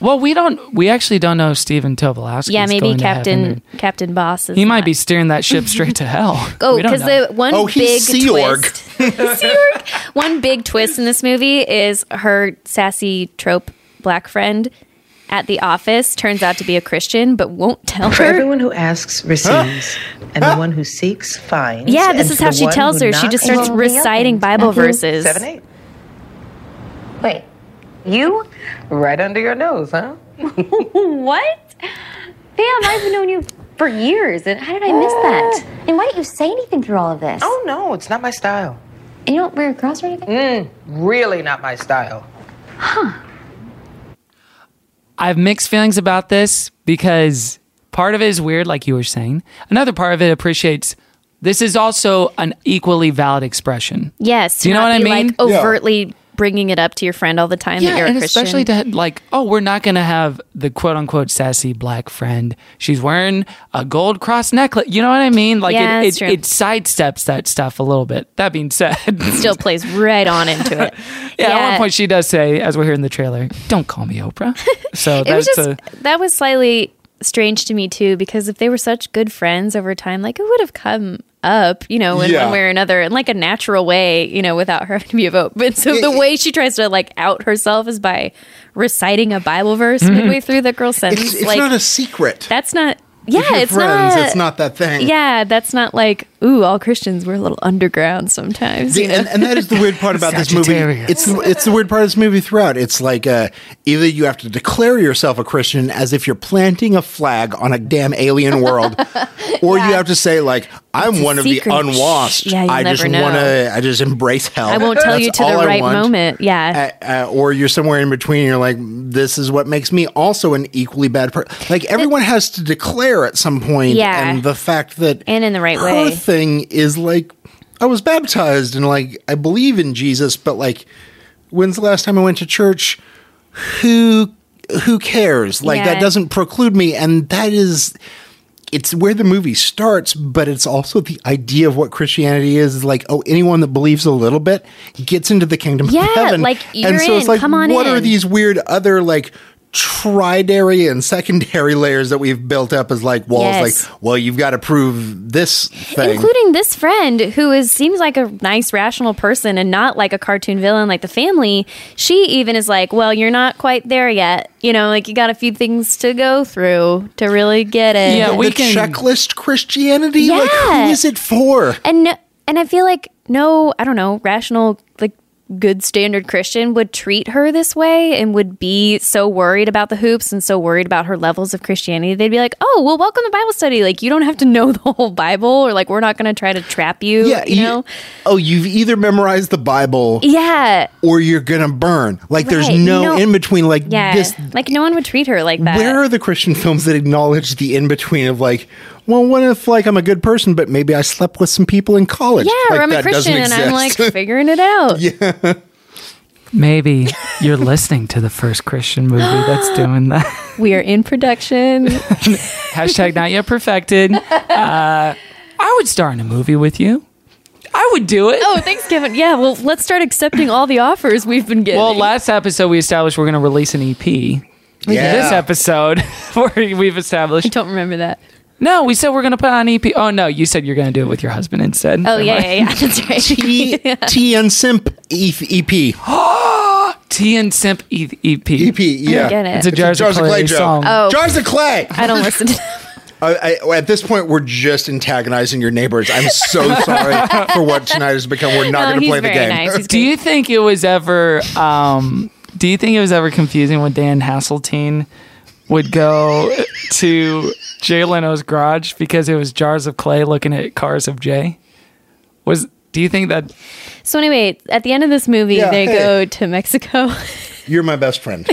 Speaker 1: well, we don't. We actually don't know Steve until Velasquez.
Speaker 2: yeah, maybe
Speaker 1: going to heaven
Speaker 2: Captain Captain Boss is
Speaker 1: He might be steering that ship straight to hell.
Speaker 2: Oh,
Speaker 1: We don't
Speaker 2: because
Speaker 1: know.
Speaker 2: the one big twist, Sea Org. one big twist in this movie is her sassy trope black friend at the office turns out to be a Christian, but won't tell
Speaker 16: For
Speaker 2: her.
Speaker 16: everyone who asks receives, and the one who seeks finds.
Speaker 2: Yeah,
Speaker 16: and
Speaker 2: this is
Speaker 16: to
Speaker 2: how
Speaker 16: the
Speaker 2: she
Speaker 16: one
Speaker 2: tells
Speaker 16: who
Speaker 2: her. She just
Speaker 16: knocks-
Speaker 2: starts reciting Bible verses.
Speaker 16: Seven eight. Wait, you? Right under your nose, huh?
Speaker 5: what? Pam, I've known you for years, and how did I miss that? And why didn't you say anything through all of this?
Speaker 16: Oh no, it's not my style.
Speaker 5: And you don't wear a cross or anything?
Speaker 16: Mm, really not my style.
Speaker 1: I have mixed feelings about this because part of it is weird, like you were saying. Another part of it appreciates this is also an equally valid expression.
Speaker 2: Yes.
Speaker 1: Do you
Speaker 2: to
Speaker 1: know
Speaker 2: not
Speaker 1: what
Speaker 2: be,
Speaker 1: I mean?
Speaker 2: Like overtly bringing it up to your friend all the time that you're a
Speaker 1: and
Speaker 2: Christian.
Speaker 1: especially to like, oh, we're not gonna have the quote unquote sassy black friend. She's wearing a gold cross necklace. You know what I mean? Like
Speaker 2: Yeah,
Speaker 1: it
Speaker 2: that's
Speaker 1: it,
Speaker 2: true.
Speaker 1: it sidesteps that stuff a little bit. That being said,
Speaker 2: still plays right on into it.
Speaker 1: yeah, at
Speaker 2: Yeah.
Speaker 1: one point she does say, as we're here in the trailer, "Don't call me Oprah." So
Speaker 2: it was
Speaker 1: that's
Speaker 2: just
Speaker 1: a
Speaker 2: that was slightly strange to me too because if they were such good friends over time like it would have come up you know in
Speaker 1: Yeah.
Speaker 2: one way or another in like a natural way you know without her having to be a vote but so the way she tries to like out herself is by reciting a bible verse
Speaker 4: Mhm.
Speaker 2: midway through the girl's sentence
Speaker 4: It's, it's
Speaker 2: like
Speaker 4: not a secret.
Speaker 2: that's not yeah
Speaker 4: If you're
Speaker 2: it's
Speaker 4: friends,
Speaker 2: not
Speaker 4: It's not that thing.
Speaker 2: yeah that's not like ooh all christians we're a little underground sometimes
Speaker 4: The-
Speaker 2: you know
Speaker 4: and, and that is the weird part about this movie. It's the, it's the weird part of this movie throughout. It's like uh, either you have to declare yourself a Christian as if you're planting a flag on a damn alien world, or you have to say like I'm
Speaker 2: It's a
Speaker 4: one of the
Speaker 2: secret.
Speaker 4: unwashed.
Speaker 2: Yeah, you'll
Speaker 4: I just
Speaker 2: never know.
Speaker 4: to. I just embrace hell.
Speaker 2: i won't tell
Speaker 4: That's
Speaker 2: you to
Speaker 4: all
Speaker 2: the
Speaker 4: I
Speaker 2: right
Speaker 4: want.
Speaker 2: moment yeah
Speaker 4: Uh, or you're somewhere in between. And you're like, this is what makes me also an equally bad person. Like everyone has to declare at some point,
Speaker 2: Yeah.
Speaker 4: And the fact that
Speaker 2: and in the right
Speaker 4: her
Speaker 2: way
Speaker 4: thing is like I was baptized and like I believe in Jesus, but like when's the last time I went to church? Who who cares? Like
Speaker 2: Yeah.
Speaker 4: that doesn't preclude me, and that is it's where the movie starts, but it's also the idea of what Christianity is. Is like, oh, anyone that believes a little bit gets into the kingdom
Speaker 2: Yeah,
Speaker 4: of heaven.
Speaker 2: like, you're
Speaker 4: and so
Speaker 2: in,
Speaker 4: it's like,
Speaker 2: come on
Speaker 4: what
Speaker 2: in.
Speaker 4: are these weird other like tridary and secondary layers that we've built up as like walls?
Speaker 2: Yes.
Speaker 4: Like, well, you've got to prove this thing.
Speaker 2: including this friend who is seems like a nice rational person and not like a cartoon villain like the family she even is like well you're not quite there yet you know like you got a few things to go through to really get it
Speaker 4: The checklist Christianity. Like, who
Speaker 2: Yeah.
Speaker 4: is it for?
Speaker 2: and no, and i feel like no i don't know rational like good standard christian would treat her this way and would be so worried about the hoops and so worried about her levels of christianity they'd be like oh well welcome to bible study like you don't have to know the whole bible or like we're not going to try to trap you
Speaker 4: Yeah,
Speaker 2: you know
Speaker 4: Oh, you've either memorized the Bible
Speaker 2: yeah
Speaker 4: or you're gonna burn. Like, there's
Speaker 2: Right,
Speaker 4: no,
Speaker 2: no-
Speaker 4: in between. Like
Speaker 2: Yeah.
Speaker 4: this.
Speaker 2: like no one would treat her like that.
Speaker 4: Where are the Christian films that acknowledge the in between of like, well, what if like I'm a good person, but maybe I slept with some people in college?
Speaker 2: yeah,
Speaker 4: like,
Speaker 2: or I'm a
Speaker 4: that doesn't
Speaker 2: Christian and I'm like
Speaker 4: exist.
Speaker 2: figuring it out.
Speaker 4: yeah.
Speaker 1: maybe you're listening to the first Christian movie that's doing that.
Speaker 2: We are in production.
Speaker 1: Hashtag not yet perfected. Uh, I would star in a movie with you. I would do it.
Speaker 2: Oh, thanks, Kevin. Yeah, well, let's start accepting all the offers we've been getting.
Speaker 1: Well, last episode we established we're going to release an EP.
Speaker 2: Yeah.
Speaker 1: This episode where we've established. I
Speaker 2: don't remember that.
Speaker 1: No, we said we're going to put on an EP. Oh no, you said you're going to do it with your husband instead.
Speaker 2: oh
Speaker 1: Never
Speaker 2: yeah,
Speaker 1: mind.
Speaker 2: yeah, yeah, that's right.
Speaker 4: T, T and Simp E- EP.
Speaker 1: T and Simp E- EP. EP,
Speaker 4: yeah. don't get it.
Speaker 1: It's a
Speaker 4: It's a
Speaker 1: Jars,
Speaker 4: Jars
Speaker 1: of Clay,
Speaker 4: joke.
Speaker 1: song.
Speaker 4: Oh. Jars of Clay.
Speaker 2: I don't listen to them.
Speaker 4: I, I, at this point, we're just antagonizing your neighbors. I'm so sorry for what tonight has become. We're not going to play the game.
Speaker 1: do you think it was ever? Um, do you think it was ever confusing when Dan Hasseltine would go to Jay Leno's garage because it was jars of clay looking at cars of Jay? Was do you think that?
Speaker 2: So anyway, at the end of this movie,
Speaker 4: Yeah,
Speaker 2: they
Speaker 4: hey.
Speaker 2: go to Mexico.
Speaker 4: You're my best friend.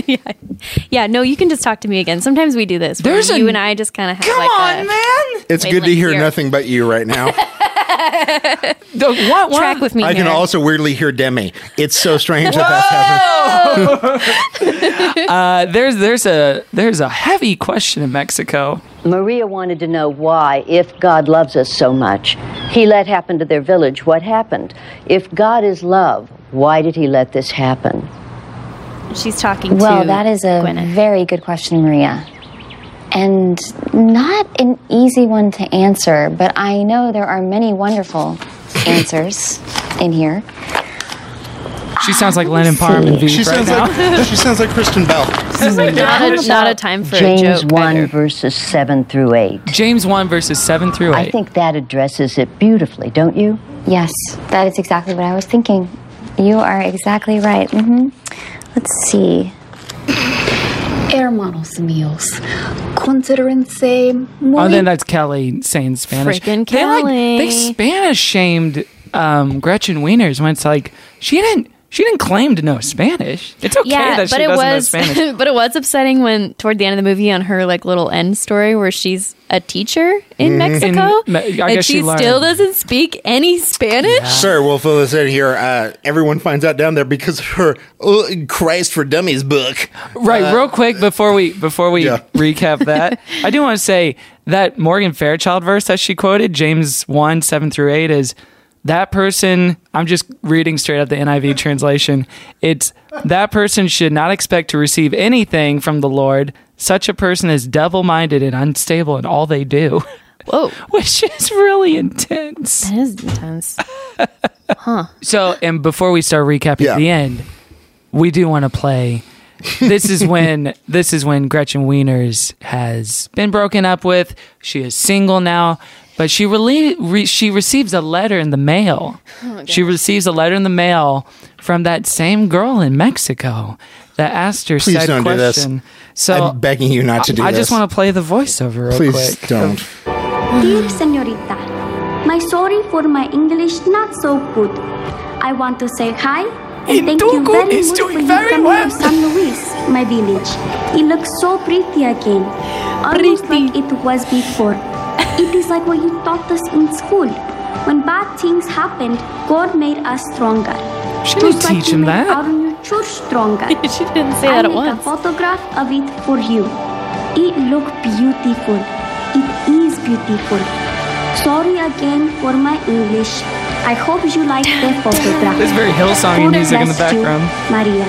Speaker 2: yeah, no, you can just talk to me again. Sometimes we do this. where
Speaker 1: There's a-
Speaker 2: you and I just kind of have
Speaker 1: Come
Speaker 2: like
Speaker 1: on,
Speaker 2: a,
Speaker 1: man.
Speaker 4: It's good to hear nothing but you right now.
Speaker 2: Track with me.
Speaker 4: I can
Speaker 2: here.
Speaker 4: also weirdly hear Demi. It's so strange that that's happening.
Speaker 1: Uh, there's there's a there's a heavy question in Mexico.
Speaker 18: Maria wanted to know why, if God loves us so much, he let happen to their village what happened. If God is love, why did he let this happen?
Speaker 2: She's talking
Speaker 5: Well,
Speaker 2: to
Speaker 5: that is a very good question, Maria. And not an easy one to answer, but I know there are many wonderful answers in here.
Speaker 1: She sounds like Lennon Parham and Veep
Speaker 4: She
Speaker 1: right
Speaker 4: sounds
Speaker 1: now.
Speaker 4: like she sounds like Kristen Bell.
Speaker 2: not a- not a time for a
Speaker 18: James
Speaker 2: joke,
Speaker 18: one verses seven through eight.
Speaker 1: James one verses seven through
Speaker 18: I
Speaker 1: eight.
Speaker 18: think that addresses it beautifully, don't you?
Speaker 12: Yes, that is exactly what I was thinking. You are exactly right.
Speaker 14: Mm-hmm.
Speaker 12: hmm Let's see.
Speaker 19: Hermanos míos, considérense muy
Speaker 1: Oh, then that's Kelly saying Spanish.
Speaker 2: Frickin'
Speaker 1: They like they
Speaker 2: Kelly.
Speaker 1: Spanish shamed um, Gretchen Wieners when it's like she didn't she didn't claim to know Spanish. It's okay that she doesn't know Spanish.
Speaker 2: but it was upsetting when toward the end of the movie on her like little end story where she's a teacher in
Speaker 1: Mm-hmm.
Speaker 4: Mhm.
Speaker 2: Mexico
Speaker 4: In Me- I
Speaker 2: and
Speaker 4: guess she
Speaker 2: she
Speaker 4: learned.
Speaker 2: still doesn't speak any Spanish.
Speaker 4: Sir, we'll fill this in here. Uh, everyone finds out down there because of her uh, Christ for Dummies book.
Speaker 1: Right,
Speaker 4: Uh,
Speaker 1: real quick before we before we recap that, I do want to say that Morgan Fairchild verse that she quoted, James one seven through eight, is that person. I'm just reading straight out the NIV translation. It's that person should not expect to receive anything from the Lord. Such a person is double minded and unstable in all they do.
Speaker 2: Whoa,
Speaker 1: which is really intense.
Speaker 2: That is intense, huh?
Speaker 1: So, and before we start recapping the end, we do want to play. this is when this is when Gretchen Wieners has been broken up with. She is single now, but she really re, she receives a letter in the mail. she receives a letter in the mail from that same girl in Mexico that asked her
Speaker 4: Please
Speaker 1: said
Speaker 4: don't do this.
Speaker 1: question. So
Speaker 4: I'm begging you not to
Speaker 1: I-
Speaker 4: do
Speaker 1: I
Speaker 4: this.
Speaker 1: just want to play the voiceover. Real
Speaker 4: Please
Speaker 1: quick.
Speaker 4: don't.
Speaker 20: Dear Senorita, my sorry for my English not so good. I want to say hi and thank you
Speaker 1: Ituco
Speaker 20: very
Speaker 1: is
Speaker 20: much
Speaker 1: doing
Speaker 20: for your
Speaker 1: very
Speaker 20: coming
Speaker 1: well.
Speaker 20: to San Luis, my village. It looks so pretty again, almost like it was before. It is like what you taught us in school. When bad things happened, God made us stronger. Just
Speaker 1: She didn't
Speaker 20: like
Speaker 1: teach
Speaker 20: you
Speaker 1: him
Speaker 20: made
Speaker 1: that.
Speaker 20: Our new church stronger.
Speaker 2: she didn't say
Speaker 20: I
Speaker 2: that
Speaker 20: make
Speaker 2: at once.
Speaker 20: a photograph of it for you. It look beautiful. It is beautiful. Sorry again for my English. I hope you like the photograph.
Speaker 1: There's very Hillsong
Speaker 20: God
Speaker 1: music in the
Speaker 20: bless you,
Speaker 1: background.
Speaker 20: Maria.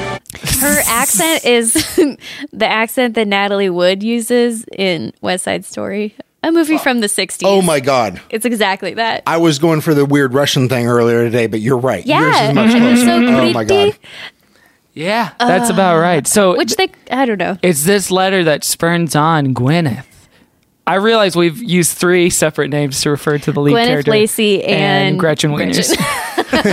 Speaker 2: Her accent is the accent that Natalie Wood uses in West Side Story, a movie from the 60s.
Speaker 4: Oh my god.
Speaker 2: It's exactly that.
Speaker 4: I was going for the weird Russian thing earlier today, but you're right. Yours
Speaker 2: Yeah.
Speaker 4: is much
Speaker 2: Mhm.
Speaker 4: closer.
Speaker 2: So
Speaker 4: oh my
Speaker 2: pretty.
Speaker 4: god.
Speaker 1: Yeah, that's about right. So
Speaker 2: Which they, I don't know.
Speaker 1: It's this letter that spurns on Gwyneth. I realize we've used three separate names to refer to the lead
Speaker 2: Gwyneth
Speaker 1: character,
Speaker 2: Lacey and
Speaker 1: Gretchen Wieners.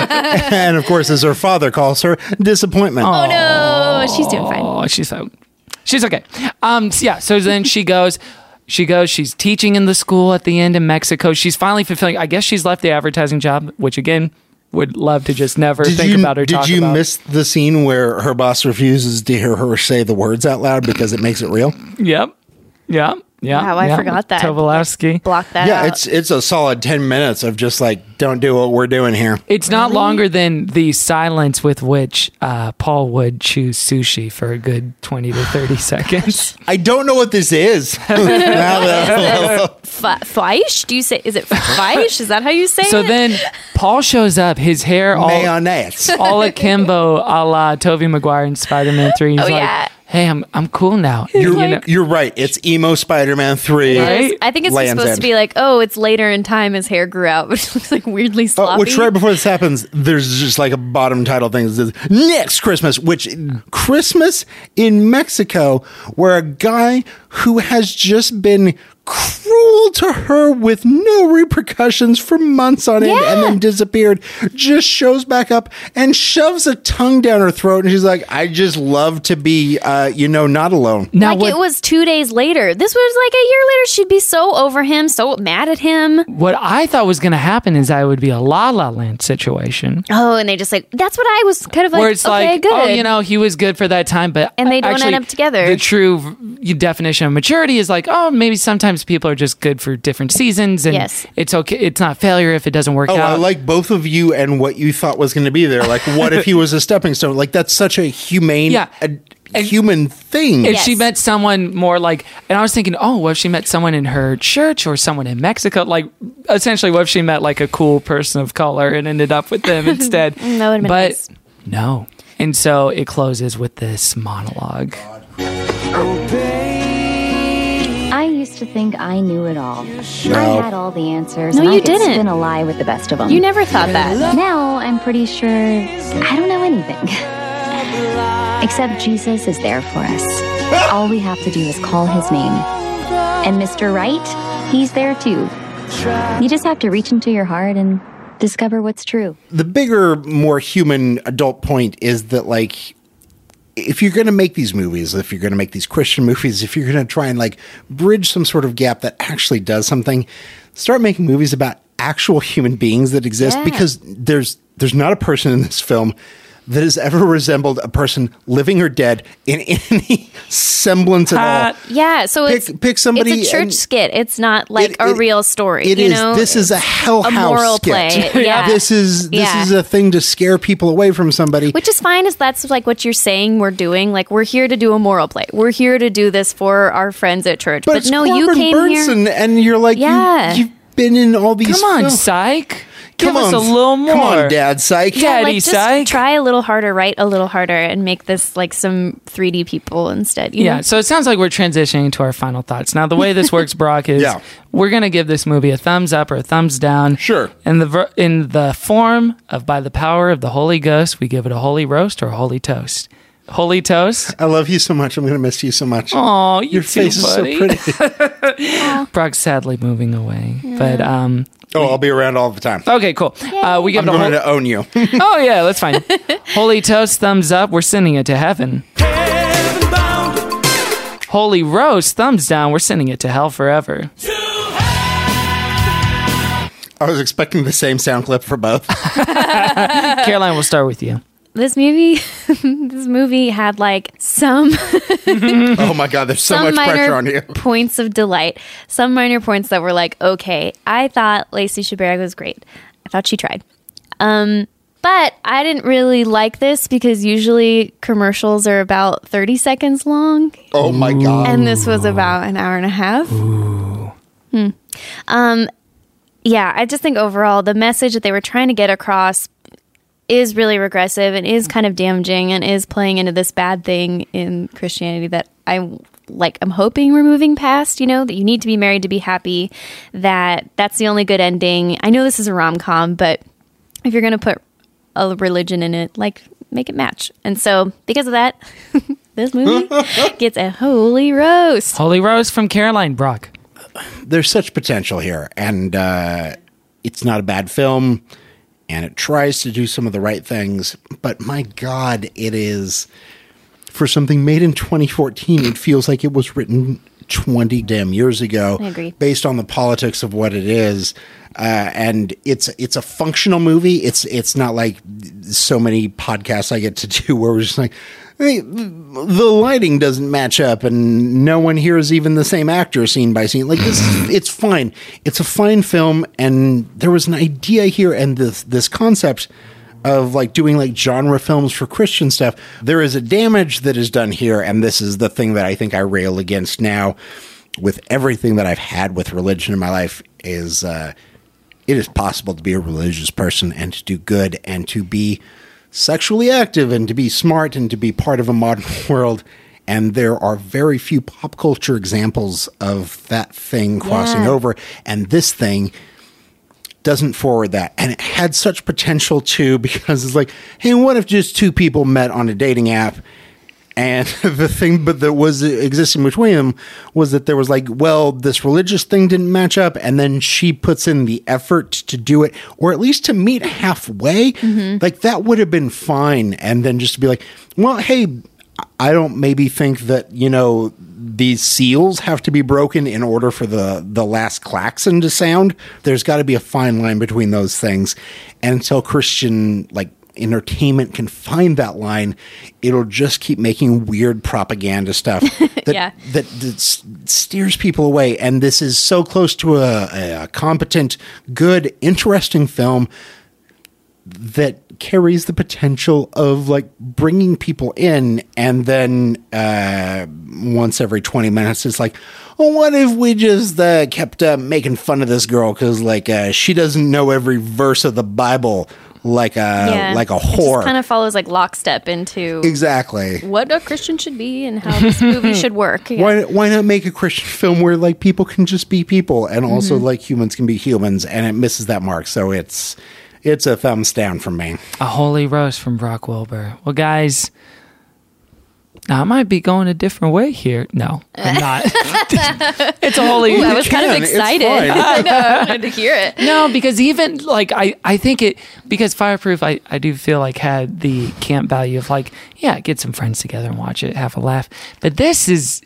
Speaker 4: and of course, as her father calls her, disappointment.
Speaker 2: Oh, no, she's doing fine.
Speaker 1: Oh, she's fine. She's okay. Um, s- yeah. So then she goes. She goes. She's teaching in the school at the end in Mexico. She's finally fulfilling. I guess she's left the advertising job, which again would love to just never
Speaker 4: Did
Speaker 1: think
Speaker 4: you,
Speaker 1: about her.
Speaker 4: did
Speaker 1: talk
Speaker 4: you
Speaker 1: about.
Speaker 4: miss the scene where her boss refuses to hear her say the words out loud because it makes it real?
Speaker 1: Yep. Yeah. Yeah.
Speaker 2: Wow, I
Speaker 1: yeah.
Speaker 2: forgot that.
Speaker 1: Tobolowsky.
Speaker 2: Block that
Speaker 4: yeah,
Speaker 2: out.
Speaker 4: it's it's a solid ten minutes of just like don't do what we're doing here.
Speaker 1: It's not longer than the silence with which uh, Paul would choose sushi for a good 20 to 30 seconds.
Speaker 4: I don't know what this is. Now that-
Speaker 2: Fe- Fleisch? Do you say, is it Fleisch? Is that how you say
Speaker 1: so
Speaker 2: it?
Speaker 1: then Paul shows up, his hair all,
Speaker 4: Mayonnaise.
Speaker 1: all akimbo a la Tobey Maguire in Spider Man 3. He's
Speaker 2: Oh,
Speaker 1: like,
Speaker 2: yeah.
Speaker 1: hey, I'm, I'm cool now.
Speaker 4: you're,
Speaker 1: You know-
Speaker 4: you're right. It's emo Spider-Man three.
Speaker 2: Yes. I think it's just
Speaker 4: Land's End.
Speaker 2: supposed to be like, oh, it's later in time. His hair grew out, which looks like weirdly sloppy.
Speaker 4: Uh, Which right before this happens, there's just like a bottom title thing that says next Christmas, which Christmas in Mexico, where a guy who has just been cruel to her with no repercussions for months on end and then disappeared just shows back up and shoves a tongue down her throat and she's like i just love to be uh, you know not alone
Speaker 2: like it was two days later. This was like a year later. She'd be so over him, so mad at him.
Speaker 1: what I thought was going to happen is I would be a La La Land situation.
Speaker 2: Oh, and they just like that's what I was kind of like.
Speaker 1: where it's
Speaker 2: okay,
Speaker 1: like,
Speaker 2: good.
Speaker 1: oh, you know, he was good for that time, but
Speaker 2: And they don't end
Speaker 1: actually,
Speaker 2: up together.
Speaker 1: The true v- definition of maturity is like, oh, maybe sometimes people are just good for different seasons, and
Speaker 2: Yes.
Speaker 1: it's okay. It's not failure if it doesn't work
Speaker 4: Oh, I
Speaker 1: out.
Speaker 4: like both of you and what you thought was going to be there. Like, what if he was a stepping stone? Like, that's such a humane,
Speaker 1: Yeah.
Speaker 4: a human thing.
Speaker 1: if she met someone more like, and I was thinking, oh, what if she met someone in her church or someone in Mexico? Like, essentially, what if she met like a cool person of color and ended up with them instead?
Speaker 2: Mm, that would've been
Speaker 1: but
Speaker 2: nice.
Speaker 1: no. And so it closes with this monologue.
Speaker 12: I used
Speaker 14: used to think I knew it all.
Speaker 2: No.
Speaker 14: I had all the answers.
Speaker 2: No,
Speaker 14: and I
Speaker 2: you
Speaker 14: could
Speaker 2: didn't.
Speaker 14: Spin a lie with the best of them.
Speaker 2: You never thought that.
Speaker 14: Now I'm pretty sure I don't know anything. Except Jesus is there for us. All we have to do is call his name. And Mr. Right, he's there too. You just have to reach into your heart and discover what's true.
Speaker 4: the bigger, more human adult point is that like if you're going to make these movies, if you're going to make these Christian movies, if you're going to try and like bridge some sort of gap that actually does something, start making movies about actual human beings that exist
Speaker 3: Yeah.
Speaker 4: because there's there's not a person in this film that has ever resembled a person living or dead in any semblance at
Speaker 2: Uh,
Speaker 4: all.
Speaker 2: yeah, so
Speaker 4: Pick-
Speaker 2: it's
Speaker 4: pick somebody
Speaker 2: It's a church
Speaker 4: and-
Speaker 2: skit. It's not like a real story.
Speaker 4: It
Speaker 2: you
Speaker 4: is.
Speaker 2: Know?
Speaker 4: this is a hell
Speaker 2: a
Speaker 4: house
Speaker 2: moral
Speaker 4: skit.
Speaker 2: play, yeah.
Speaker 4: This is this
Speaker 2: Yeah.
Speaker 4: is a thing to scare people away from somebody.
Speaker 2: Which is fine if that's like what you're saying we're doing. Like we're here to do a moral play. We're here to do this for our friends at church. But,
Speaker 4: it's
Speaker 2: no, you
Speaker 4: Corbin
Speaker 2: came
Speaker 4: Burnson,
Speaker 2: here.
Speaker 4: and you're like, yeah.
Speaker 2: Yeah.
Speaker 4: you, have been in all these.
Speaker 2: Come on,
Speaker 1: psych.
Speaker 2: Give us a
Speaker 1: little
Speaker 4: Come
Speaker 1: more.
Speaker 4: on, Dad, psych.
Speaker 2: Yeah, like just try a little harder, write a little harder, and make this like some 3D people instead. You
Speaker 1: Yeah,
Speaker 2: know?
Speaker 1: so it sounds like we're transitioning to our final thoughts. Now, the way this works, Brock, is we're going to give this movie a thumbs up or a thumbs down. Sure. In the ver- in the form of by the power of the Holy Ghost, we give it a holy roast or a holy toast. Holy toast.
Speaker 4: I love you so much. I'm going to miss you so much.
Speaker 1: Oh, you
Speaker 4: your
Speaker 1: too,
Speaker 4: face
Speaker 1: buddy.
Speaker 4: is so pretty.
Speaker 1: Brock's sadly moving away, but um.
Speaker 4: Oh, I'll be around all the time.
Speaker 1: Okay, cool. Uh, we give
Speaker 4: I'm
Speaker 1: it a
Speaker 4: going
Speaker 1: whole-
Speaker 4: to own you.
Speaker 1: oh yeah, that's fine. Holy toast, thumbs up. We're sending it to heaven. Holy roast, thumbs down. We're sending it to hell forever.
Speaker 4: I was expecting the same sound clip for both.
Speaker 1: Caroline, we'll start with you.
Speaker 2: This movie, this movie had like some
Speaker 4: oh my God, there's so much
Speaker 2: some
Speaker 4: pressure on you.
Speaker 2: points of delight, some minor points that were like, okay, I thought Lacey Chabert was great. I thought she tried. Um, but I didn't really like this because usually commercials are about 30 seconds long.
Speaker 4: Oh my God.
Speaker 2: And this was about an hour and a half. Hmm. Um, yeah, I just think overall the message that they were trying to get across is really regressive and is kind of damaging and is playing into this bad thing in Christianity that I like I'm hoping we're moving past, you know, that you need to be married to be happy, that that's the only good ending. I know this is a rom-com, but if you're going to put a religion in it, like make it match. And so, because of that, this movie gets a holy roast.
Speaker 1: Holy roast from Caroline Brock.
Speaker 4: there's such potential here, and uh, it's not a bad film, and it tries to do some of the right things. But my God, it is for something made in 2014. It feels like it was written 20 damn years ago.
Speaker 2: I agree.
Speaker 4: Based on the politics of what it is, uh, and it's it's a functional movie. It's it's not like so many podcasts I get to do where we're just like. "Hey, the lighting doesn't match up and no one here is even the same actor scene by scene like this is- it's fine it's a fine film and there was an idea here and this this concept of like doing like genre films for christian stuff there is a damage that is done here and this is the thing that i think i rail against now with everything that i've had with religion in my life is uh it is possible to be a religious person and to do good and to be sexually active and to be smart and to be part of a modern world. And there are very few pop culture examples of that thing crossing
Speaker 3: Yeah.
Speaker 4: over. And this thing doesn't forward that. And it had such potential too, because it's like, hey, what if just two people met on a dating app? And the thing, but that was existing between them was that there was like, well, this religious thing didn't match up, and then she puts in the effort to do it, or at least to meet halfway. Like that would have been fine, and then just to be like, well, hey, I don't maybe think that you know these seals have to be broken in order for the the last klaxon to sound. There's got to be a fine line between those things, and until Christian like entertainment can find that line, it'll just keep making weird propaganda stuff that
Speaker 2: Yeah.
Speaker 4: that, that s- steers people away. And this is so close to a, a competent, good, interesting film that carries the potential of like bringing people in and then uh once every 20 minutes it's like oh what if we just uh, kept uh, making fun of this girl because like uh, she doesn't know every verse of the bible like a like a whore.
Speaker 2: kind of follows like lockstep into
Speaker 4: exactly.
Speaker 2: what a Christian should be and how this movie should work. Yeah.
Speaker 4: Why why not make a Christian film where like people can just be people and also
Speaker 2: Mhm.
Speaker 4: like humans can be humans and it misses that mark. So it's it's a thumbs down from me.
Speaker 1: A holy roast from Brock Wilbur. Well, guys, I might be going a different way here. No, I'm not.
Speaker 2: it's
Speaker 1: a holy-
Speaker 2: Ooh, I was kind
Speaker 1: You can,
Speaker 2: of
Speaker 1: it's
Speaker 2: excited.
Speaker 1: fine.
Speaker 2: I know. I wanted to hear it.
Speaker 1: no, because even like I, I think it because Fireproof I, I do feel like had the camp value of like, yeah, get some friends together and watch it, have a laugh. But this is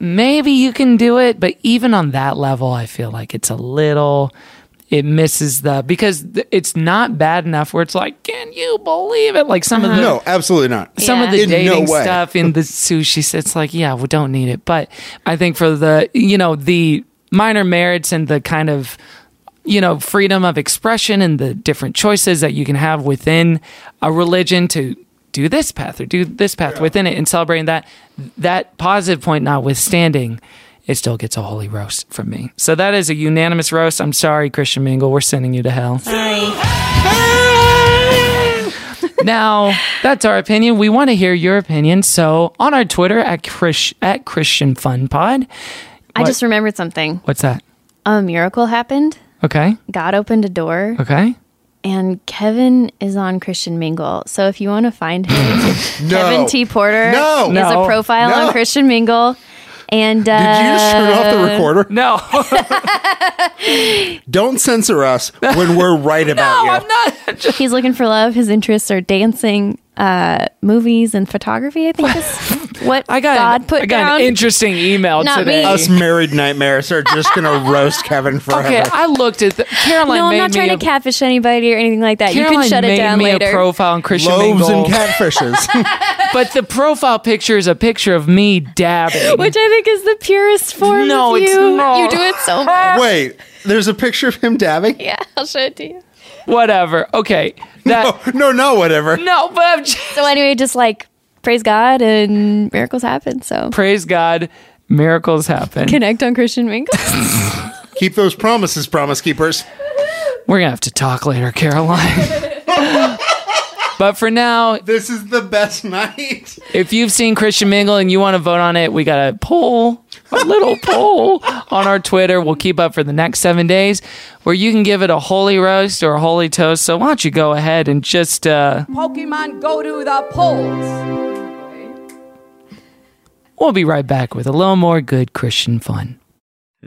Speaker 1: maybe you can do it, but even on that level I feel like it's a little it misses the because th- it's not bad enough where it's like can you believe it like some of the
Speaker 4: no, absolutely not.
Speaker 1: some of the
Speaker 4: In no
Speaker 1: dating
Speaker 4: way.
Speaker 1: stuff in the sushi s- it's like yeah we don't need it but i think for the you know the minor merits and the kind of you know freedom of expression and the different choices that you can have within a religion to do this path or do this path within it and celebrating that that positive point notwithstanding it still gets a holy roast from me so that is a unanimous roast i'm sorry christian mingle we're sending you to hell now that's our opinion we want to hear your opinion so on our twitter at Chris, at christian fun pod
Speaker 2: I
Speaker 1: What-
Speaker 2: just remembered something.
Speaker 1: what's that
Speaker 2: A miracle happened.
Speaker 1: okay
Speaker 2: God opened a door.
Speaker 1: okay
Speaker 2: And Kevin is on Christian Mingle. So if you want to find him, Kevin T. Porter
Speaker 1: No.
Speaker 2: is
Speaker 1: No.
Speaker 2: a profile
Speaker 1: No.
Speaker 2: on Christian Mingle. And uh,
Speaker 1: No.
Speaker 4: Don't censor us when we're right about you.
Speaker 2: He's looking for love. His interests are dancing, uh, movies, and photography. I think is what I got God put
Speaker 1: I got
Speaker 2: down.
Speaker 1: an interesting email
Speaker 2: Not
Speaker 1: today.
Speaker 2: me.
Speaker 4: Us married nightmares are just gonna roast Kevin forever.
Speaker 1: Okay, I looked at the, Caroline.
Speaker 2: no, I'm
Speaker 1: made
Speaker 2: not
Speaker 1: me
Speaker 2: trying
Speaker 1: a-
Speaker 2: to catfish anybody or anything like that. you
Speaker 1: Caroline
Speaker 2: can shut
Speaker 1: made
Speaker 2: it down
Speaker 1: me
Speaker 2: later.
Speaker 1: a profile on Christian
Speaker 4: Loaves
Speaker 1: Mingle.
Speaker 4: and catfishes.
Speaker 1: but the profile picture is a picture of me dabbing.
Speaker 2: Which I think is the purest form.
Speaker 1: No,
Speaker 2: of
Speaker 1: it's
Speaker 2: you.
Speaker 1: not.
Speaker 2: You do it so much.
Speaker 4: Wait, there's a picture of him dabbing?
Speaker 2: Yeah, I'll show it to you.
Speaker 1: Whatever. Okay.
Speaker 4: Oh, no, no, no, whatever.
Speaker 1: No, but I'm just...
Speaker 2: so anyway, just like praise God and miracles happen. So
Speaker 1: Praise God, miracles happen.
Speaker 2: connect on Christian Mingle.
Speaker 4: Keep those promises, promise keepers.
Speaker 1: We're gonna have to talk later, Caroline. but for now,
Speaker 4: This is the best night.
Speaker 1: if you've seen Christian Mingle and you want to vote on it, we got a poll, a little poll on our Twitter. We'll keep up for the next seven days, where you can give it a holy roast or a holy toast. So why don't you go ahead and just uh,
Speaker 21: Pokemon go to the polls.
Speaker 1: we'll be right back with a little more good Christian fun.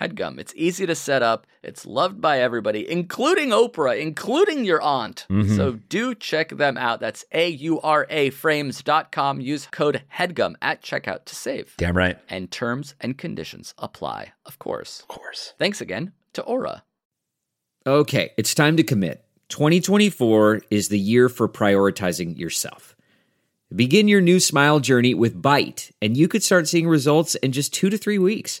Speaker 22: HEADGUM. It's easy to set up, it's loved by everybody, including Oprah, including your aunt.
Speaker 23: Mhm.
Speaker 22: So do check them out. That's A U R A frames.com. Use code HEADGUM at checkout to save.
Speaker 23: Damn right.
Speaker 22: And terms and conditions apply, of course. Of
Speaker 23: course.
Speaker 22: Thanks again to Aura.
Speaker 24: Okay, it's time to commit. 2024 is the year for prioritizing yourself. Begin your new smile journey with Bite, and you could start seeing results in just two to three weeks.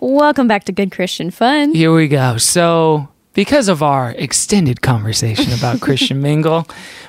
Speaker 2: Welcome back to Good Christian Fun.
Speaker 1: Here we go. So, because of our extended conversation about Christian Mingle,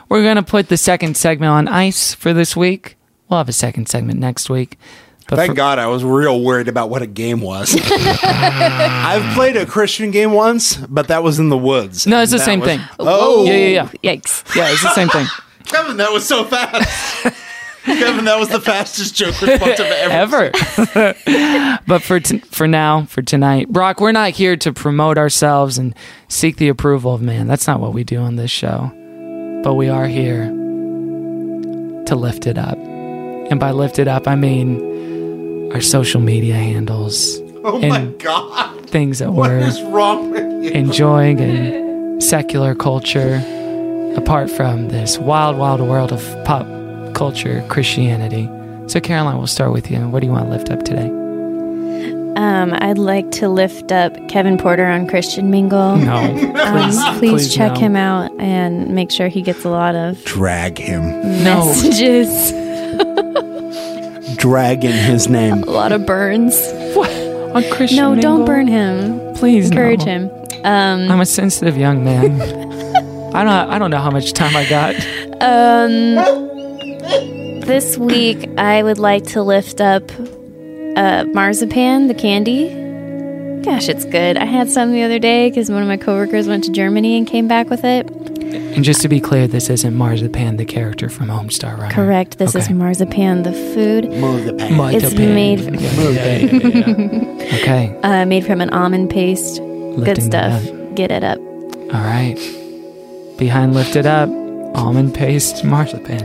Speaker 1: we're going to put the second segment on ice for this week. We'll have a second segment next week.
Speaker 4: Thank
Speaker 1: for-
Speaker 4: God I was real worried about what a game was. I've played a Christian game once, but that was in the woods.
Speaker 1: No, it's the
Speaker 4: That
Speaker 1: same
Speaker 4: was-
Speaker 1: thing.
Speaker 4: Oh,
Speaker 1: yeah, yeah,
Speaker 2: yeah. Yikes.
Speaker 1: Yeah, it's the same thing.
Speaker 4: Kevin, that was so fast. Kevin, that was the fastest joke response I've ever.
Speaker 1: ever. but for t- for now, for tonight, Brock, we're not here to promote ourselves and seek the approval of man. That's not what we do on this show. But we are here to lift it up. And by lift it up, I mean our social media handles.
Speaker 4: Oh
Speaker 1: and
Speaker 4: my God.
Speaker 1: Things that
Speaker 4: What
Speaker 1: were
Speaker 4: is wrong with you?
Speaker 1: enjoying in secular culture apart from this wild, wild world of pop culture, Christianity. So, Caroline, we'll start with you. What do you want to lift up today?
Speaker 2: Um, I'd like to lift up Kevin Porter on Christian Mingle.
Speaker 1: No.
Speaker 2: Um,
Speaker 1: Please-
Speaker 2: please,
Speaker 1: please
Speaker 2: check
Speaker 1: no.
Speaker 2: him out and make sure he gets a lot of
Speaker 4: Drag him.
Speaker 1: Oh.
Speaker 2: messages,
Speaker 4: Drag in his name.
Speaker 2: a lot of burns.
Speaker 1: What? On Christian
Speaker 2: No,
Speaker 1: Mingle?
Speaker 2: don't burn him.
Speaker 1: Please no.
Speaker 2: encourage him. Um,
Speaker 1: I'm a sensitive young man. I don't. I don't know how much time I got.
Speaker 2: Um, this week I would like to lift up uh, marzipan, the candy. Gosh, it's good. I had some the other day because one of my coworkers went to Germany and came back with it.
Speaker 1: And just to be clear, this isn't Marzipan, the character from Homestar Runner.
Speaker 2: Correct. This is marzipan, the food.
Speaker 1: Uh,
Speaker 2: It's made
Speaker 1: okay.
Speaker 2: uh, made from an almond paste. good
Speaker 1: Lifting that
Speaker 2: stuff. Get it up.
Speaker 1: All right. Behind lifted up, almond paste, marzipan,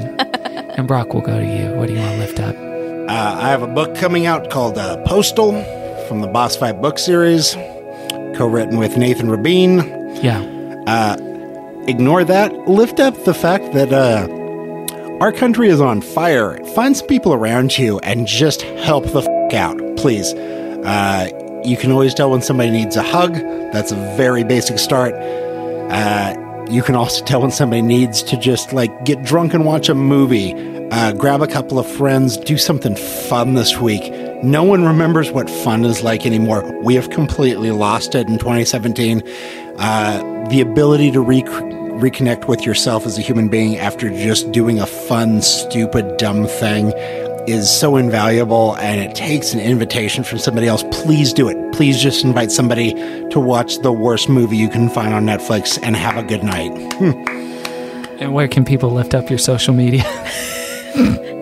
Speaker 1: and Brock will go to you. What do you want to lift up?
Speaker 4: Uh, I have a book coming out called uh, Postal from the Boss Fight book series, co written with Nathan Rabin.
Speaker 1: Yeah.
Speaker 4: Uh, ignore that. Lift up the fact that uh, our country is on fire. Find some people around you and just help the f- out, please. Uh, you can always tell when somebody needs a hug. That's a very basic start. Uh, you can also tell when somebody needs to just like get drunk and watch a movie, uh, grab a couple of friends, do something fun this week. No one remembers what fun is like anymore. We have completely lost it in 2017. Uh, the ability to re- reconnect with yourself as a human being after just doing a fun, stupid, dumb thing is so invaluable and it takes an invitation from somebody else. Please do it. Please just invite somebody to watch the worst movie you can find on Netflix and have a good night.
Speaker 1: And where can people lift up your social media?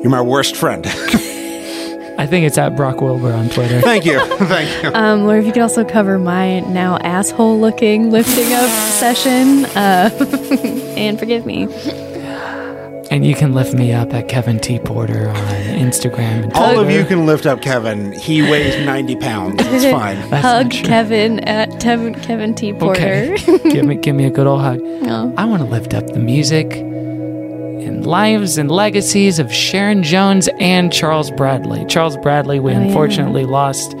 Speaker 4: You're my worst friend.
Speaker 1: I think it's at Brock Wilbur on Twitter.
Speaker 4: Thank you. Thank you.
Speaker 2: Um, or if you could also cover my now asshole looking lifting up session. Uh, and forgive me.
Speaker 1: And you can lift me up at Kevin T. Porter on Instagram. And
Speaker 4: All of
Speaker 1: Twitter.
Speaker 4: you can lift up Kevin. He weighs 90 pounds. It's fine.
Speaker 2: Hug Kevin at Tev- Kevin T. Porter.
Speaker 1: Okay. give me give me a good old hug.
Speaker 2: Oh.
Speaker 1: I want to lift up the music and lives and legacies of Sharon Jones and Charles Bradley. Charles Bradley, we
Speaker 2: Oh, yeah.
Speaker 1: unfortunately lost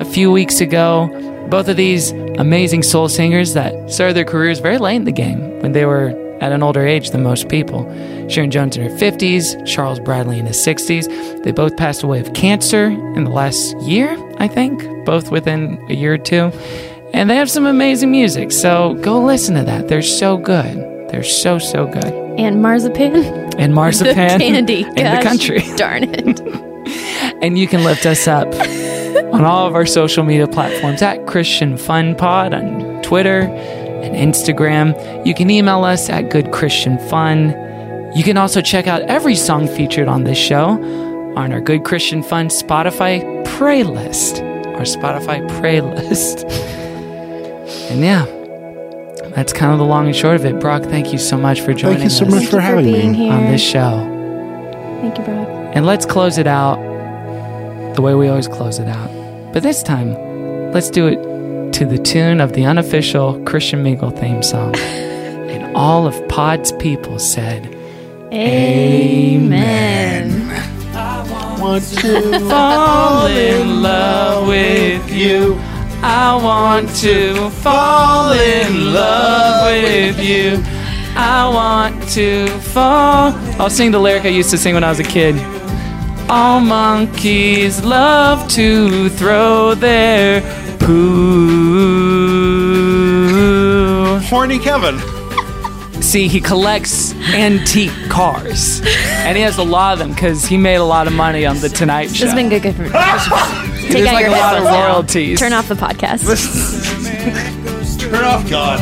Speaker 1: a few weeks ago. Both of these amazing soul singers that started their careers very late in the game when they were at an older age than most people. Sharon Jones in her 50s, Charles Bradley in his 60s. They both passed away of cancer in the last year, I think, both within a year or two. And they have some amazing music, so go listen to that. They're so good. They're so, so good
Speaker 2: and marzipan.
Speaker 1: and marzipan
Speaker 2: The candy.
Speaker 1: in the
Speaker 2: Gosh,
Speaker 1: country.
Speaker 2: Darn it.
Speaker 1: And you can lift us up on all of our social media platforms at Christian Fun Pod on Twitter and Instagram. You can email us at Good Christian Fun. You can also check out every song featured on this show on our Good Christian Fun Spotify pray list. Our Spotify pray list. And yeah, that's kind of the long and short of it. Brock, thank you so much for joining
Speaker 4: you so
Speaker 1: us
Speaker 4: much for Thank you for having me. being
Speaker 1: on
Speaker 2: here.
Speaker 1: this show.
Speaker 2: Thank you, Brock.
Speaker 1: And let's close it out the way we always close it out. But this time, let's do it to the tune of the unofficial Christian Mingle theme song. And all of Pod's people said,
Speaker 2: Amen.
Speaker 1: Want to fall in love with you. I want to fall in love with you. I want to fall. I'll sing the lyric I used to sing when I was a kid. All monkeys love to throw their poo.
Speaker 4: Horny Kevin.
Speaker 1: See, he collects antique cars, and he has a lot of them because he made a lot of money on the Tonight
Speaker 2: This
Speaker 1: Show.
Speaker 2: has been good. good for Take
Speaker 1: There's
Speaker 2: out
Speaker 1: like
Speaker 2: your
Speaker 1: a lot of
Speaker 2: headphones now.
Speaker 1: royalties.
Speaker 2: Turn off the podcast.
Speaker 4: Turn off God.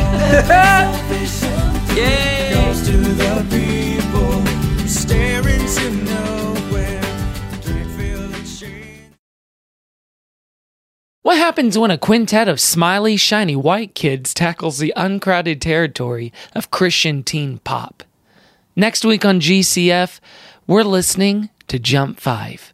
Speaker 1: What happens when a quintet of smiley, shiny white kids tackles the uncrowded territory of Christian teen pop? Next week on GCF, we're listening to Jump 5.